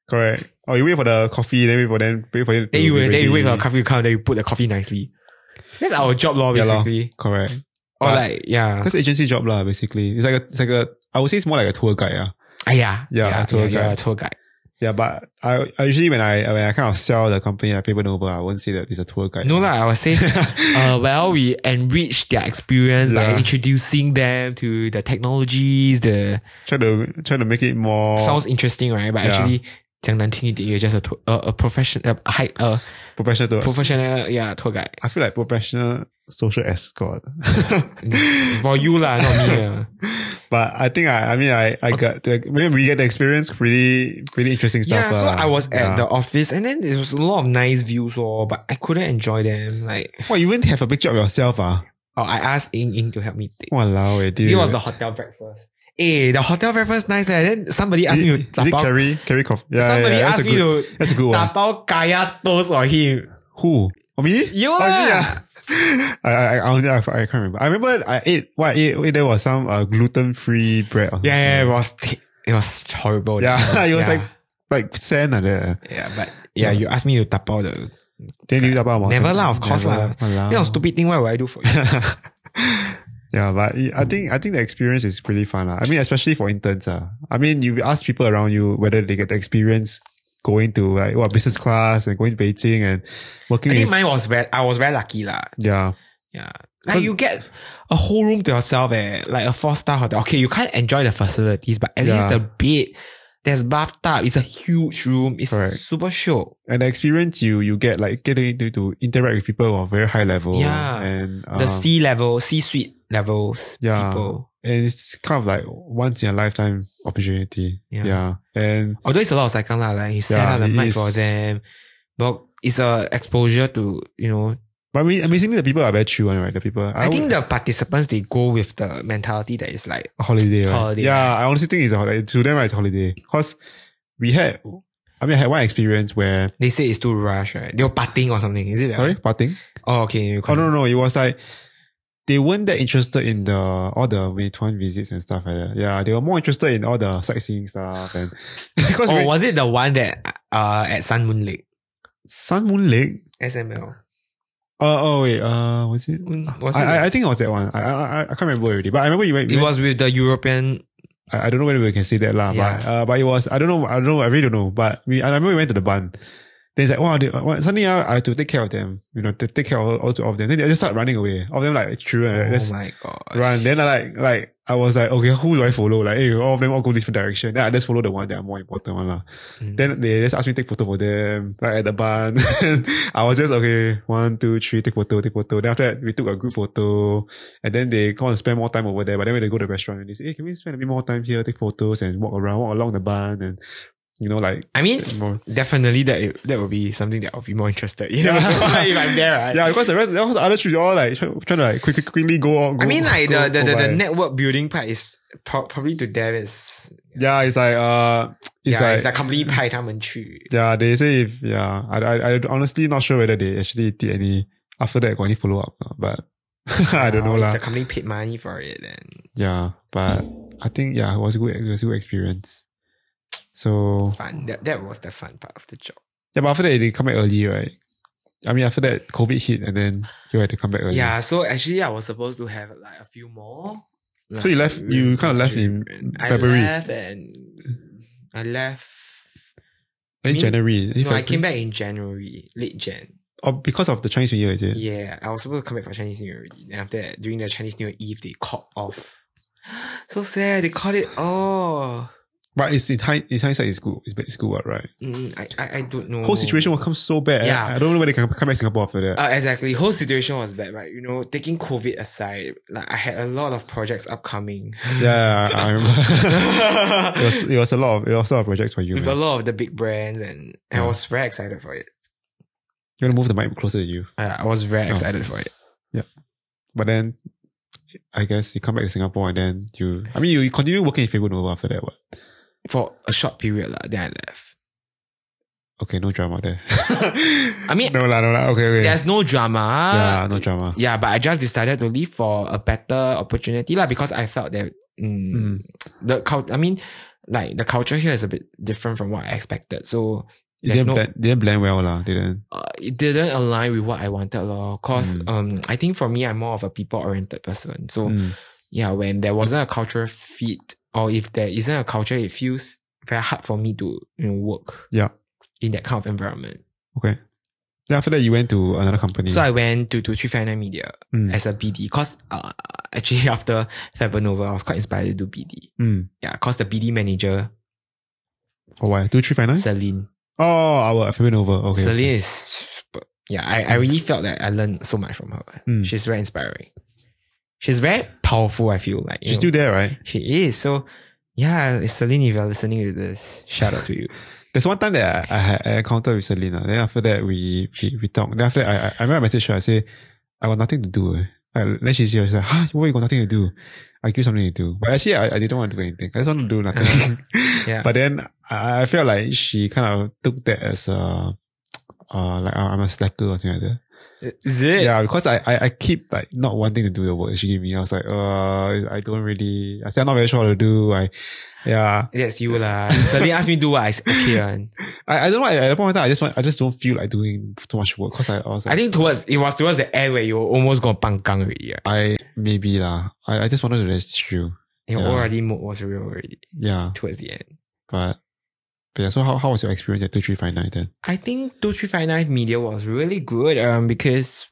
Speaker 2: correct. Oh, you wait for the coffee, then wait for them, wait for it. to
Speaker 1: Then you
Speaker 2: be
Speaker 1: wait, then you wait for the
Speaker 2: ready.
Speaker 1: coffee to come. Then you put the coffee nicely. That's our job, law,
Speaker 2: Yeah, lor.
Speaker 1: basically.
Speaker 2: Correct.
Speaker 1: Or
Speaker 2: But-
Speaker 1: like, yeah.
Speaker 2: That's agency job lah. Basically, it's like a it's like a I would say it's more like a tour guide. Yeah.
Speaker 1: Ah, yeah.
Speaker 2: Yeah, tour
Speaker 1: yeah, yeah,
Speaker 2: guide.
Speaker 1: tour guide.
Speaker 2: Yeah, but I, I usually when I when I kind of sell the company I paper over, I won't say that it's a tour guide.
Speaker 1: No, lah, I would say, uh, well, we enrich their experience by
Speaker 2: Yeah.
Speaker 1: introducing them to the technologies. The
Speaker 2: try to try to make it more
Speaker 1: sounds interesting, right? But
Speaker 2: Oh. Yeah.
Speaker 1: actually, 讲难听一点, you're just a, to- a, a professional, a, high, a
Speaker 2: professional. To us.
Speaker 1: professional, yeah, tour guide.
Speaker 2: I feel like professional social escort.
Speaker 1: For you, lah, not me. lah.
Speaker 2: But I think I, I mean, I, I got, to, maybe we get the experience pretty, pretty interesting stuff.
Speaker 1: yeah, so
Speaker 2: lah.
Speaker 1: I was at
Speaker 2: Yeah.
Speaker 1: the office and then there was a lot of nice views, or but I couldn't enjoy them. Like,
Speaker 2: What, you wouldn't have a picture of yourself, ah?
Speaker 1: oh, I asked Ying Ying to help me take.
Speaker 2: Wow, eh, dude.
Speaker 1: It was the hotel breakfast. Eh, the hotel breakfast nice. leh. Then somebody asked
Speaker 2: is,
Speaker 1: me to
Speaker 2: is it ah?
Speaker 1: tapao-
Speaker 2: carry, carry coffee? Yeah,
Speaker 1: Somebody
Speaker 2: yeah, yeah, that's
Speaker 1: asked
Speaker 2: a
Speaker 1: me
Speaker 2: good,
Speaker 1: to
Speaker 2: That's a good one.
Speaker 1: tapao kaya toast for him.
Speaker 2: Who? Oh, me?
Speaker 1: You
Speaker 2: oh, me,
Speaker 1: lah.
Speaker 2: ah. I, I, I, honestly, I, I can't remember. I remember I ate, what I ate, wait, there was some uh, gluten-free bread. or
Speaker 1: Yeah, yeah, it was
Speaker 2: something.
Speaker 1: t- it was horrible.
Speaker 2: Yeah,
Speaker 1: that one.
Speaker 2: it was
Speaker 1: yeah.
Speaker 2: like, like sand like that.
Speaker 1: yeah, but yeah, you asked me to tap out the
Speaker 2: Then you about
Speaker 1: Never lah, of course lah.
Speaker 2: Wow.
Speaker 1: You know, stupid thing, what will I do for you?
Speaker 2: yeah, but it- I think I think the experience is pretty fun. lah. I mean, especially for interns. Uh. I mean, you ask people around you whether they get the experience going to like what business class and going to Beijing and working.
Speaker 1: I think
Speaker 2: With,
Speaker 1: mine was very, I was very lucky lah.
Speaker 2: yeah,
Speaker 1: Yeah. Like you get a whole room to yourself, eh? Like a four star hotel. Okay, you can't enjoy the facilities, but at
Speaker 2: Yeah.
Speaker 1: least the bed, there's bathtub, it's a huge room, it's
Speaker 2: Correct.
Speaker 1: super show.
Speaker 2: and the experience you you get like getting to, to interact with people of very high level.
Speaker 1: Yeah.
Speaker 2: and
Speaker 1: The
Speaker 2: um,
Speaker 1: C level, C suite levels,
Speaker 2: Yeah.
Speaker 1: people.
Speaker 2: and it's kind of like once in a lifetime opportunity.
Speaker 1: Yeah.
Speaker 2: yeah. and
Speaker 1: Although it's a lot of second lah, like you set
Speaker 2: Yeah,
Speaker 1: up the
Speaker 2: it
Speaker 1: mic
Speaker 2: is.
Speaker 1: for them, but it's a exposure to you know.
Speaker 2: But I mean, amazingly, the people are very chill, one, right? The people.
Speaker 1: I, think the participants they go with the mentality that is like
Speaker 2: the holiday. Right?
Speaker 1: Holiday,
Speaker 2: Yeah, I honestly think it's a holiday. To them, right, it's holiday. Cause we had, I mean, I had one experience where.
Speaker 1: they say it's too rush, right? They were partying or something. Is it that?
Speaker 2: Sorry,
Speaker 1: one?
Speaker 2: parting.
Speaker 1: Oh, okay. you
Speaker 2: Oh no, no, no, it was like they weren't that interested in the all the Meituan visits and stuff like that. Yeah, they were more interested in all the sightseeing stuff and. because
Speaker 1: Oh,
Speaker 2: we-
Speaker 1: was it the one that uh at Sun Moon Lake
Speaker 2: Sun Moon Lake.
Speaker 1: SML?
Speaker 2: Uh, oh wait, uh, was it?
Speaker 1: Mm, was
Speaker 2: I,
Speaker 1: it
Speaker 2: I, I think it was that one. I, I I- I can't remember already, but I remember you went. you
Speaker 1: It
Speaker 2: went-
Speaker 1: was with the European.
Speaker 2: I, I don't know whether we can say that lah, but
Speaker 1: Yeah.
Speaker 2: uh, but it was I don't know I don't know I really don't know. But we I remember we went to the barn. Then it's like wow, they, wow suddenly uh, I, I have to take care of them, you know, to take care of all, all two of them. Then they just start running away. All of them like children, right?
Speaker 1: oh
Speaker 2: let's
Speaker 1: my god!
Speaker 2: run. Then I like like I was like okay, who do I follow? Like hey, all of them all go different direction. Then I just follow the one that are more important one lah.
Speaker 1: Mm.
Speaker 2: Then they just asked me to take photo for them, like at the barn. I was just okay, one, two, three, take photo, take photo. Then after that, we took a group photo, and then they come and spend more time over there. But then when they go to the restaurant, and they say, "Hey, can we spend a bit more time here, take photos, and walk around, walk along the barn, and you know, like."
Speaker 1: I mean,
Speaker 2: More.
Speaker 1: definitely that that would be something that I'll be more interested. You know, if I'm there, right?
Speaker 2: Yeah, because the rest, the other trees are all like try- trying to like quickly, quickly go,
Speaker 1: I
Speaker 2: go.
Speaker 1: mean, like the
Speaker 2: go-
Speaker 1: the,
Speaker 2: go
Speaker 1: the, the
Speaker 2: by.
Speaker 1: network building part is pro- probably to them is
Speaker 2: Yeah, it's like uh, it's
Speaker 1: yeah,
Speaker 2: like
Speaker 1: it's the company 派他们去。
Speaker 2: Yeah, they say if yeah, I, I I honestly not sure whether they actually did any after that got any follow up, but I don't know
Speaker 1: If
Speaker 2: lah.
Speaker 1: The company paid money for it, then
Speaker 2: Yeah, but I think yeah, it was a good it was a good experience. So
Speaker 1: fun. That that was the fun part of the job.
Speaker 2: yeah, but after that they come back early, right? I mean, after that COVID hit, and then you had to come back early.
Speaker 1: Yeah. So actually, I was supposed to have like a few more.
Speaker 2: So you left- you kinda left in
Speaker 1: I
Speaker 2: February.
Speaker 1: left and I left.
Speaker 2: in
Speaker 1: mean-
Speaker 2: January.
Speaker 1: no, I came back in January, late Jan.
Speaker 2: oh, because of the Chinese New Year, is it?
Speaker 1: Yeah, I was supposed to come back for Chinese New Year already. Then after that, during the Chinese New Year Eve, they called off. So sad. They called it. Oh,
Speaker 2: But it's in, hind- in hindsight, it's good. It's, it's good, what, right?
Speaker 1: mm, I, I I don't know.
Speaker 2: Whole situation will come so bad.
Speaker 1: Yeah.
Speaker 2: I, I don't know whether they can come back to Singapore after that.
Speaker 1: Uh, exactly. Whole situation was bad, right? You know, taking COVID aside, like I had a lot of projects upcoming.
Speaker 2: yeah, I remember. it was
Speaker 1: With
Speaker 2: it was a lot of it was a lot of projects for you.
Speaker 1: a
Speaker 2: Man.
Speaker 1: lot of the big brands, and and I
Speaker 2: Yeah.
Speaker 1: was very excited for it.
Speaker 2: You want to move the mic closer to you,
Speaker 1: Uh, I was very
Speaker 2: Oh.
Speaker 1: excited for it.
Speaker 2: but then I guess you come back to Singapore and then you. I mean, you, you continue working in Fago Nova after that. What?
Speaker 1: For a short period, lah. then I left.
Speaker 2: Okay, no drama there.
Speaker 1: I mean,
Speaker 2: no lah, no lah. Okay, okay.
Speaker 1: there's no drama.
Speaker 2: yeah, no drama.
Speaker 1: Yeah, but I just decided to leave for a better opportunity lah because I felt that mm,
Speaker 2: Mm.
Speaker 1: the cult. I mean, like the culture here is a bit different from what I expected. So
Speaker 2: It
Speaker 1: there's no,
Speaker 2: didn't, blend, didn't blend well lah. Didn't.
Speaker 1: uh, it didn't align with what I wanted lor. Cause
Speaker 2: Mm.
Speaker 1: um, I think for me, I'm more of a people oriented person. So
Speaker 2: Mm.
Speaker 1: yeah, when there wasn't a cultural fit, or if there isn't a culture, it feels very hard for me to you know work.
Speaker 2: Yeah.
Speaker 1: In that kind of environment.
Speaker 2: Okay. Then after that, you went to another company.
Speaker 1: So I went to to 359 Media
Speaker 2: Mm.
Speaker 1: as a BD because uh, actually after Fabernova, I was quite inspired to do BD.
Speaker 2: Mm.
Speaker 1: Yeah, cause the BD manager,
Speaker 2: For what? Two, three, five, nine.
Speaker 1: Celine.
Speaker 2: oh, our Fago Nova. Okay.
Speaker 1: Celine is, yeah, I, I really felt that I learned so much from her.
Speaker 2: Mm.
Speaker 1: She's very inspiring. She's very powerful, I feel like. you
Speaker 2: She's
Speaker 1: know.
Speaker 2: still there, right?
Speaker 1: She is. So, yeah, Celine, if you're listening to this, shout out to you.
Speaker 2: There's one time that I, I had an encounter with Selena. Then after that, we we, we talked. Then after that, I, I, I remember I messaged her. I say, I got nothing to do. eh." I, then she's here. She's like, huh? What you got nothing to do? I give you something to do. But actually, I, I didn't want to do anything. I just want to do nothing.
Speaker 1: Yeah.
Speaker 2: But then I, I felt like she kind of took that as a, uh, like I'm a slacker or something like that.
Speaker 1: Is it?
Speaker 2: Yeah, because I, I, I keep like not wanting to do the work that she gave me. I was like, uh, I don't really, I said, I'm not very sure what to do. I, yeah,
Speaker 1: That's you lah. Suddenly ask me do what I s- okay one.
Speaker 2: I, I don't know. At that point in time, I just want, I just don't feel like doing too much work because I, I was like,
Speaker 1: I think towards it was towards the end where you were almost gonna pang gang already. Right?
Speaker 2: I maybe lah. I, I just wanted to rest chill.
Speaker 1: Your
Speaker 2: Yeah.
Speaker 1: already mode was real already
Speaker 2: Yeah,
Speaker 1: towards the end.
Speaker 2: but, but yeah. So how, how was your experience at two three five nine then?
Speaker 1: I think two three five nine media was really good um because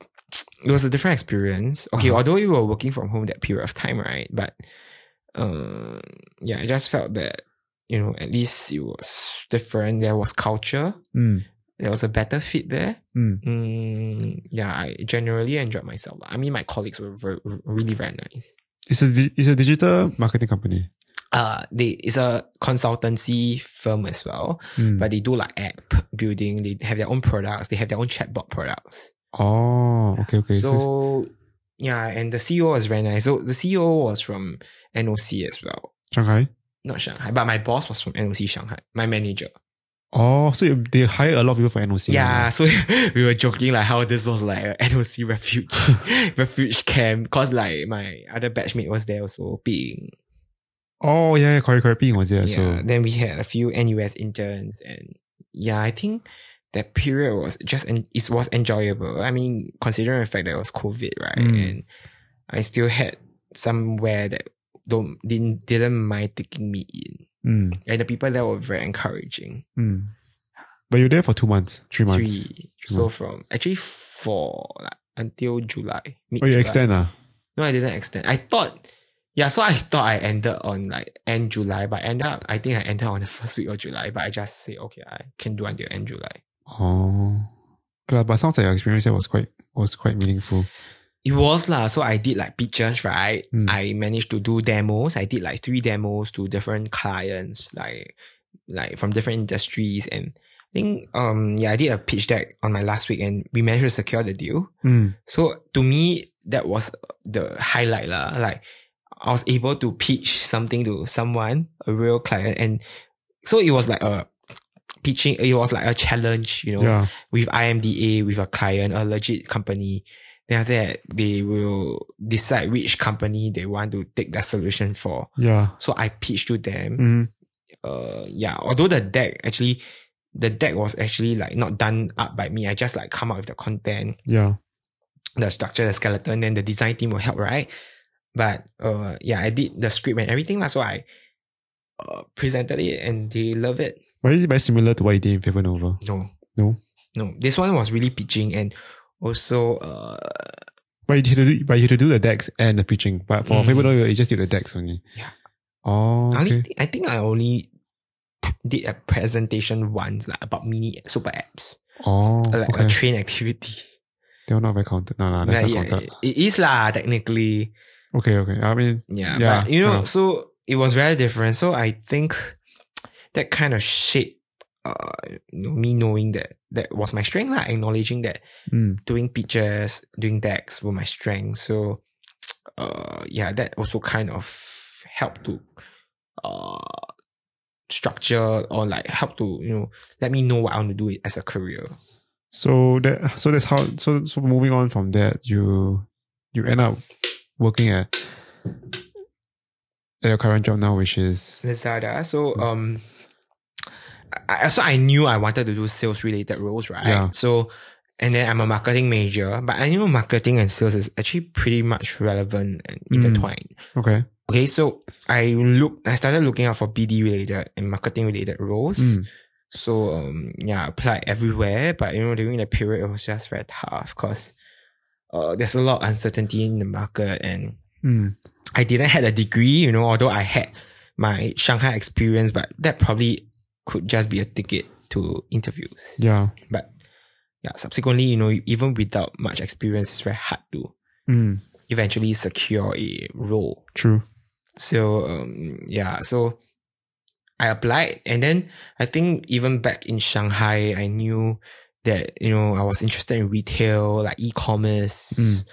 Speaker 1: it was a different experience. Okay,
Speaker 2: Uh-huh.
Speaker 1: although you were working from home that period of time, right? But um yeah, I just felt that you know at least it was different. There was culture.
Speaker 2: Mm,
Speaker 1: There was a better fit there.
Speaker 2: mm,
Speaker 1: Mm, yeah, I generally enjoyed myself. lah. I mean, my colleagues were very, really very nice.
Speaker 2: It's a di- it's a digital marketing company.
Speaker 1: Uh, they it's a consultancy firm as well,
Speaker 2: Mm.
Speaker 1: but they do like app building. They have their own products. They have their own chatbot products.
Speaker 2: oh, okay, okay. it's-
Speaker 1: So yeah, and the CEO was very nice. So the CEO was from NOC as well.
Speaker 2: Shanghai.
Speaker 1: Not Shanghai, but my boss was from NOC Shanghai, my manager.
Speaker 2: Oh, so you- they hire a lot of people for NOC.
Speaker 1: Yeah, so we were joking like how this was like a NOC refuge refuge camp. Cause like my other batchmate was there also being
Speaker 2: Oh yeah, yeah correct, correct. Ping was there.
Speaker 1: yeah.
Speaker 2: So
Speaker 1: Then we had a few NUS interns, and yeah, I think that period was just en- it was enjoyable. I mean, considering the fact that it was COVID, right,
Speaker 2: Mm.
Speaker 1: and I still had somewhere that don't didn't didn't mind taking me in,
Speaker 2: mm,
Speaker 1: and the people there were very encouraging.
Speaker 2: mm. But you're there for two months, three months.
Speaker 1: Three, so from actually four like, until July.
Speaker 2: Oh, you
Speaker 1: mid-July.
Speaker 2: extend ah?
Speaker 1: No, I didn't extend. I thought. Yeah, so I thought I ended on like end July, but ended up I think I ended on the first week of July. But I just say okay, I can do until end July.
Speaker 2: Oh, okay, lah, but sounds like your experience there was quite was quite meaningful.
Speaker 1: It was lah. So I did like pictures, right?
Speaker 2: Mm.
Speaker 1: I managed to do demos. I did like three demos to different clients, like like from different industries, and I think um yeah, I did a pitch deck on my last week, and we managed to secure the deal.
Speaker 2: Mm.
Speaker 1: So to me, that was the highlight lah. Like I was able to pitch something to someone, a real client, and so it was like a pitching. It was like a challenge, you know,
Speaker 2: Yeah.
Speaker 1: with IMDA with a client, a legit company. Then after that, they will decide which company they want to take that solution for.
Speaker 2: Yeah.
Speaker 1: So I pitched to them
Speaker 2: Mm.
Speaker 1: uh yeah although the deck actually the deck was actually like not done up by me i just like come up with the content
Speaker 2: Yeah.
Speaker 1: the structure the skeleton then the design team will help right but uh yeah i did the script and everything that's why i uh, presented it and they love it
Speaker 2: But is it very similar to what you did in Paper Nova?
Speaker 1: no
Speaker 2: No?
Speaker 1: no this one was really pitching and also uh
Speaker 2: But you had to do, but you had to do the decks and the pitching. But for
Speaker 1: Mm.
Speaker 2: Paper Nova, you just did the decks only.
Speaker 1: Yeah.
Speaker 2: Oh.
Speaker 1: I, only
Speaker 2: Okay.
Speaker 1: thi- I think i only did a presentation once like about mini super apps
Speaker 2: Oh.
Speaker 1: like
Speaker 2: okay.
Speaker 1: a train activity
Speaker 2: They're not very counted. No, no,
Speaker 1: Like,
Speaker 2: that's not
Speaker 1: yeah,
Speaker 2: counted.
Speaker 1: it is lah technically
Speaker 2: Okay. Okay. I mean,
Speaker 1: Yeah,
Speaker 2: Yeah,
Speaker 1: but you know,
Speaker 2: yeah.
Speaker 1: so it was very different. So I think that kind of shape, uh, you know, me knowing that that was my strength, like acknowledging that
Speaker 2: mm.
Speaker 1: doing pictures, doing decks were my strength. So, uh, yeah, that also kind of helped to, uh, structure or like help to you know let me know what I want to do as a career.
Speaker 2: So that so that's how so so moving on from that you you end up working at at your current job now, which is
Speaker 1: Lazada. So um, I, I- so I knew I wanted to do sales related roles, right?
Speaker 2: Yeah.
Speaker 1: So and then I'm a marketing major, but I know marketing and sales is actually pretty much relevant and
Speaker 2: Mm.
Speaker 1: intertwined.
Speaker 2: okay.
Speaker 1: Okay, so I look, I started looking out for BD related and marketing related roles.
Speaker 2: Mm.
Speaker 1: So um, yeah, I applied everywhere, but you know during the period it was just very tough because uh, there's a lot of uncertainty in the market and
Speaker 2: Mm.
Speaker 1: I didn't had a degree, you know, although I had my Shanghai experience, but that probably could just be a ticket to interviews.
Speaker 2: Yeah.
Speaker 1: But yeah, subsequently, you know, even without much experience, it's very hard to
Speaker 2: Mm.
Speaker 1: eventually secure a role.
Speaker 2: True.
Speaker 1: So um, yeah, so I applied, and then I think even back in Shanghai, I knew that you know I was interested in retail, like e-commerce.
Speaker 2: Mm.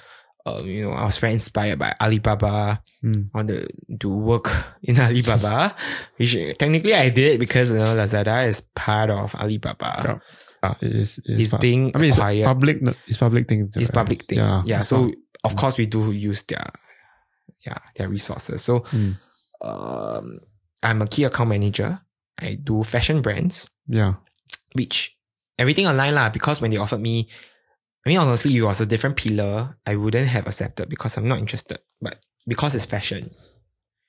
Speaker 1: Um, you know, I was very inspired by Alibaba.
Speaker 2: Mm.
Speaker 1: I wanted to work in Alibaba, which technically I did because you know Lazada is part of Alibaba.
Speaker 2: Yeah. uh, it is, it is
Speaker 1: It's
Speaker 2: pub-
Speaker 1: being
Speaker 2: I mean, it's
Speaker 1: acquired.
Speaker 2: public. It's public thing.
Speaker 1: it's
Speaker 2: right?
Speaker 1: public thing. Yeah.
Speaker 2: it's
Speaker 1: so
Speaker 2: not-
Speaker 1: of course we do use their yeah, their resources. So
Speaker 2: Mm.
Speaker 1: um I'm a key account manager. I do fashion brands,
Speaker 2: yeah,
Speaker 1: which everything online lah, because when they offered me I mean honestly it was a different pillar, I wouldn't have accepted because I'm not interested. But because it's fashion.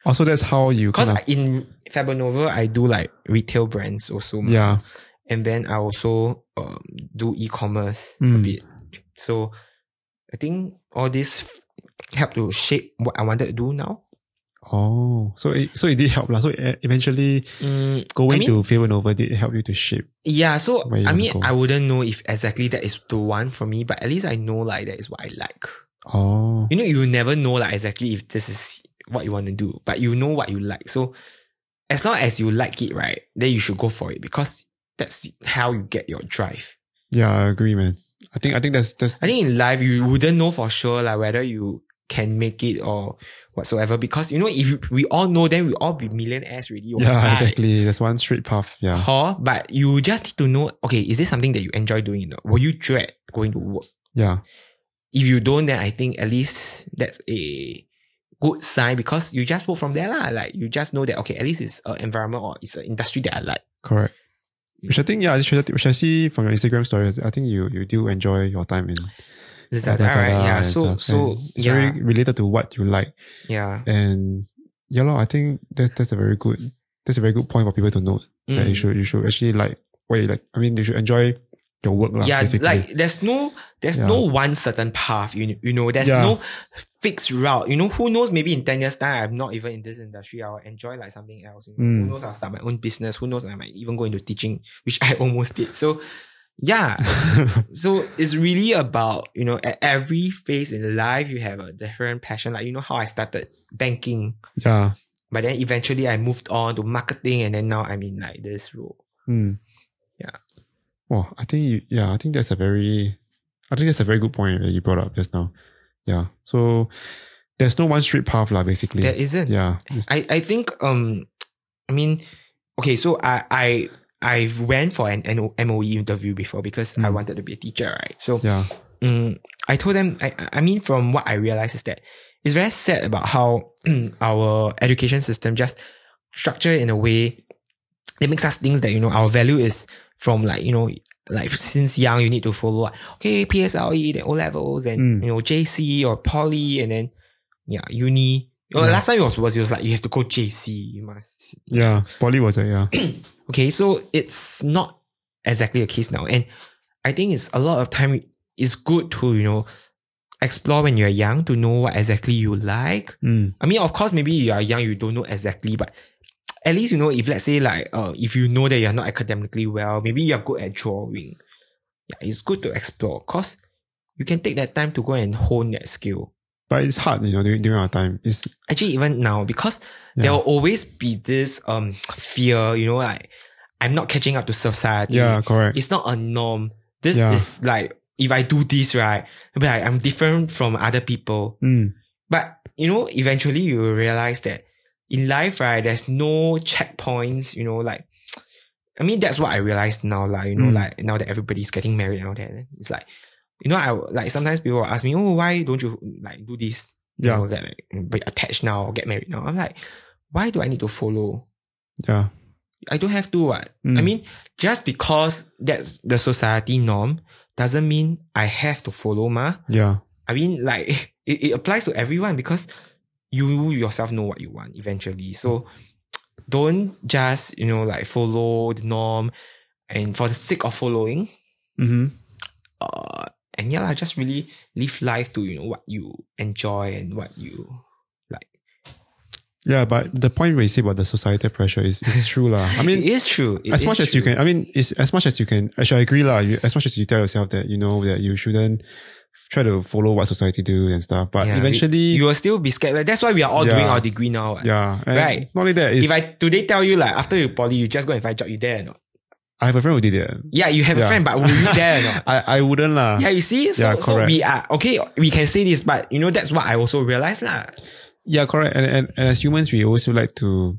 Speaker 2: also Oh, that's how you
Speaker 1: Because
Speaker 2: kind of
Speaker 1: in Fabonova I do like retail brands also. mah.
Speaker 2: yeah.
Speaker 1: and then I also um, do e-commerce a
Speaker 2: Mm.
Speaker 1: bit. So I think all this f- helped to shape what I wanted to do now.
Speaker 2: Oh, so it so it did help lah. So e- eventually
Speaker 1: Mm, I
Speaker 2: going
Speaker 1: mean-
Speaker 2: to Favor Nova did help you to shape.
Speaker 1: yeah, so
Speaker 2: Where you
Speaker 1: I
Speaker 2: wanna
Speaker 1: mean,
Speaker 2: go?
Speaker 1: I wouldn't know if exactly that is the one for me, but at least I know like that is what I like.
Speaker 2: Oh,
Speaker 1: You know, you never know like exactly if this is what you want to do, but you know what you like. So as long as you like it, right, then you should go for it because that's how you get your drive.
Speaker 2: yeah, I agree, man. I think I think that's that's
Speaker 1: I think in life you wouldn't know for sure like whether you can make it or whatsoever because you know if you- we all know then we all be millionaires already.
Speaker 2: yeah
Speaker 1: right?
Speaker 2: exactly. That's one straight path. Yeah,
Speaker 1: Huh? But you just need to know okay, is this something that you enjoy doing? You know? Will you dread going to work?
Speaker 2: yeah,
Speaker 1: If you don't, then I think at least that's a good sign because you just work from there lah. Like you just know that okay, at least it's an environment or it's an industry that I like.
Speaker 2: correct.
Speaker 1: Mm.
Speaker 2: Which I think yeah, which I, which I see from your Instagram story. I think you you do enjoy your time in
Speaker 1: Lazada,
Speaker 2: Lazada
Speaker 1: right? Yeah.
Speaker 2: and
Speaker 1: So
Speaker 2: stuff. And
Speaker 1: so
Speaker 2: it's
Speaker 1: yeah,
Speaker 2: very related to what you like.
Speaker 1: yeah.
Speaker 2: and yeah, lor, I think that that's a very good that's a very good point for people to note that you
Speaker 1: Mm.
Speaker 2: should you should actually like what you like. I mean, you should enjoy your work, lah.
Speaker 1: yeah
Speaker 2: basically.
Speaker 1: like there's no there's
Speaker 2: Yeah.
Speaker 1: no one certain path you, you know there's
Speaker 2: Yeah.
Speaker 1: no fixed route you know who knows maybe in 10 years time i'm not even in this industry i'll enjoy like something else you know?
Speaker 2: Mm.
Speaker 1: who knows i'll start my own business who knows i might even go into teaching which i almost did so yeah so it's really about you know at every phase in life you have a different passion like you know how i started banking
Speaker 2: yeah,
Speaker 1: but then eventually i moved on to marketing and then now i'm in like this role
Speaker 2: mm.
Speaker 1: Yeah.
Speaker 2: Well, I think you, yeah, I think that's a very, I think that's a very good point that you brought up just now. Yeah, so there's no one straight path, lah. Basically,
Speaker 1: there isn't
Speaker 2: yeah, It's-
Speaker 1: I, I think um I mean okay so I I I went for an NO MOE E interview before because I
Speaker 2: Mm.
Speaker 1: wanted to be a teacher right so
Speaker 2: yeah,
Speaker 1: mm, I told them I I- I mean from what I realized is that it's very sad about how mm, our education system just structured in a way that makes us think that you know our value is from like you know like since young you need to follow like, okay PSLE E, then O levels and
Speaker 2: Mm.
Speaker 1: you know JC or poly and then yeah uni. You know,
Speaker 2: Yeah.
Speaker 1: Last time it was worse. It was like you have to go JC. You must
Speaker 2: yeah. Poly was a yeah,
Speaker 1: Okay, so it's not exactly a case now. And I think it's a lot of time it's good to, you know, explore when you're young to know what exactly you like.
Speaker 2: mm.
Speaker 1: I mean, of course, maybe you are young, you don't know exactly, but at least you know if let's say like uh if you know that you're not academically well, maybe you're good at drawing. Yeah, it's good to explore because you can take that time to go and hone that skill.
Speaker 2: but it's hard, you know, during, during our time. It's
Speaker 1: Actually, even now, because
Speaker 2: yeah,
Speaker 1: there will always be this um fear, you know, like I'm not catching up to society
Speaker 2: yeah, correct,
Speaker 1: it's not a norm. This
Speaker 2: Yeah.
Speaker 1: is like if I do this right, I'll be like I'm different from other people.
Speaker 2: mm.
Speaker 1: But you know, eventually you will realize that in life, right, there's no checkpoints, you know, like I mean that's what I realized now, like, you know,
Speaker 2: Mm.
Speaker 1: like now that everybody's getting married and all that. It's like, you know, I will- like sometimes people will ask me, Oh, why don't you like do this? You
Speaker 2: Yeah.
Speaker 1: know, that like be attached now or get married now. I'm like, why do I need to follow?
Speaker 2: yeah,
Speaker 1: I don't have to. What?
Speaker 2: Mm.
Speaker 1: I mean, just because that's the society norm doesn't mean I have to follow, ma.
Speaker 2: yeah,
Speaker 1: I mean, like it, it applies to everyone because you yourself know what you want eventually. So don't just you know like follow the norm and for the sake of following.
Speaker 2: mm-hmm.
Speaker 1: Uh, and yeah, lah, just really live life to you know what you enjoy and what you like.
Speaker 2: Yeah, but the point where you say about the societal pressure is, is true lah. I
Speaker 1: it
Speaker 2: mean,
Speaker 1: is true. It
Speaker 2: as
Speaker 1: is
Speaker 2: much as you
Speaker 1: true.
Speaker 2: can, I mean, it's as much as you can. Actually, I agree lah. You, as much as you tell yourself that you know that you shouldn't try to follow what society do and stuff, but
Speaker 1: Yeah,
Speaker 2: eventually,
Speaker 1: you will still be scared. Like, that's why we are all
Speaker 2: Yeah.
Speaker 1: doing our degree now. what.
Speaker 2: yeah, and
Speaker 1: Right.
Speaker 2: Not only that,
Speaker 1: if
Speaker 2: is I,
Speaker 1: I today tell you like after you poly, you just go and find a job, you there or not?
Speaker 2: have a friend who did it.
Speaker 1: Yeah, you have a
Speaker 2: Yeah.
Speaker 1: friend, but will you there or not?
Speaker 2: I, I wouldn't lah.
Speaker 1: Yeah, you see, so,
Speaker 2: Yeah,
Speaker 1: so
Speaker 2: correct.
Speaker 1: we are okay. We can say this, but you know that's what I also realized lah.
Speaker 2: Yeah, correct. And, and, and as humans, we also like to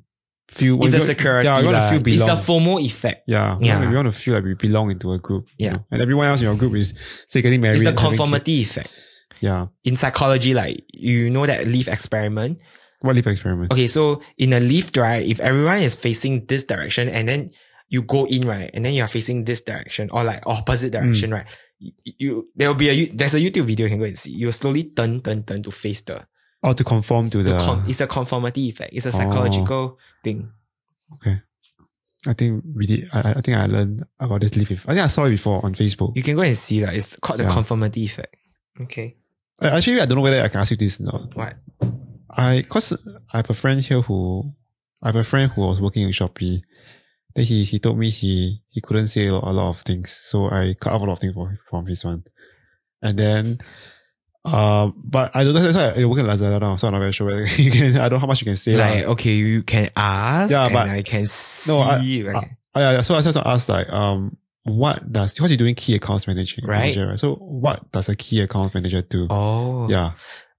Speaker 2: feel
Speaker 1: it's
Speaker 2: we
Speaker 1: a
Speaker 2: want-
Speaker 1: security.
Speaker 2: Yeah, we want to
Speaker 1: lah.
Speaker 2: feel
Speaker 1: it's the
Speaker 2: belong.
Speaker 1: FOMO effect.
Speaker 2: yeah, we
Speaker 1: Yeah.
Speaker 2: wanna- we want to feel like we belong into a group. you
Speaker 1: Yeah.
Speaker 2: know. and everyone else in your group is say getting married.
Speaker 1: It's the
Speaker 2: and having
Speaker 1: conformity
Speaker 2: kids.
Speaker 1: effect.
Speaker 2: Yeah,
Speaker 1: In psychology, like you know that leaf experiment,
Speaker 2: what leaf experiment?
Speaker 1: okay, so in a leaf, right, if everyone is facing this direction and then you go in, right, and then you are facing this direction or like opposite
Speaker 2: Mm.
Speaker 1: direction, right, you, you there'll be a you- there's a YouTube video you can go and see. You'll slowly turn, turn, turn to face the,
Speaker 2: Or Oh, to conform to
Speaker 1: the
Speaker 2: the.
Speaker 1: con- it's a conformity effect. It's a
Speaker 2: Oh.
Speaker 1: psychological thing.
Speaker 2: I think we did. I, I- I think I learned about this leaf. eff- I think I saw it before on Facebook.
Speaker 1: You can go and see that. It's called the
Speaker 2: Yeah.
Speaker 1: conformity effect. Okay.
Speaker 2: Uh, Actually, I don't know whether I can ask you this or not.
Speaker 1: What?
Speaker 2: I cause I have a friend here who I have a friend who was working in Shopee. Then he he told me he he couldn't say a lot, a lot of things, so I cut off a lot of things for, from his one. And then, uh, but I don't know. That's why I work in Lazada now, so I'm not very sure whether you can. I don't know how much you can say. lah.
Speaker 1: Like, okay, you can ask
Speaker 2: Yeah,
Speaker 1: and
Speaker 2: but-
Speaker 1: I can see.
Speaker 2: No, I-
Speaker 1: okay.
Speaker 2: Uh, yeah, yeah. so I just want to ask like, um, what does because you're doing key accounts managing,
Speaker 1: Right.
Speaker 2: manager, right? So what does a key accounts manager do?
Speaker 1: oh.
Speaker 2: Yeah,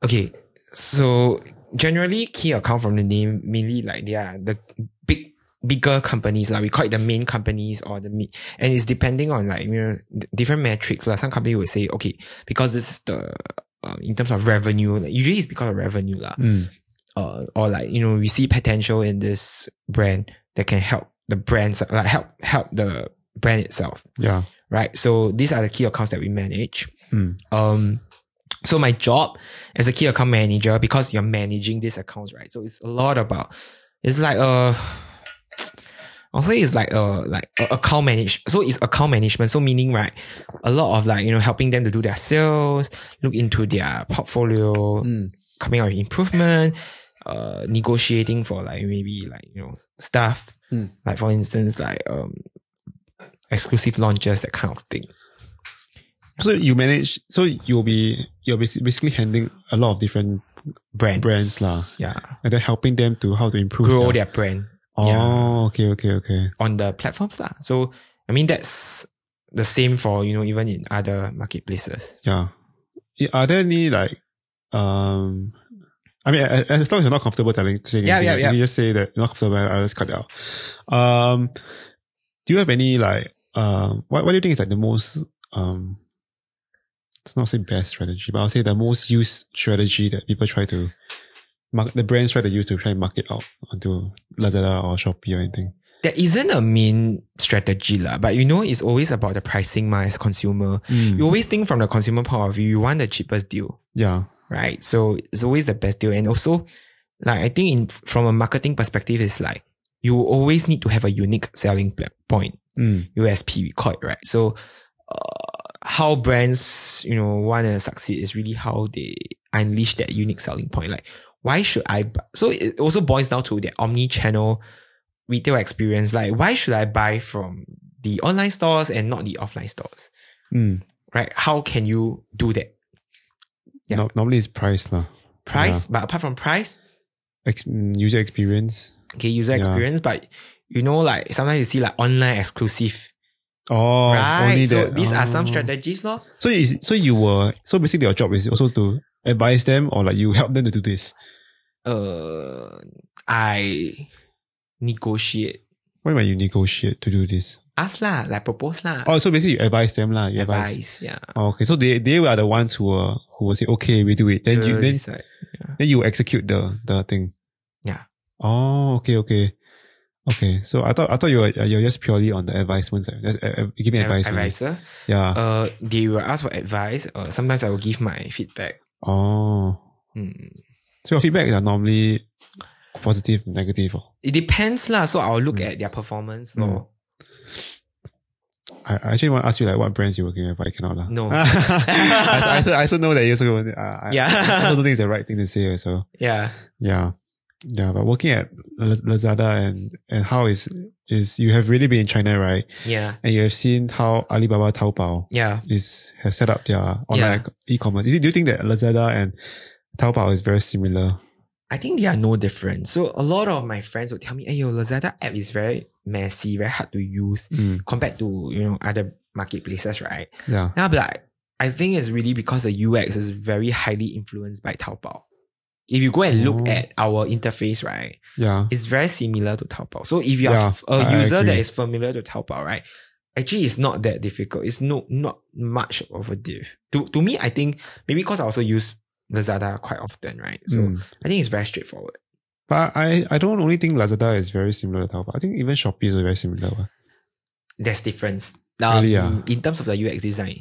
Speaker 1: Okay, so generally, key account from the name mainly like they are the big bigger companies like we call it the main companies or the me- and it's depending on like you know d- different metrics like some company would say okay because this is the um, in terms of revenue like, usually it's because of revenue lah
Speaker 2: Mm.
Speaker 1: uh, or like you know we see potential in this brand that can help the brands like help help the brand itself
Speaker 2: yeah,
Speaker 1: right? So these are the key accounts that we manage.
Speaker 2: Hmm.
Speaker 1: Um, so my job as a key account manager, because you're managing these accounts, right? So it's a lot about, it's like a, I'll say it's like a like a account manage. So it's account management. So meaning right, a lot of like you know helping them to do their sales, look into their portfolio,
Speaker 2: Mm.
Speaker 1: coming out with improvement, uh, negotiating for like maybe like you know stuff,
Speaker 2: Mm.
Speaker 1: like for instance like um exclusive launches, that kind of thing.
Speaker 2: So you manage. So you'll be you're basi- basically handling a lot of different
Speaker 1: Brands,
Speaker 2: Brands lah.
Speaker 1: yeah,
Speaker 2: and then helping them to how to improve.
Speaker 1: grow their brand
Speaker 2: oh,
Speaker 1: yeah.
Speaker 2: okay, okay, okay.
Speaker 1: on the platforms lah. So I mean that's the same for you know even in other marketplaces.
Speaker 2: Yeah. I- Are there any like, um, I mean, a- a- as long as you're not comfortable telling, saying
Speaker 1: Yeah,
Speaker 2: anything,
Speaker 1: yeah,
Speaker 2: you
Speaker 1: yeah.
Speaker 2: can just say that you're not comfortable. I'll just cut it out. Um, do you have any like, um, what what do you think is like the most, um, it's not say best strategy, but I'll say the most used strategy that people try to. Market, the brands try to use to try and market out onto Lazada or Shopee or anything.
Speaker 1: There isn't a main strategy lah, but you know it's always about the pricing mah as consumer.
Speaker 2: Hmm.
Speaker 1: You always think from the consumer point of view, you want the cheapest deal.
Speaker 2: Yeah.
Speaker 1: right? So it's always the best deal. And also, like I think in from a marketing perspective, it's like you always need to have a unique selling pla- point,
Speaker 2: Mm.
Speaker 1: USP we call it, right? So uh, how brands you know want to succeed is really how they unleash that unique selling point. Like why should I? bu- So it also boils down to the omni-channel retail experience. Like why should I buy from the online stores and not the offline stores,
Speaker 2: Mm.
Speaker 1: right? How can you do that? Yeah.
Speaker 2: No, normally it's price lah.
Speaker 1: Price, but apart from price,
Speaker 2: Ex- mm, user experience.
Speaker 1: okay, user
Speaker 2: Yeah.
Speaker 1: experience, but you know, like sometimes you see like online exclusive,
Speaker 2: Oh,
Speaker 1: right?
Speaker 2: only
Speaker 1: So
Speaker 2: that.
Speaker 1: these are some
Speaker 2: Oh.
Speaker 1: strategies, lor.
Speaker 2: So is so you were so basically your job is also to advise them or like you help them to do this.
Speaker 1: Uh, I negotiate,
Speaker 2: Why might you negotiate to do this?
Speaker 1: ask lah, like propose lah,
Speaker 2: Oh, so basically you advise them lah. You advise.
Speaker 1: advice, yeah.
Speaker 2: Oh, okay, so they they are the ones who uh, who will say okay, we do it. Then you
Speaker 1: Uh,
Speaker 2: then
Speaker 1: decide.
Speaker 2: then you execute the the thing.
Speaker 1: Yeah.
Speaker 2: Oh, okay, okay, okay. So I thought I thought you were you're just purely on the advisement side. Just, uh, uh, give me advice. Ah. only.
Speaker 1: advisor.
Speaker 2: Yeah.
Speaker 1: Uh, they will ask for advice. Uh, sometimes I will give my feedback.
Speaker 2: oh.
Speaker 1: Hmm.
Speaker 2: So your feedback are normally positive, negative. or-
Speaker 1: It depends lah. So I'll look
Speaker 2: Hmm.
Speaker 1: at their performance.
Speaker 2: Hmm.
Speaker 1: lor.
Speaker 2: I I actually want to ask you like what brands you're working with, but I cannot lah.
Speaker 1: No.
Speaker 2: I, I, also, I also know that you also. Uh, I,
Speaker 1: Yeah.
Speaker 2: I also don't think it's the right thing to say. Also,
Speaker 1: Yeah.
Speaker 2: yeah, yeah. But working at La- Lazada and and how is is you have really been in China, right?
Speaker 1: Yeah.
Speaker 2: And you have seen how Alibaba Taobao
Speaker 1: Yeah.
Speaker 2: is has set up their
Speaker 1: Yeah.
Speaker 2: online e-commerce. Is it, do you think that Lazada and Taobao is very similar?
Speaker 1: I think they are no different. So a lot of my friends would tell me, hey, yo, Lazada app is very messy, very hard to use
Speaker 2: Mm,
Speaker 1: compared to, you know, other marketplaces, right?
Speaker 2: yeah.
Speaker 1: Now, but like, I think it's really because the UX is very highly influenced by Taobao If you go and look
Speaker 2: Oh.
Speaker 1: at our interface, right,
Speaker 2: Yeah.
Speaker 1: it's very similar to Taobao. So if you are
Speaker 2: Yeah,
Speaker 1: f- a
Speaker 2: I- I
Speaker 1: user that
Speaker 2: agree.
Speaker 1: is familiar to Taobao, right, actually it's not that difficult. It's no not much of a diff. To to me, I think maybe because I also use Lazada quite often, right? So
Speaker 2: Mm.
Speaker 1: I think it's very straightforward.
Speaker 2: But I, I don't only think Lazada is very similar to Taobao. I think even Shopee is very similar. one.
Speaker 1: There's difference. Um,
Speaker 2: Really, ah?
Speaker 1: In terms of the UX design.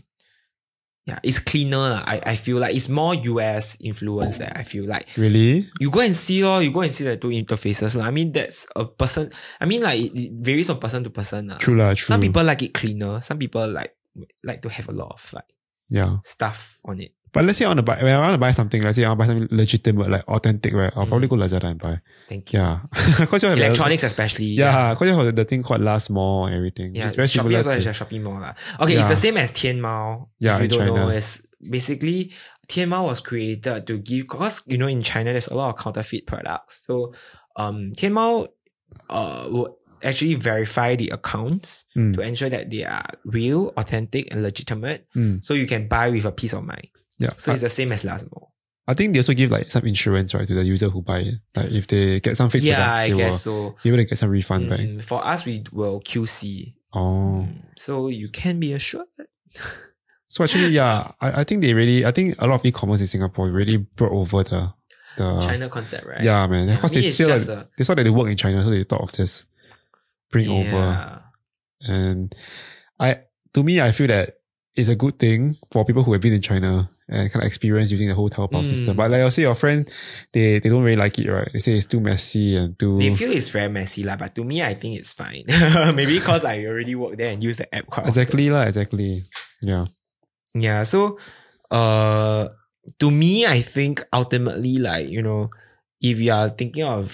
Speaker 1: Yeah, it's cleaner. lah. I, I feel like it's more US influence that I feel like
Speaker 2: Really?
Speaker 1: you go and see or you go and see the two interfaces. lah. I mean that's a person I mean like it it varies from person to person. lah.
Speaker 2: True lah, true.
Speaker 1: Some people like it cleaner. Some people like like to have a lot of like
Speaker 2: Yeah.
Speaker 1: stuff on it.
Speaker 2: But let's say I want to buy when I want to buy something, let's say I want to buy something legitimate, like authentic, right? I'll
Speaker 1: Mm.
Speaker 2: probably go Lazada and buy.
Speaker 1: Thank you.
Speaker 2: Yeah. Cause you have
Speaker 1: Electronics especially.
Speaker 2: Yeah, because you have the thing called last mall and everything.
Speaker 1: Yeah.
Speaker 2: It's very
Speaker 1: Shopee
Speaker 2: similar
Speaker 1: also has
Speaker 2: to-
Speaker 1: a shopping mall. lah. Okay, it's
Speaker 2: Yeah.
Speaker 1: the same as Tian Mao. If
Speaker 2: Yeah,
Speaker 1: you
Speaker 2: in
Speaker 1: don't know,
Speaker 2: China.
Speaker 1: it's basically Tian Mao was created to give because you know in China there's a lot of counterfeit products. So um Tian Mao uh will actually verify the accounts
Speaker 2: Mm,
Speaker 1: to ensure that they are real, authentic, and legitimate.
Speaker 2: mm.
Speaker 1: So you can buy with a peace of mind.
Speaker 2: Yeah.
Speaker 1: So
Speaker 2: I-
Speaker 1: it's the same as last mall.
Speaker 2: I think they also give like some insurance, right, to the user who buy it. Like if they get some fake
Speaker 1: Yeah,
Speaker 2: product,
Speaker 1: I
Speaker 2: they
Speaker 1: guess so.
Speaker 2: will be able to get some refund back.
Speaker 1: Mm, for us, we will QC.
Speaker 2: Oh.
Speaker 1: Mm, So you can be assured.
Speaker 2: So actually, yeah, I, I think they really, I think a lot of e-commerce in Singapore really brought over the, the
Speaker 1: China concept, right?
Speaker 2: Ah. Yeah, man.
Speaker 1: Yeah,
Speaker 2: Because
Speaker 1: me
Speaker 2: they,
Speaker 1: it's
Speaker 2: saw
Speaker 1: just a-
Speaker 2: that- they saw that they work in China, so they thought of this bring over.
Speaker 1: Yeah.
Speaker 2: And I, to me, I feel that it's a good thing for people who have been in China and kind of experience using the whole Taobao
Speaker 1: Mm.
Speaker 2: system. But like I say, your friend, they they don't really like it, right? They say it's too messy and too.
Speaker 1: They feel it's very messy, lah, but to me, I think it's fine. Maybe because I already work there and use the app quite often.
Speaker 2: Uh, exactly lah, exactly. Yeah.
Speaker 1: Yeah. So, uh, to me, I think ultimately, like, you know, if you are thinking of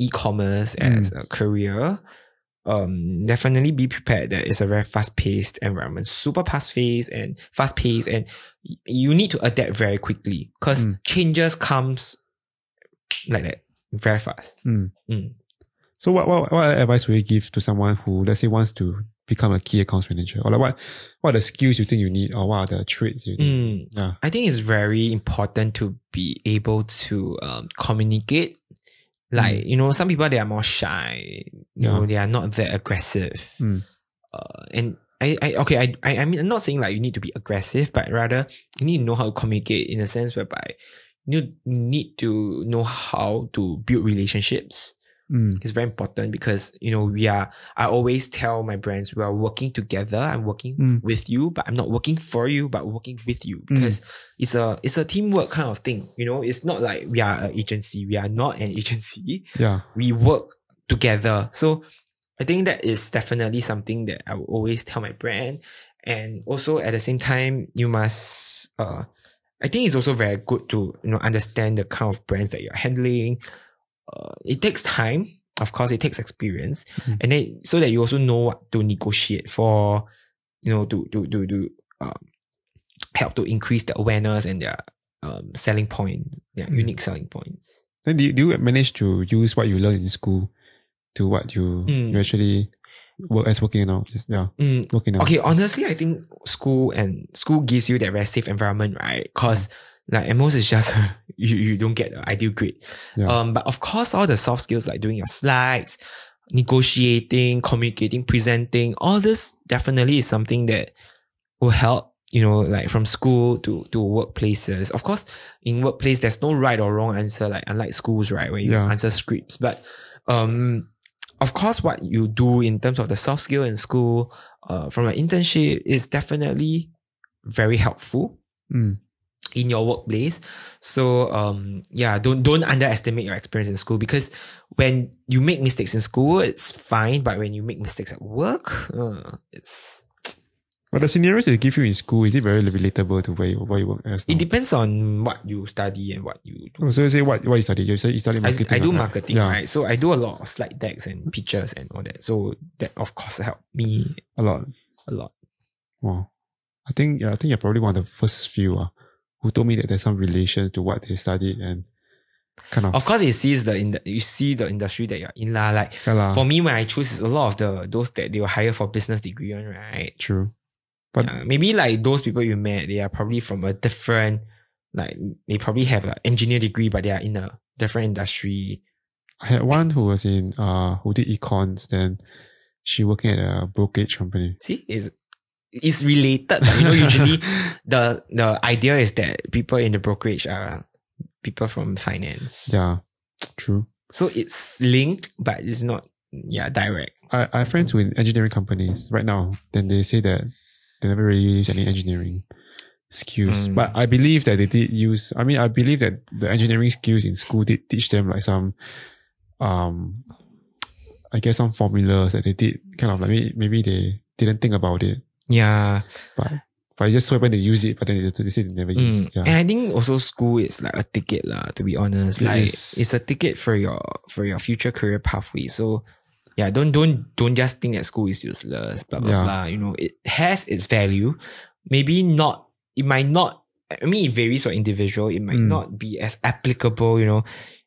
Speaker 1: e commerce
Speaker 2: Mm.
Speaker 1: as a career, um, definitely be prepared that it's a very fast paced environment, super fast paced and fast paced, and y- you need to adapt very quickly because
Speaker 2: Mm.
Speaker 1: changes comes like that very fast.
Speaker 2: Mm.
Speaker 1: Mm.
Speaker 2: So what, what what advice would you give to someone who let's say wants to become a key accounts manager, or like what what are the skills you think you need, or what are the traits you need?
Speaker 1: Mm.
Speaker 2: Yeah.
Speaker 1: I think it's very important to be able to um, communicate. Like, you know, some people they are more shy, you know,
Speaker 2: Mm. Yeah.
Speaker 1: they are not that aggressive.
Speaker 2: Mm.
Speaker 1: Uh, and I, I okay, I, I I mean I'm not saying like you need to be aggressive, but rather you need to know how to communicate in a sense whereby you need to know how to build relationships.
Speaker 2: Mm.
Speaker 1: It's very important because you know we are I always tell my brands we are working together. I'm working
Speaker 2: Mm.
Speaker 1: with you, but I'm not working for you, but working with you because it's a it's a teamwork kind of thing. You know, it's not like we are an agency. We are not an agency.
Speaker 2: Yeah.
Speaker 1: We work together. So I think that is definitely something that I will always tell my brand. And also at the same time, you must uh I think it's also very good to you know understand the kind of brands that you're handling. Uh, it takes time, of course, it takes experience,
Speaker 2: Mhm.
Speaker 1: and then so that you also know what to negotiate for, you know, to to to to um, help to increase the awareness and their um, selling point, their
Speaker 2: Mhm.
Speaker 1: unique selling points.
Speaker 2: Then do you, do you manage to use what you learn in school to what you
Speaker 1: Mm.
Speaker 2: you actually work as working now? Just- Yeah,
Speaker 1: Mm,
Speaker 2: working now.
Speaker 1: Okay, honestly, I think school and school gives you that very safe environment, right? Cause like at most it's just you, you don't get the ideal grade.
Speaker 2: Yeah.
Speaker 1: Um, but of course, all the soft skills like doing your slides, negotiating, communicating, presenting, all this definitely is something that will help. You know, like from school to to workplaces. Of course, in workplace, there's no right or wrong answer. Like unlike schools, right, where you
Speaker 2: Yeah.
Speaker 1: answer scripts, but um, of course, what you do in terms of the soft skill in school, uh, from an internship is definitely very helpful
Speaker 2: Mm.
Speaker 1: in your workplace. So um, yeah, don't don't underestimate your experience in school because when you make mistakes in school, it's fine. But when you make mistakes at work, uh, it's
Speaker 2: But the scenarios they give you in school is it very relatable to where you, where you work as?
Speaker 1: it
Speaker 2: Now?
Speaker 1: depends on what you study and what you do.
Speaker 2: Oh, so you say what what you study? You say you study
Speaker 1: I,
Speaker 2: marketing.
Speaker 1: I do
Speaker 2: right?
Speaker 1: marketing,
Speaker 2: Yeah,
Speaker 1: right? So I do a lot of slide decks and pictures and all that. So that of course helped me
Speaker 2: a lot.
Speaker 1: a lot.
Speaker 2: Wow, I think yeah, I think you're probably one of the first few uh, who told me that there's some relation to what they studied and kind of.
Speaker 1: Of course, it sees the in you see the industry that you're in lah. Like
Speaker 2: Yeah lah,
Speaker 1: for me, when I choose, it's a lot of the those that they will hire for business degree on, right?
Speaker 2: true, but
Speaker 1: Yeah, maybe like those people you met, they are probably from a different Like they probably have an engineer degree, but they are in a different industry.
Speaker 2: I had one who was in uh who did econs. Then she working at a brokerage company.
Speaker 1: See, is it's related. but, you know, usually the the idea is that people in the brokerage are people from finance.
Speaker 2: yeah, true.
Speaker 1: So it's linked, but it's not yeah direct.
Speaker 2: I, I have friends who in engineering companies right now. Then they say that they never really use any engineering skills.
Speaker 1: Mm.
Speaker 2: But I believe that they did use. I mean, I believe that the engineering skills in school did teach them like some, um, I guess some formulas that they did kind of like maybe, maybe they didn't think about it,
Speaker 1: Yeah.
Speaker 2: but but it just so happened they use it, but then they, they say they never use.
Speaker 1: Mm.
Speaker 2: Yeah.
Speaker 1: And I think also school is like a ticket lah, to be honest.
Speaker 2: It
Speaker 1: like
Speaker 2: is.
Speaker 1: it's a ticket for your for your future career pathway. So yeah, don't don't don't just think that school is useless, blah blah
Speaker 2: Yeah.
Speaker 1: blah. You know, it has its value. Maybe not it might not I mean it varies for individual, it might
Speaker 2: Mm.
Speaker 1: not be as applicable, you know.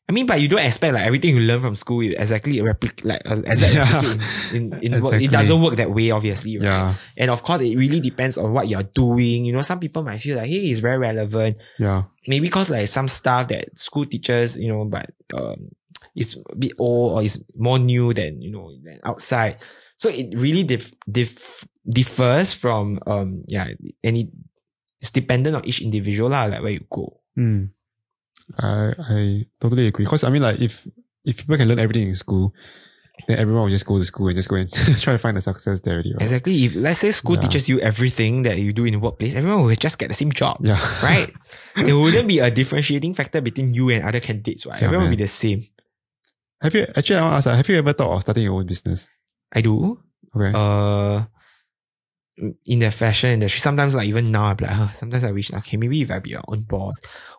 Speaker 1: I mean, but you don't expect like everything you learn from school you exactly replic like uh, exactly
Speaker 2: Yeah.
Speaker 1: replicate in, in, in work.
Speaker 2: Exactly.
Speaker 1: It doesn't work that way, obviously, right?
Speaker 2: Yeah,
Speaker 1: And of course, it really depends on what you're doing. You know, some people might feel like, hey, it's very relevant.
Speaker 2: yeah,
Speaker 1: Maybe because like some stuff that school teachers, you know, but um, it's a bit old or it's more new than you know than outside. So it really dif- dif- differs from um yeah, and it, it's dependent on each individual lah, like where you go.
Speaker 2: Mm. I I totally agree. Because I mean, like if if people can learn everything in school, then everyone will just go to school and just go and try to find the success there already. Right?
Speaker 1: Exactly. If let's say school
Speaker 2: Yeah.
Speaker 1: teaches you everything that you do in the workplace, everyone will just get the same job.
Speaker 2: Yeah.
Speaker 1: Right? there wouldn't be a differentiating factor between you and other candidates, right?
Speaker 2: Yeah,
Speaker 1: everyone will
Speaker 2: man.
Speaker 1: be the same.
Speaker 2: Have you actually? I want to ask. like, Have you ever thought of starting your own business?
Speaker 1: I do.
Speaker 2: Okay.
Speaker 1: uh in the fashion industry. Sometimes like even now I'm like, huh, sometimes I wish okay, maybe if I be your own boss,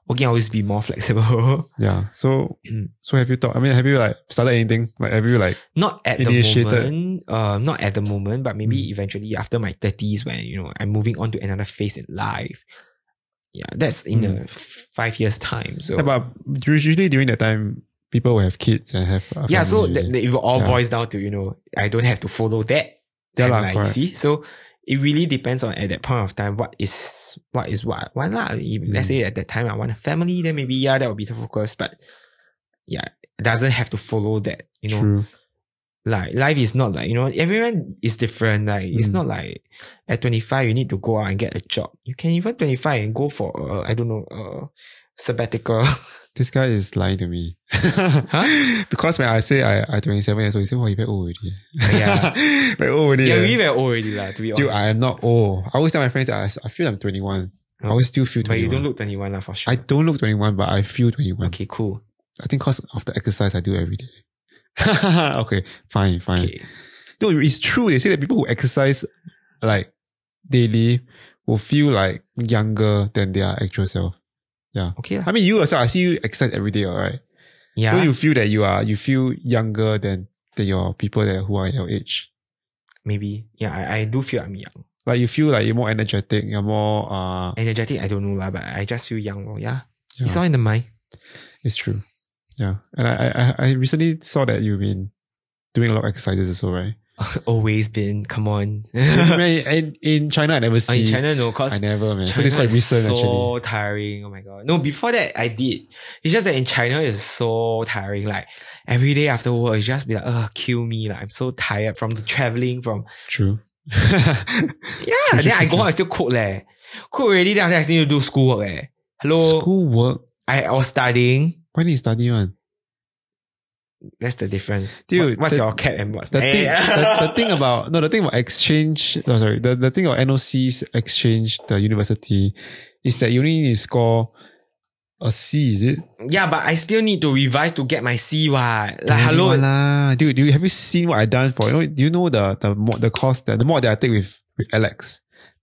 Speaker 1: we can always be more flexible.
Speaker 2: yeah. So
Speaker 1: Mm.
Speaker 2: so have you thought? I mean, have you like started anything? Like have you like?
Speaker 1: not at
Speaker 2: Initiated.
Speaker 1: the moment. Uh, not at the moment, but maybe
Speaker 2: Mm.
Speaker 1: eventually after my thirties when you know I'm moving on to another phase in life. Yeah, that's in
Speaker 2: Mm.
Speaker 1: a five years time. So
Speaker 2: Yeah, but usually during that time, people will have kids and have. a
Speaker 1: yeah, so
Speaker 2: family
Speaker 1: that,
Speaker 2: already.
Speaker 1: that it will all
Speaker 2: Yeah.
Speaker 1: boils down to you know I don't have to follow that
Speaker 2: Yeah lah,
Speaker 1: timeline. you
Speaker 2: correct.
Speaker 1: see, so it really depends on at that point of time what is what is what I want lah. If-
Speaker 2: Mm.
Speaker 1: Let's say at that time I want a family, then maybe yeah that would be the focus. But yeah, it doesn't have to follow that. You know,
Speaker 2: True.
Speaker 1: like life is not like you know everyone is different. Like it's
Speaker 2: Mm.
Speaker 1: not like at twenty five you need to go out and get a job. You can even twenty five and go for uh, I don't know uh sabbatical.
Speaker 2: This guy is lying to me.
Speaker 1: Huh?
Speaker 2: Because when I say I I twenty seven years old, he say, "Oh, you very old already."
Speaker 1: Yeah.
Speaker 2: very old already.
Speaker 1: yeah,
Speaker 2: eh.
Speaker 1: we very old already lah. To be honest,
Speaker 2: Dude, I am not old. I always tell my friends that I, s- I feel I'm 21. I always still feel 21.
Speaker 1: but you don't look twenty one lah for sure.
Speaker 2: I don't look 21, but I feel 21.
Speaker 1: Okay, cool.
Speaker 2: I think because of the exercise I do every day. okay, fine, fine.
Speaker 1: Okay.
Speaker 2: No, it's true. They say that people who exercise like daily will feel like younger than their actual self.
Speaker 1: Okay. lah.
Speaker 2: I mean, you yourself, I see you exercise every day, all right?
Speaker 1: Yeah.
Speaker 2: Don't you feel that you are, you feel younger than, than your people that who are your age?
Speaker 1: maybe. Yeah, I, I do feel I'm young.
Speaker 2: Like you feel like you're more energetic, you're more, uh,
Speaker 1: Energetic, I don't know lah, but I just feel young. lor. yeah. It's
Speaker 2: Yeah.
Speaker 1: all in the mind.
Speaker 2: It's true. Yeah. And I, I- I, I recently saw that you've been doing a lot of exercises also, right?
Speaker 1: Always been. Come on.
Speaker 2: Man, in, in China, I never
Speaker 1: Oh,
Speaker 2: see.
Speaker 1: in China, no, cause
Speaker 2: I never, man.
Speaker 1: China
Speaker 2: so it's
Speaker 1: is
Speaker 2: quite recent,
Speaker 1: so
Speaker 2: actually.
Speaker 1: tiring. Oh my god. No, before that I did. It's just that in China it's so tiring. Like every day after work, it's just be like, oh, kill me. Like I'm so tired from the traveling, from
Speaker 2: True.
Speaker 1: yeah.
Speaker 2: True,
Speaker 1: then
Speaker 2: true,
Speaker 1: I go
Speaker 2: true.
Speaker 1: out, I still cook leh. Cook already. Then after that, I still need to do schoolwork leh. Hello.
Speaker 2: School work.
Speaker 1: I, I was studying.
Speaker 2: Why did you study one?
Speaker 1: That's the difference.
Speaker 2: Dude,
Speaker 1: What- what's
Speaker 2: the-
Speaker 1: your cap and what's
Speaker 2: The
Speaker 1: mine?
Speaker 2: thing, the, the thing about no, the thing about exchange. No, sorry, the, the thing about NOCs exchange the university is that you only need to score a C. Is it?
Speaker 1: Yeah, but I still need to revise to get my C. What? Like,
Speaker 2: Don't want
Speaker 1: hello. Mm.
Speaker 2: lah. dude. Do you have you seen what I done for? You know, do you know the the mod, the course that the mod that I take with with Alex,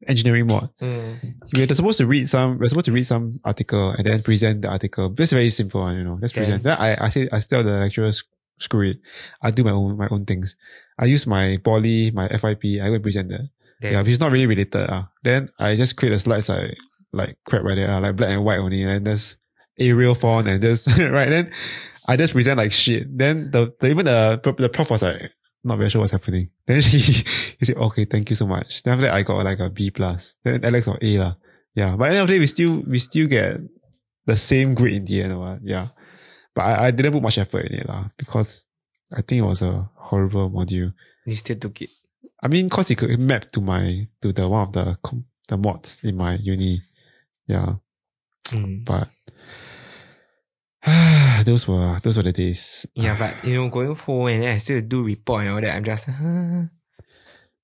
Speaker 2: engineering mod.
Speaker 1: Mm.
Speaker 2: We're supposed to read some. We're supposed to read some article and then present the article. That's very simple, one, you know. Just
Speaker 1: Okay.
Speaker 2: present. Then I I say I tell the lecturer "Sc- screw it. I do my own my own things. I use my poly, my FIP. I go and present that.
Speaker 1: Then-
Speaker 2: Yeah, but it's not really related. Ah, Then I just create the slides like like crap right there, ah, like black and white only, and there's Arial font and just right then I just present like shit. Then the, the even the prof- the prof was like not very sure what's happening. Then she he said, Okay, thank you so much. Then after that I got like a B plus. Then Alex got A lah. Yeah. But end of the day we still we still get the same grade in the end. Or what. Yeah. But I, I didn't put much effort in it lah because I think it was a horrible module.
Speaker 1: You still took it.
Speaker 2: I mean, cause it could map to my, to the one of the, com- the mods in my uni. Yeah.
Speaker 1: Mm.
Speaker 2: But those were, those were the days.
Speaker 1: Yeah, but you know, going home and then I still do report and all that, I'm just, huh.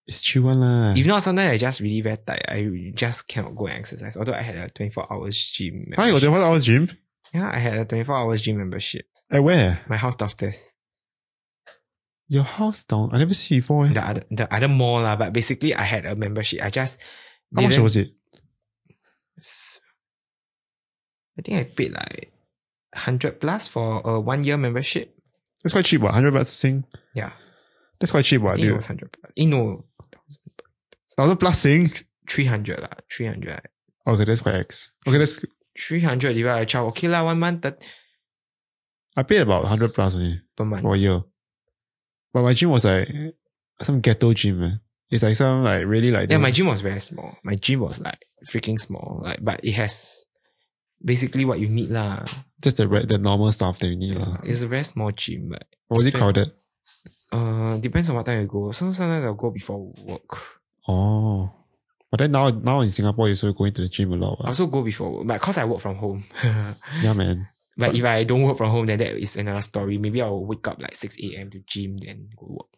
Speaker 2: It's chill one lah.
Speaker 1: if not, sometimes I just really very tired. I just cannot go and exercise. Although I had a 24 hours gym.
Speaker 2: Hi, got
Speaker 1: membership.
Speaker 2: the one hours gym?
Speaker 1: Yeah, I had a 24 hours gym membership.
Speaker 2: At where?
Speaker 1: My house downstairs.
Speaker 2: Your house down? I never see before. Eh.
Speaker 1: The other, the other mall, lah, but basically I had a membership. I just.
Speaker 2: How much
Speaker 1: didn't-
Speaker 2: was it?
Speaker 1: s- I think I paid like 100 plus for a one year membership.
Speaker 2: That's quite cheap, what? 100 bucks sing?
Speaker 1: Yeah.
Speaker 2: That's quite cheap,
Speaker 1: I
Speaker 2: what,
Speaker 1: think it
Speaker 2: dude?
Speaker 1: was 100 plus. Eh, You know,
Speaker 2: 1,000 plus sing?
Speaker 1: 300 lah. 300.
Speaker 2: Okay, that's quite X. Okay, that's,
Speaker 1: 300 divided by 12. Okay lah, one month that
Speaker 2: I paid about 100 plus only
Speaker 1: per month.
Speaker 2: for a year. But my gym was like some ghetto gym, man. It's like some like really like,
Speaker 1: Yeah, my gym was very small. My gym was like freaking small. Like, but it has basically what you need lah.
Speaker 2: just the, re- the normal stuff that you need. lah.
Speaker 1: It's a very small gym, but
Speaker 2: Or was it
Speaker 1: it's very-
Speaker 2: crowded?
Speaker 1: uh, depends on what time you go. So sometimes I'll go before work.
Speaker 2: Oh. But then now, now in Singapore, you're still going to the gym a lot.
Speaker 1: I
Speaker 2: what?
Speaker 1: also go before work, but cause I work from home.
Speaker 2: Yeah, man.
Speaker 1: But if I don't work from home, then that is another story. Maybe I'll wake up like 6 a.m. to gym, then go work.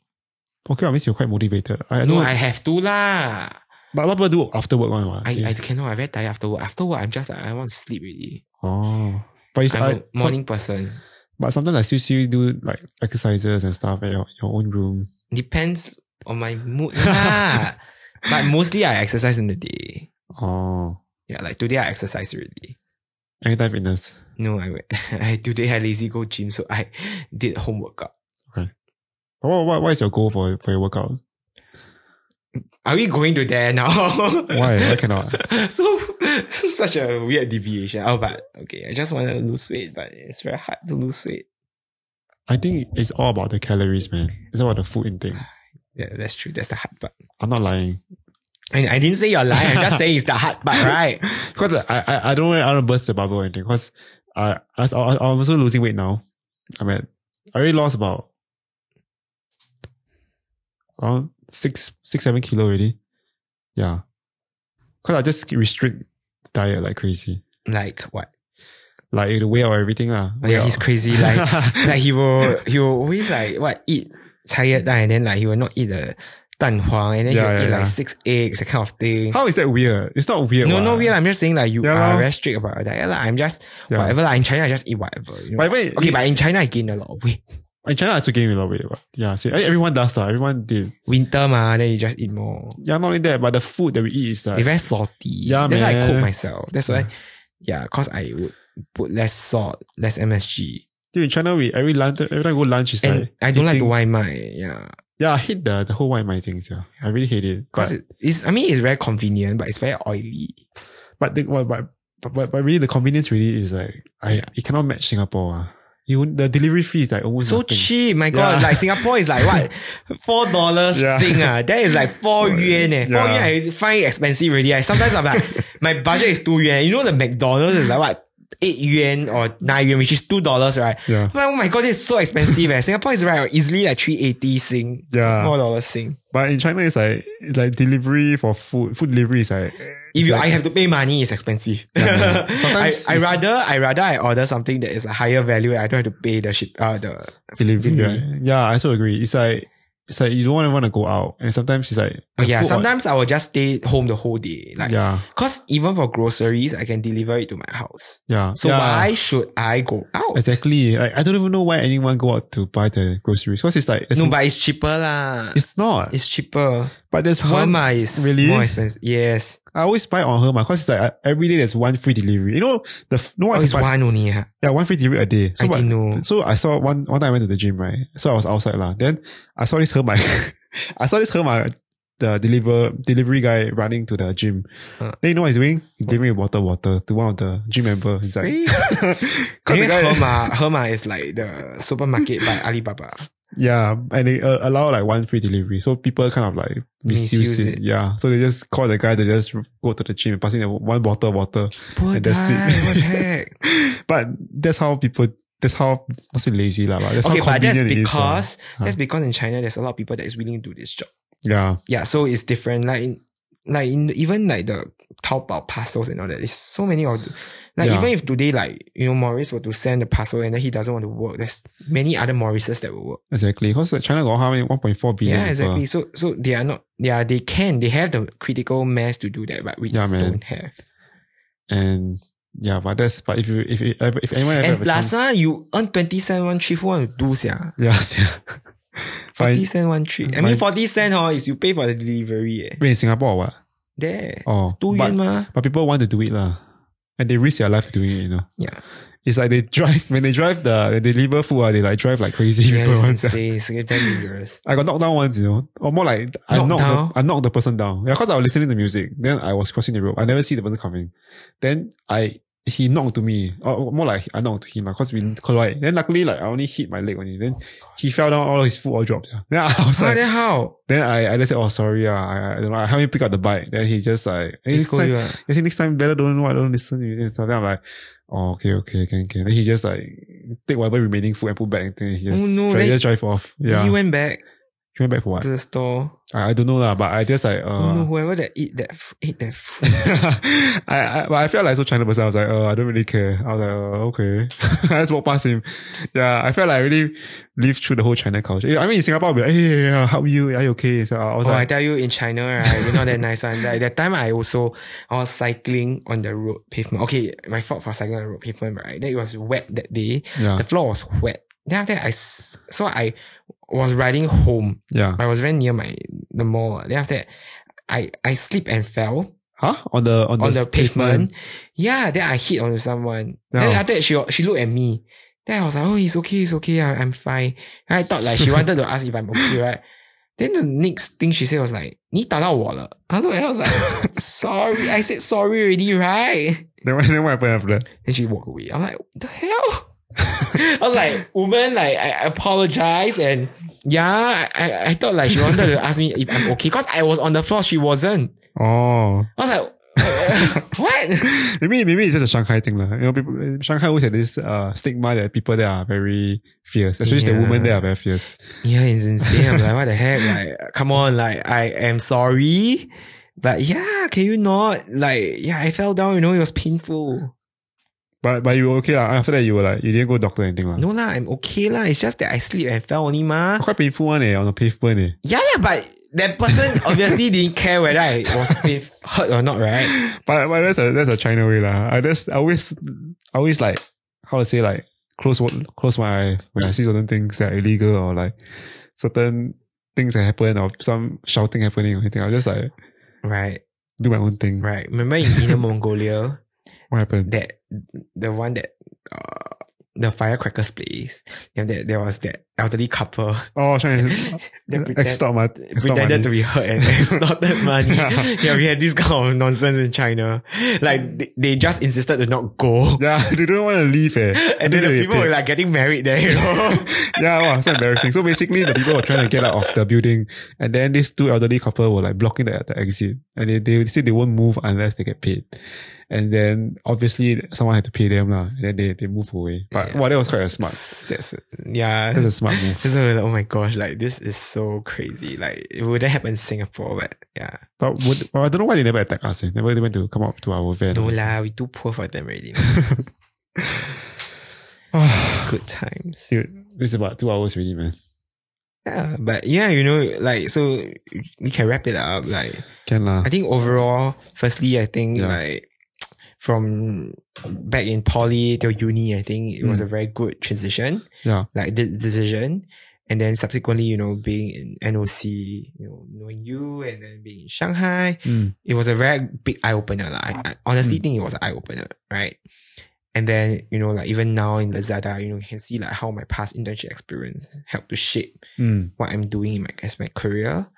Speaker 2: Okay, I means you're quite motivated. I know,
Speaker 1: No, I have to lah.
Speaker 2: but a lot of people do after work one. what.
Speaker 1: I,
Speaker 2: Okay.
Speaker 1: I cannot. I'm very tired after work. After work, I'm just like, I want to sleep really.
Speaker 2: oh, but it's,
Speaker 1: I'm
Speaker 2: I,
Speaker 1: a morning person.
Speaker 2: But sometimes I still see you do like exercises and stuff at your, your own room.
Speaker 1: Depends on my mood lah. but mostly I exercise in the day.
Speaker 2: Oh,
Speaker 1: Yeah, like today I exercise already.
Speaker 2: anytime fitness.
Speaker 1: No, I went. I today I lazy go gym, so I did home workout.
Speaker 2: But What, what, what is your goal for, for your workouts?
Speaker 1: Are we going to there now?
Speaker 2: Why? Why cannot?
Speaker 1: so such a weird deviation. Oh, but okay, I just want to lose weight, but it's very hard to lose weight.
Speaker 2: I think it's all about the calories, man. It's about the food intake.
Speaker 1: Yeah, that's true. That's the hard part.
Speaker 2: I'm not lying.
Speaker 1: And I didn't say you're lying. I'm just saying it's the hard part, right? uh,
Speaker 2: Cause like, I, I, I don't want, I don't burst the bubble or anything. Cause I, I, I'm also losing weight now. I mean, I already lost about around six, six, seven kilo already. Yeah. Cause I just restrict diet like crazy.
Speaker 1: Like what?
Speaker 2: Like it'll weigh out everything. lah.
Speaker 1: Oh,
Speaker 2: Weigh
Speaker 1: yeah,
Speaker 2: out.
Speaker 1: he's crazy. Like like he will he will always like what eat tired dye and then like he will not eat the dan huang and then
Speaker 2: Yeah,
Speaker 1: he'll
Speaker 2: yeah,
Speaker 1: eat
Speaker 2: yeah.
Speaker 1: like six eggs, that kind of thing.
Speaker 2: How is that weird? It's not weird.
Speaker 1: no,
Speaker 2: what?
Speaker 1: no, weird. I'm just saying like you
Speaker 2: Yeah,
Speaker 1: are
Speaker 2: lor.
Speaker 1: very strict about your diet. Like, I'm just
Speaker 2: Yeah.
Speaker 1: whatever. Like in China, I just eat whatever. you know.
Speaker 2: But even
Speaker 1: okay,
Speaker 2: in-
Speaker 1: but in China I gained a lot of weight.
Speaker 2: in China, I also gained a lot of weight. But yeah, see, eh, everyone does that. Everyone did.
Speaker 1: Winter ma, then you just eat more.
Speaker 2: Yeah, not only that, but the food that we eat is
Speaker 1: It's
Speaker 2: like,
Speaker 1: very salty.
Speaker 2: Yeah,
Speaker 1: That's why I
Speaker 2: man.
Speaker 1: cook myself. That's why yeah, cause I would put less salt, less MSG.
Speaker 2: dude, in China, we every lunch, every time we go lunch is
Speaker 1: And
Speaker 2: like,
Speaker 1: I don't like the
Speaker 2: eating-
Speaker 1: wine my yeah.
Speaker 2: Yeah, I hate the, the whole white my things. Yeah, I really hate it.
Speaker 1: Cause
Speaker 2: But
Speaker 1: it, it's I mean it's very convenient, but it's very oily.
Speaker 2: but, the, but, but but but but really, the convenience really is like, I
Speaker 1: Yeah.
Speaker 2: it cannot match Singapore. ah. You the delivery fee is like almost
Speaker 1: So
Speaker 2: nothing.
Speaker 1: cheap, my god!
Speaker 2: Yeah.
Speaker 1: Like Singapore is like what four dollars
Speaker 2: Yeah.
Speaker 1: thing ah. That is like four yuan eh. Four
Speaker 2: Yeah.
Speaker 1: yuan I find it expensive already. I sometimes I'm like my budget is two yuan. You know the McDonald's is like what eight yuan or nine yuan, which is two dollars, right?
Speaker 2: Yeah,
Speaker 1: I'm like, oh my god, this is so expensive. eh. Singapore is right easily like three eighty sing,
Speaker 2: Yeah.
Speaker 1: four dollars sing.
Speaker 2: but in China, it's like it's like delivery for food. Food delivery is like eh,
Speaker 1: If you, I
Speaker 2: Exactly.
Speaker 1: have to pay money, it's expensive.
Speaker 2: Yeah.
Speaker 1: I,
Speaker 2: Sometimes
Speaker 1: I
Speaker 2: it's-
Speaker 1: rather I rather I order something that is like higher value. and I don't have to pay the ship uh the
Speaker 2: delivery.
Speaker 1: Delivery.
Speaker 2: right? Yeah, I also agree. It's like it's like you don't want to want to go out, and sometimes it's like
Speaker 1: But Oh, yeah,
Speaker 2: food or-
Speaker 1: sometimes I will just stay home the whole day. Like,
Speaker 2: yeah,
Speaker 1: cause even for groceries, I can deliver it to my house.
Speaker 2: yeah.
Speaker 1: So
Speaker 2: yeah.
Speaker 1: why should I go out?
Speaker 2: Exactly. Like, I don't even know why anyone go out to buy the groceries because it's like it's,
Speaker 1: No, but it's cheaper lah. It's,
Speaker 2: it's not.
Speaker 1: cheaper.
Speaker 2: but there's one.
Speaker 1: Herma is
Speaker 2: Really?
Speaker 1: more expensive. Yes.
Speaker 2: I always buy on her because it's like I, every day there's one free delivery. You know the f- no
Speaker 1: Oh,
Speaker 2: one
Speaker 1: it's one only. ah.
Speaker 2: yeah one free delivery a day. So
Speaker 1: I didn't know.
Speaker 2: So I saw one one time I went to the gym right. So I was outside lah. Then I saw this her I saw this her the deliver delivery guy running to the gym.
Speaker 1: Huh.
Speaker 2: Then you know what he's doing? He's delivering water water to one of the gym member. He's like,
Speaker 1: Really?
Speaker 2: Cause the
Speaker 1: Anyway,
Speaker 2: guy-
Speaker 1: Herma, Herma is like the supermarket by Alibaba.
Speaker 2: Yeah, and they uh, allow like one free delivery, so people kind of like misuse,
Speaker 1: Misuse
Speaker 2: it.
Speaker 1: it.
Speaker 2: Yeah, so they just call the guy. They just go to the gym and passing the one bottle of water.
Speaker 1: Poor
Speaker 2: And that's
Speaker 1: guy,
Speaker 2: it.
Speaker 1: what the heck?
Speaker 2: but that's how people. That's how not say lazy lah, but that's
Speaker 1: okay,
Speaker 2: how
Speaker 1: but that's
Speaker 2: convenient it is. lah.
Speaker 1: because that's because in China there's a lot of people that is willing to do this job.
Speaker 2: yeah,
Speaker 1: Yeah, so it's different. Like in, like in, even like the Taobao parcels and all that. There's so many of like
Speaker 2: Yeah.
Speaker 1: even if today like you know Maurice were to send the parcel and then he doesn't want to work, there's many other Maurices that will work.
Speaker 2: exactly. Because China got how many one point four billion.
Speaker 1: Yeah,
Speaker 2: people.
Speaker 1: exactly. So so they are not they are they can they have the critical mass to do that, but we
Speaker 2: Yeah, man.
Speaker 1: don't have.
Speaker 2: And yeah, but that's but if you if you ever if anyone ever have
Speaker 1: And
Speaker 2: a
Speaker 1: plus,
Speaker 2: chance-
Speaker 1: ah, you earn twenty cent one trip. Who want to do sia?
Speaker 2: yes, yeah. but
Speaker 1: Forty
Speaker 2: in,
Speaker 1: cent one trip. I
Speaker 2: my-
Speaker 1: mean, forty cent oh, is you pay for the delivery. Eh.
Speaker 2: wait, in Singapore or what?
Speaker 1: There,
Speaker 2: Oh,
Speaker 1: two
Speaker 2: but,
Speaker 1: yuan mah.
Speaker 2: but people want to do it lah, and they risk their life doing it. You know.
Speaker 1: Yeah,
Speaker 2: It's like they drive when they drive the when they deliver food. ah, They like drive like crazy
Speaker 1: yeah,
Speaker 2: people. ah.
Speaker 1: it's
Speaker 2: one time.
Speaker 1: insane. It's very dangerous.
Speaker 2: I got knocked down once, you know, or more like I
Speaker 1: Knocked
Speaker 2: knocked,
Speaker 1: down?
Speaker 2: The, I knocked the person down. Yeah, because I was listening to music. Then I was crossing the road. I never see the person coming. Then I he knocked to me, or more like I knocked to him because we collide. Then luckily, like I only hit my leg only. Then he fell down, all his foot all dropped. yeah. Then I was
Speaker 1: How
Speaker 2: like,
Speaker 1: then how?
Speaker 2: then I, I just said, oh sorry, ah, I, I don't know. I helped him pick up the bike. Then he just like, "Hey,
Speaker 1: He
Speaker 2: next
Speaker 1: scold
Speaker 2: time,
Speaker 1: you. ah.
Speaker 2: I think next time better don't know. I don't listen to you. And stuff. Then I'm like, oh okay, okay, can can. Then he just like take whatever remaining food and put back. And then he just,
Speaker 1: Oh, no,
Speaker 2: drive,
Speaker 1: then-
Speaker 2: just drive off. Yeah,
Speaker 1: He
Speaker 2: he
Speaker 1: went
Speaker 2: went,
Speaker 1: back
Speaker 2: back for what?
Speaker 1: to the store.
Speaker 2: I, I don't know lah, but I just like uh,
Speaker 1: oh no, whoever that eat that f- eat that food.
Speaker 2: I, I but I felt like so China person. I was like, uh, I don't really care. I was like, uh, okay, I just walk past him. Yeah, I felt like I really lived through the whole China culture. I mean, in Singapore, I'll be like, hey, yeah, yeah, how are you? Are you okay? So I was
Speaker 1: Oh, I
Speaker 2: like,
Speaker 1: tell you, in China, right, you know that nice one. Like, that time I also I was cycling on the road pavement. Okay, my fault for cycling on the road pavement, right? Then it was wet that day.
Speaker 2: yeah,
Speaker 1: The floor was wet. Then after that, I s- so I was riding home.
Speaker 2: yeah.
Speaker 1: I was very near my the mall. Then after that, I I slipped and fell
Speaker 2: Huh? On the on,
Speaker 1: on the,
Speaker 2: s-
Speaker 1: pavement. Yeah, then I hit onto someone. Then
Speaker 2: No.
Speaker 1: after that, she she looked at me. Then I was like, oh, it's okay, it's okay, I, I'm fine. And I thought like she wanted to ask if I'm okay, right? Then the next thing she said was like, 你打到我了. I looked at her, I was like, sorry, I said sorry already, right?
Speaker 2: Then what, then what happened after that?
Speaker 1: Then she walked away. I'm like, the hell? I was like, woman, like I I apologize and yeah, I, I- I thought like she wanted to ask me if I'm okay because I was on the floor, she wasn't.
Speaker 2: Oh,
Speaker 1: I was like, "Uh, what?
Speaker 2: maybe maybe it's just a Shanghai thing, lah. You know, people, Shanghai always had this uh, stigma that people there are very fierce, especially the women
Speaker 1: Yeah.
Speaker 2: there are very fierce.
Speaker 1: Yeah, it's insane. I'm like, what the heck? Like, come on, like, I am sorry. But yeah, can you not? Like, yeah, I fell down, you know, it was painful.
Speaker 2: But but you were okay lah. After that, you were like you didn't go doctor or anything lah.
Speaker 1: No lah, I'm okay lah. It's just that I sleep and fell only ma.
Speaker 2: quite painful one eh, on the pavement eh.
Speaker 1: Yeah lah, but that person obviously didn't care whether I was pain- hurt or not, right?
Speaker 2: But but that's a that's a China way lah. I just I always I always like how to say like close one close my eye when I see certain things that are illegal or like certain things that happen or some shouting happening or anything. I just like
Speaker 1: Right,
Speaker 2: do my own thing.
Speaker 1: right. Remember in Inner Mongolia,
Speaker 2: What happened?
Speaker 1: that the one that, uh, the firecrackers place, there, there, there was that elderly couple
Speaker 2: Oh, China
Speaker 1: that pretend-
Speaker 2: extort my extort
Speaker 1: pretended to be
Speaker 2: money.
Speaker 1: hurt and extorted money.
Speaker 2: Yeah.
Speaker 1: yeah, we had this kind of nonsense in China. Like they, they just insisted to not go.
Speaker 2: Yeah, they don't want to leave eh.
Speaker 1: And then the people were like getting married there, you know.
Speaker 2: yeah, wow, so embarrassing. So basically, the people were trying to get out of the building, and then these two elderly couple were like blocking the, the exit, and they, they said they won't move unless they get paid. And then obviously someone had to pay them lah, and then they, they move away. But
Speaker 1: Yeah.
Speaker 2: wow, that was quite a smart.
Speaker 1: That's, yeah.
Speaker 2: That's a smart move.
Speaker 1: So, like, oh my gosh, like this is so crazy. Like it wouldn't happen in Singapore, but yeah.
Speaker 2: But would, well, I don't know why they never attacked us. Eh? Never they went to come up to our van.
Speaker 1: No lah, we too poor for them already. Good times.
Speaker 2: Ah, Dude, this is about two hours really, man.
Speaker 1: Yeah. But yeah, you know, like so we can wrap it up. Like
Speaker 2: Can lah.
Speaker 1: I think overall, firstly, I think
Speaker 2: Yeah.
Speaker 1: like from back in poly till uni, I think it was a very good transition,
Speaker 2: Yeah,
Speaker 1: like the decision. And then subsequently, you know, being in NOC, you know, knowing you and then being in Shanghai,
Speaker 2: Mm.
Speaker 1: it was a very big eye opener. Like, I, I honestly think it was an eye opener, right? And then, you know, like even now in Lazada, you know, you can see like how my past internship experience helped to shape
Speaker 2: Mm.
Speaker 1: what I'm doing in my as my career.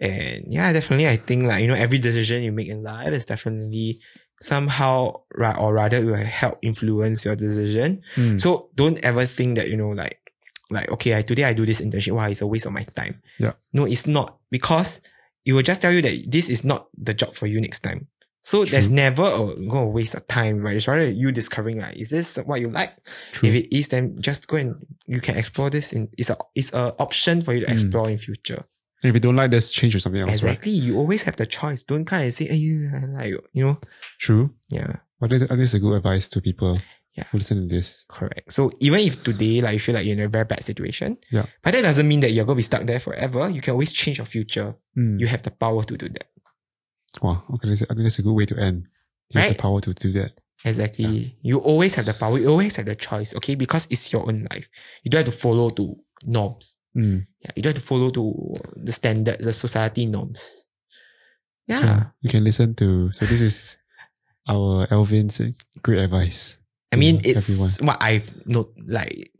Speaker 1: And yeah, definitely I think like, you know, every decision you make in life is definitely somehow right or rather it will help influence your decision.
Speaker 2: Mm.
Speaker 1: So don't ever think that, you know, like like, okay, I, today I do this internship. Wow, it's a waste of my time.
Speaker 2: Yeah.
Speaker 1: No, it's not because it will just tell you that this is not the job for you next time. So there's
Speaker 2: True.
Speaker 1: never a go waste of time, right? It's rather you discovering like, is this what you like?
Speaker 2: True.
Speaker 1: If it is, then just go and you can explore this. In it's a it's a option for you to
Speaker 2: Mm.
Speaker 1: explore in future.
Speaker 2: if you don't like this, change to something else, right?
Speaker 1: exactly. You always have the choice. Don't kind of say, hey, you, I like you," you know.
Speaker 2: True.
Speaker 1: Yeah.
Speaker 2: I think, I think it's a good advice to people
Speaker 1: Yeah.
Speaker 2: who listen to this.
Speaker 1: Correct. So even if today, like you feel like you're in a very bad situation,
Speaker 2: Yeah.
Speaker 1: but that doesn't mean that you're gonna be stuck there forever. You can always change your future.
Speaker 2: Mm.
Speaker 1: You have the power to do that.
Speaker 2: Wow. Okay. That's, I think that's a good way to end. You have
Speaker 1: Right.
Speaker 2: the power to do that.
Speaker 1: Exactly. You always have the power. You always have the choice. Okay, because it's your own life. You don't have to follow to norms.
Speaker 2: Mm.
Speaker 1: Yeah, you don't have to follow to the standards, the society norms. Yeah.
Speaker 2: So you can listen to. So this is our Elvin's great advice.
Speaker 1: I mean,
Speaker 2: Yeah,
Speaker 1: it's
Speaker 2: everyone.
Speaker 1: what I've not like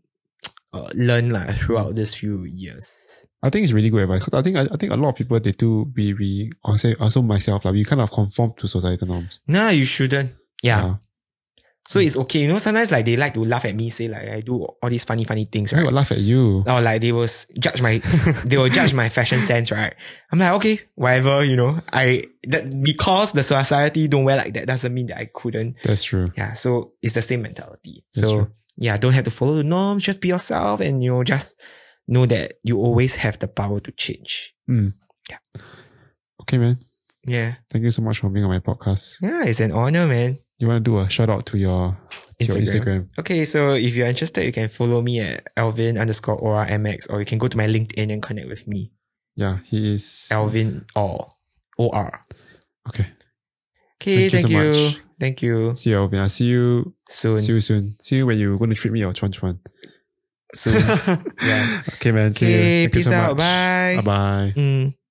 Speaker 1: uh, learned like, throughout these few years.
Speaker 2: I think it's really good advice. 'Cause I think I, I think a lot of people they do we we I'll say also myself like we kind of conform to societal norms.
Speaker 1: No, you shouldn't. yeah.
Speaker 2: Yeah.
Speaker 1: So it's okay. You know, sometimes like they like to laugh at me, say like I do all these funny, funny things,
Speaker 2: I
Speaker 1: right?
Speaker 2: will laugh at you.
Speaker 1: Or like they will s- judge my they will judge my fashion sense, right? I'm like, okay, whatever, you know. I that because the society don't wear like that doesn't mean that I couldn't.
Speaker 2: That's true.
Speaker 1: Yeah. So it's the same mentality.
Speaker 2: That's
Speaker 1: so
Speaker 2: true.
Speaker 1: yeah, don't have to follow the norms, just be yourself and you know, just know that you always have the power to change.
Speaker 2: Mm. Okay, man.
Speaker 1: Yeah.
Speaker 2: Thank you so much for being on my podcast.
Speaker 1: Yeah, it's an honor, man.
Speaker 2: You want to do a shout out to your to your Instagram?
Speaker 1: Okay, so if you're interested, you can follow me at Alvin underscore Aura MX, or you can go to my LinkedIn and connect with me.
Speaker 2: Yeah, he is.
Speaker 1: Alvin or OR.
Speaker 2: okay.
Speaker 1: Okay,
Speaker 2: Thank
Speaker 1: thank
Speaker 2: you so
Speaker 1: you.
Speaker 2: much.
Speaker 1: Thank you.
Speaker 2: See you, Elvin. I'll see you.
Speaker 1: Soon.
Speaker 2: See you soon. See you when you're going to treat me or chuan chuan.
Speaker 1: Soon. Yeah.
Speaker 2: Okay, man. See you.
Speaker 1: Okay,
Speaker 2: Thank you
Speaker 1: peace
Speaker 2: so
Speaker 1: out.
Speaker 2: much.
Speaker 1: Bye.
Speaker 2: Bye bye.
Speaker 1: Mm.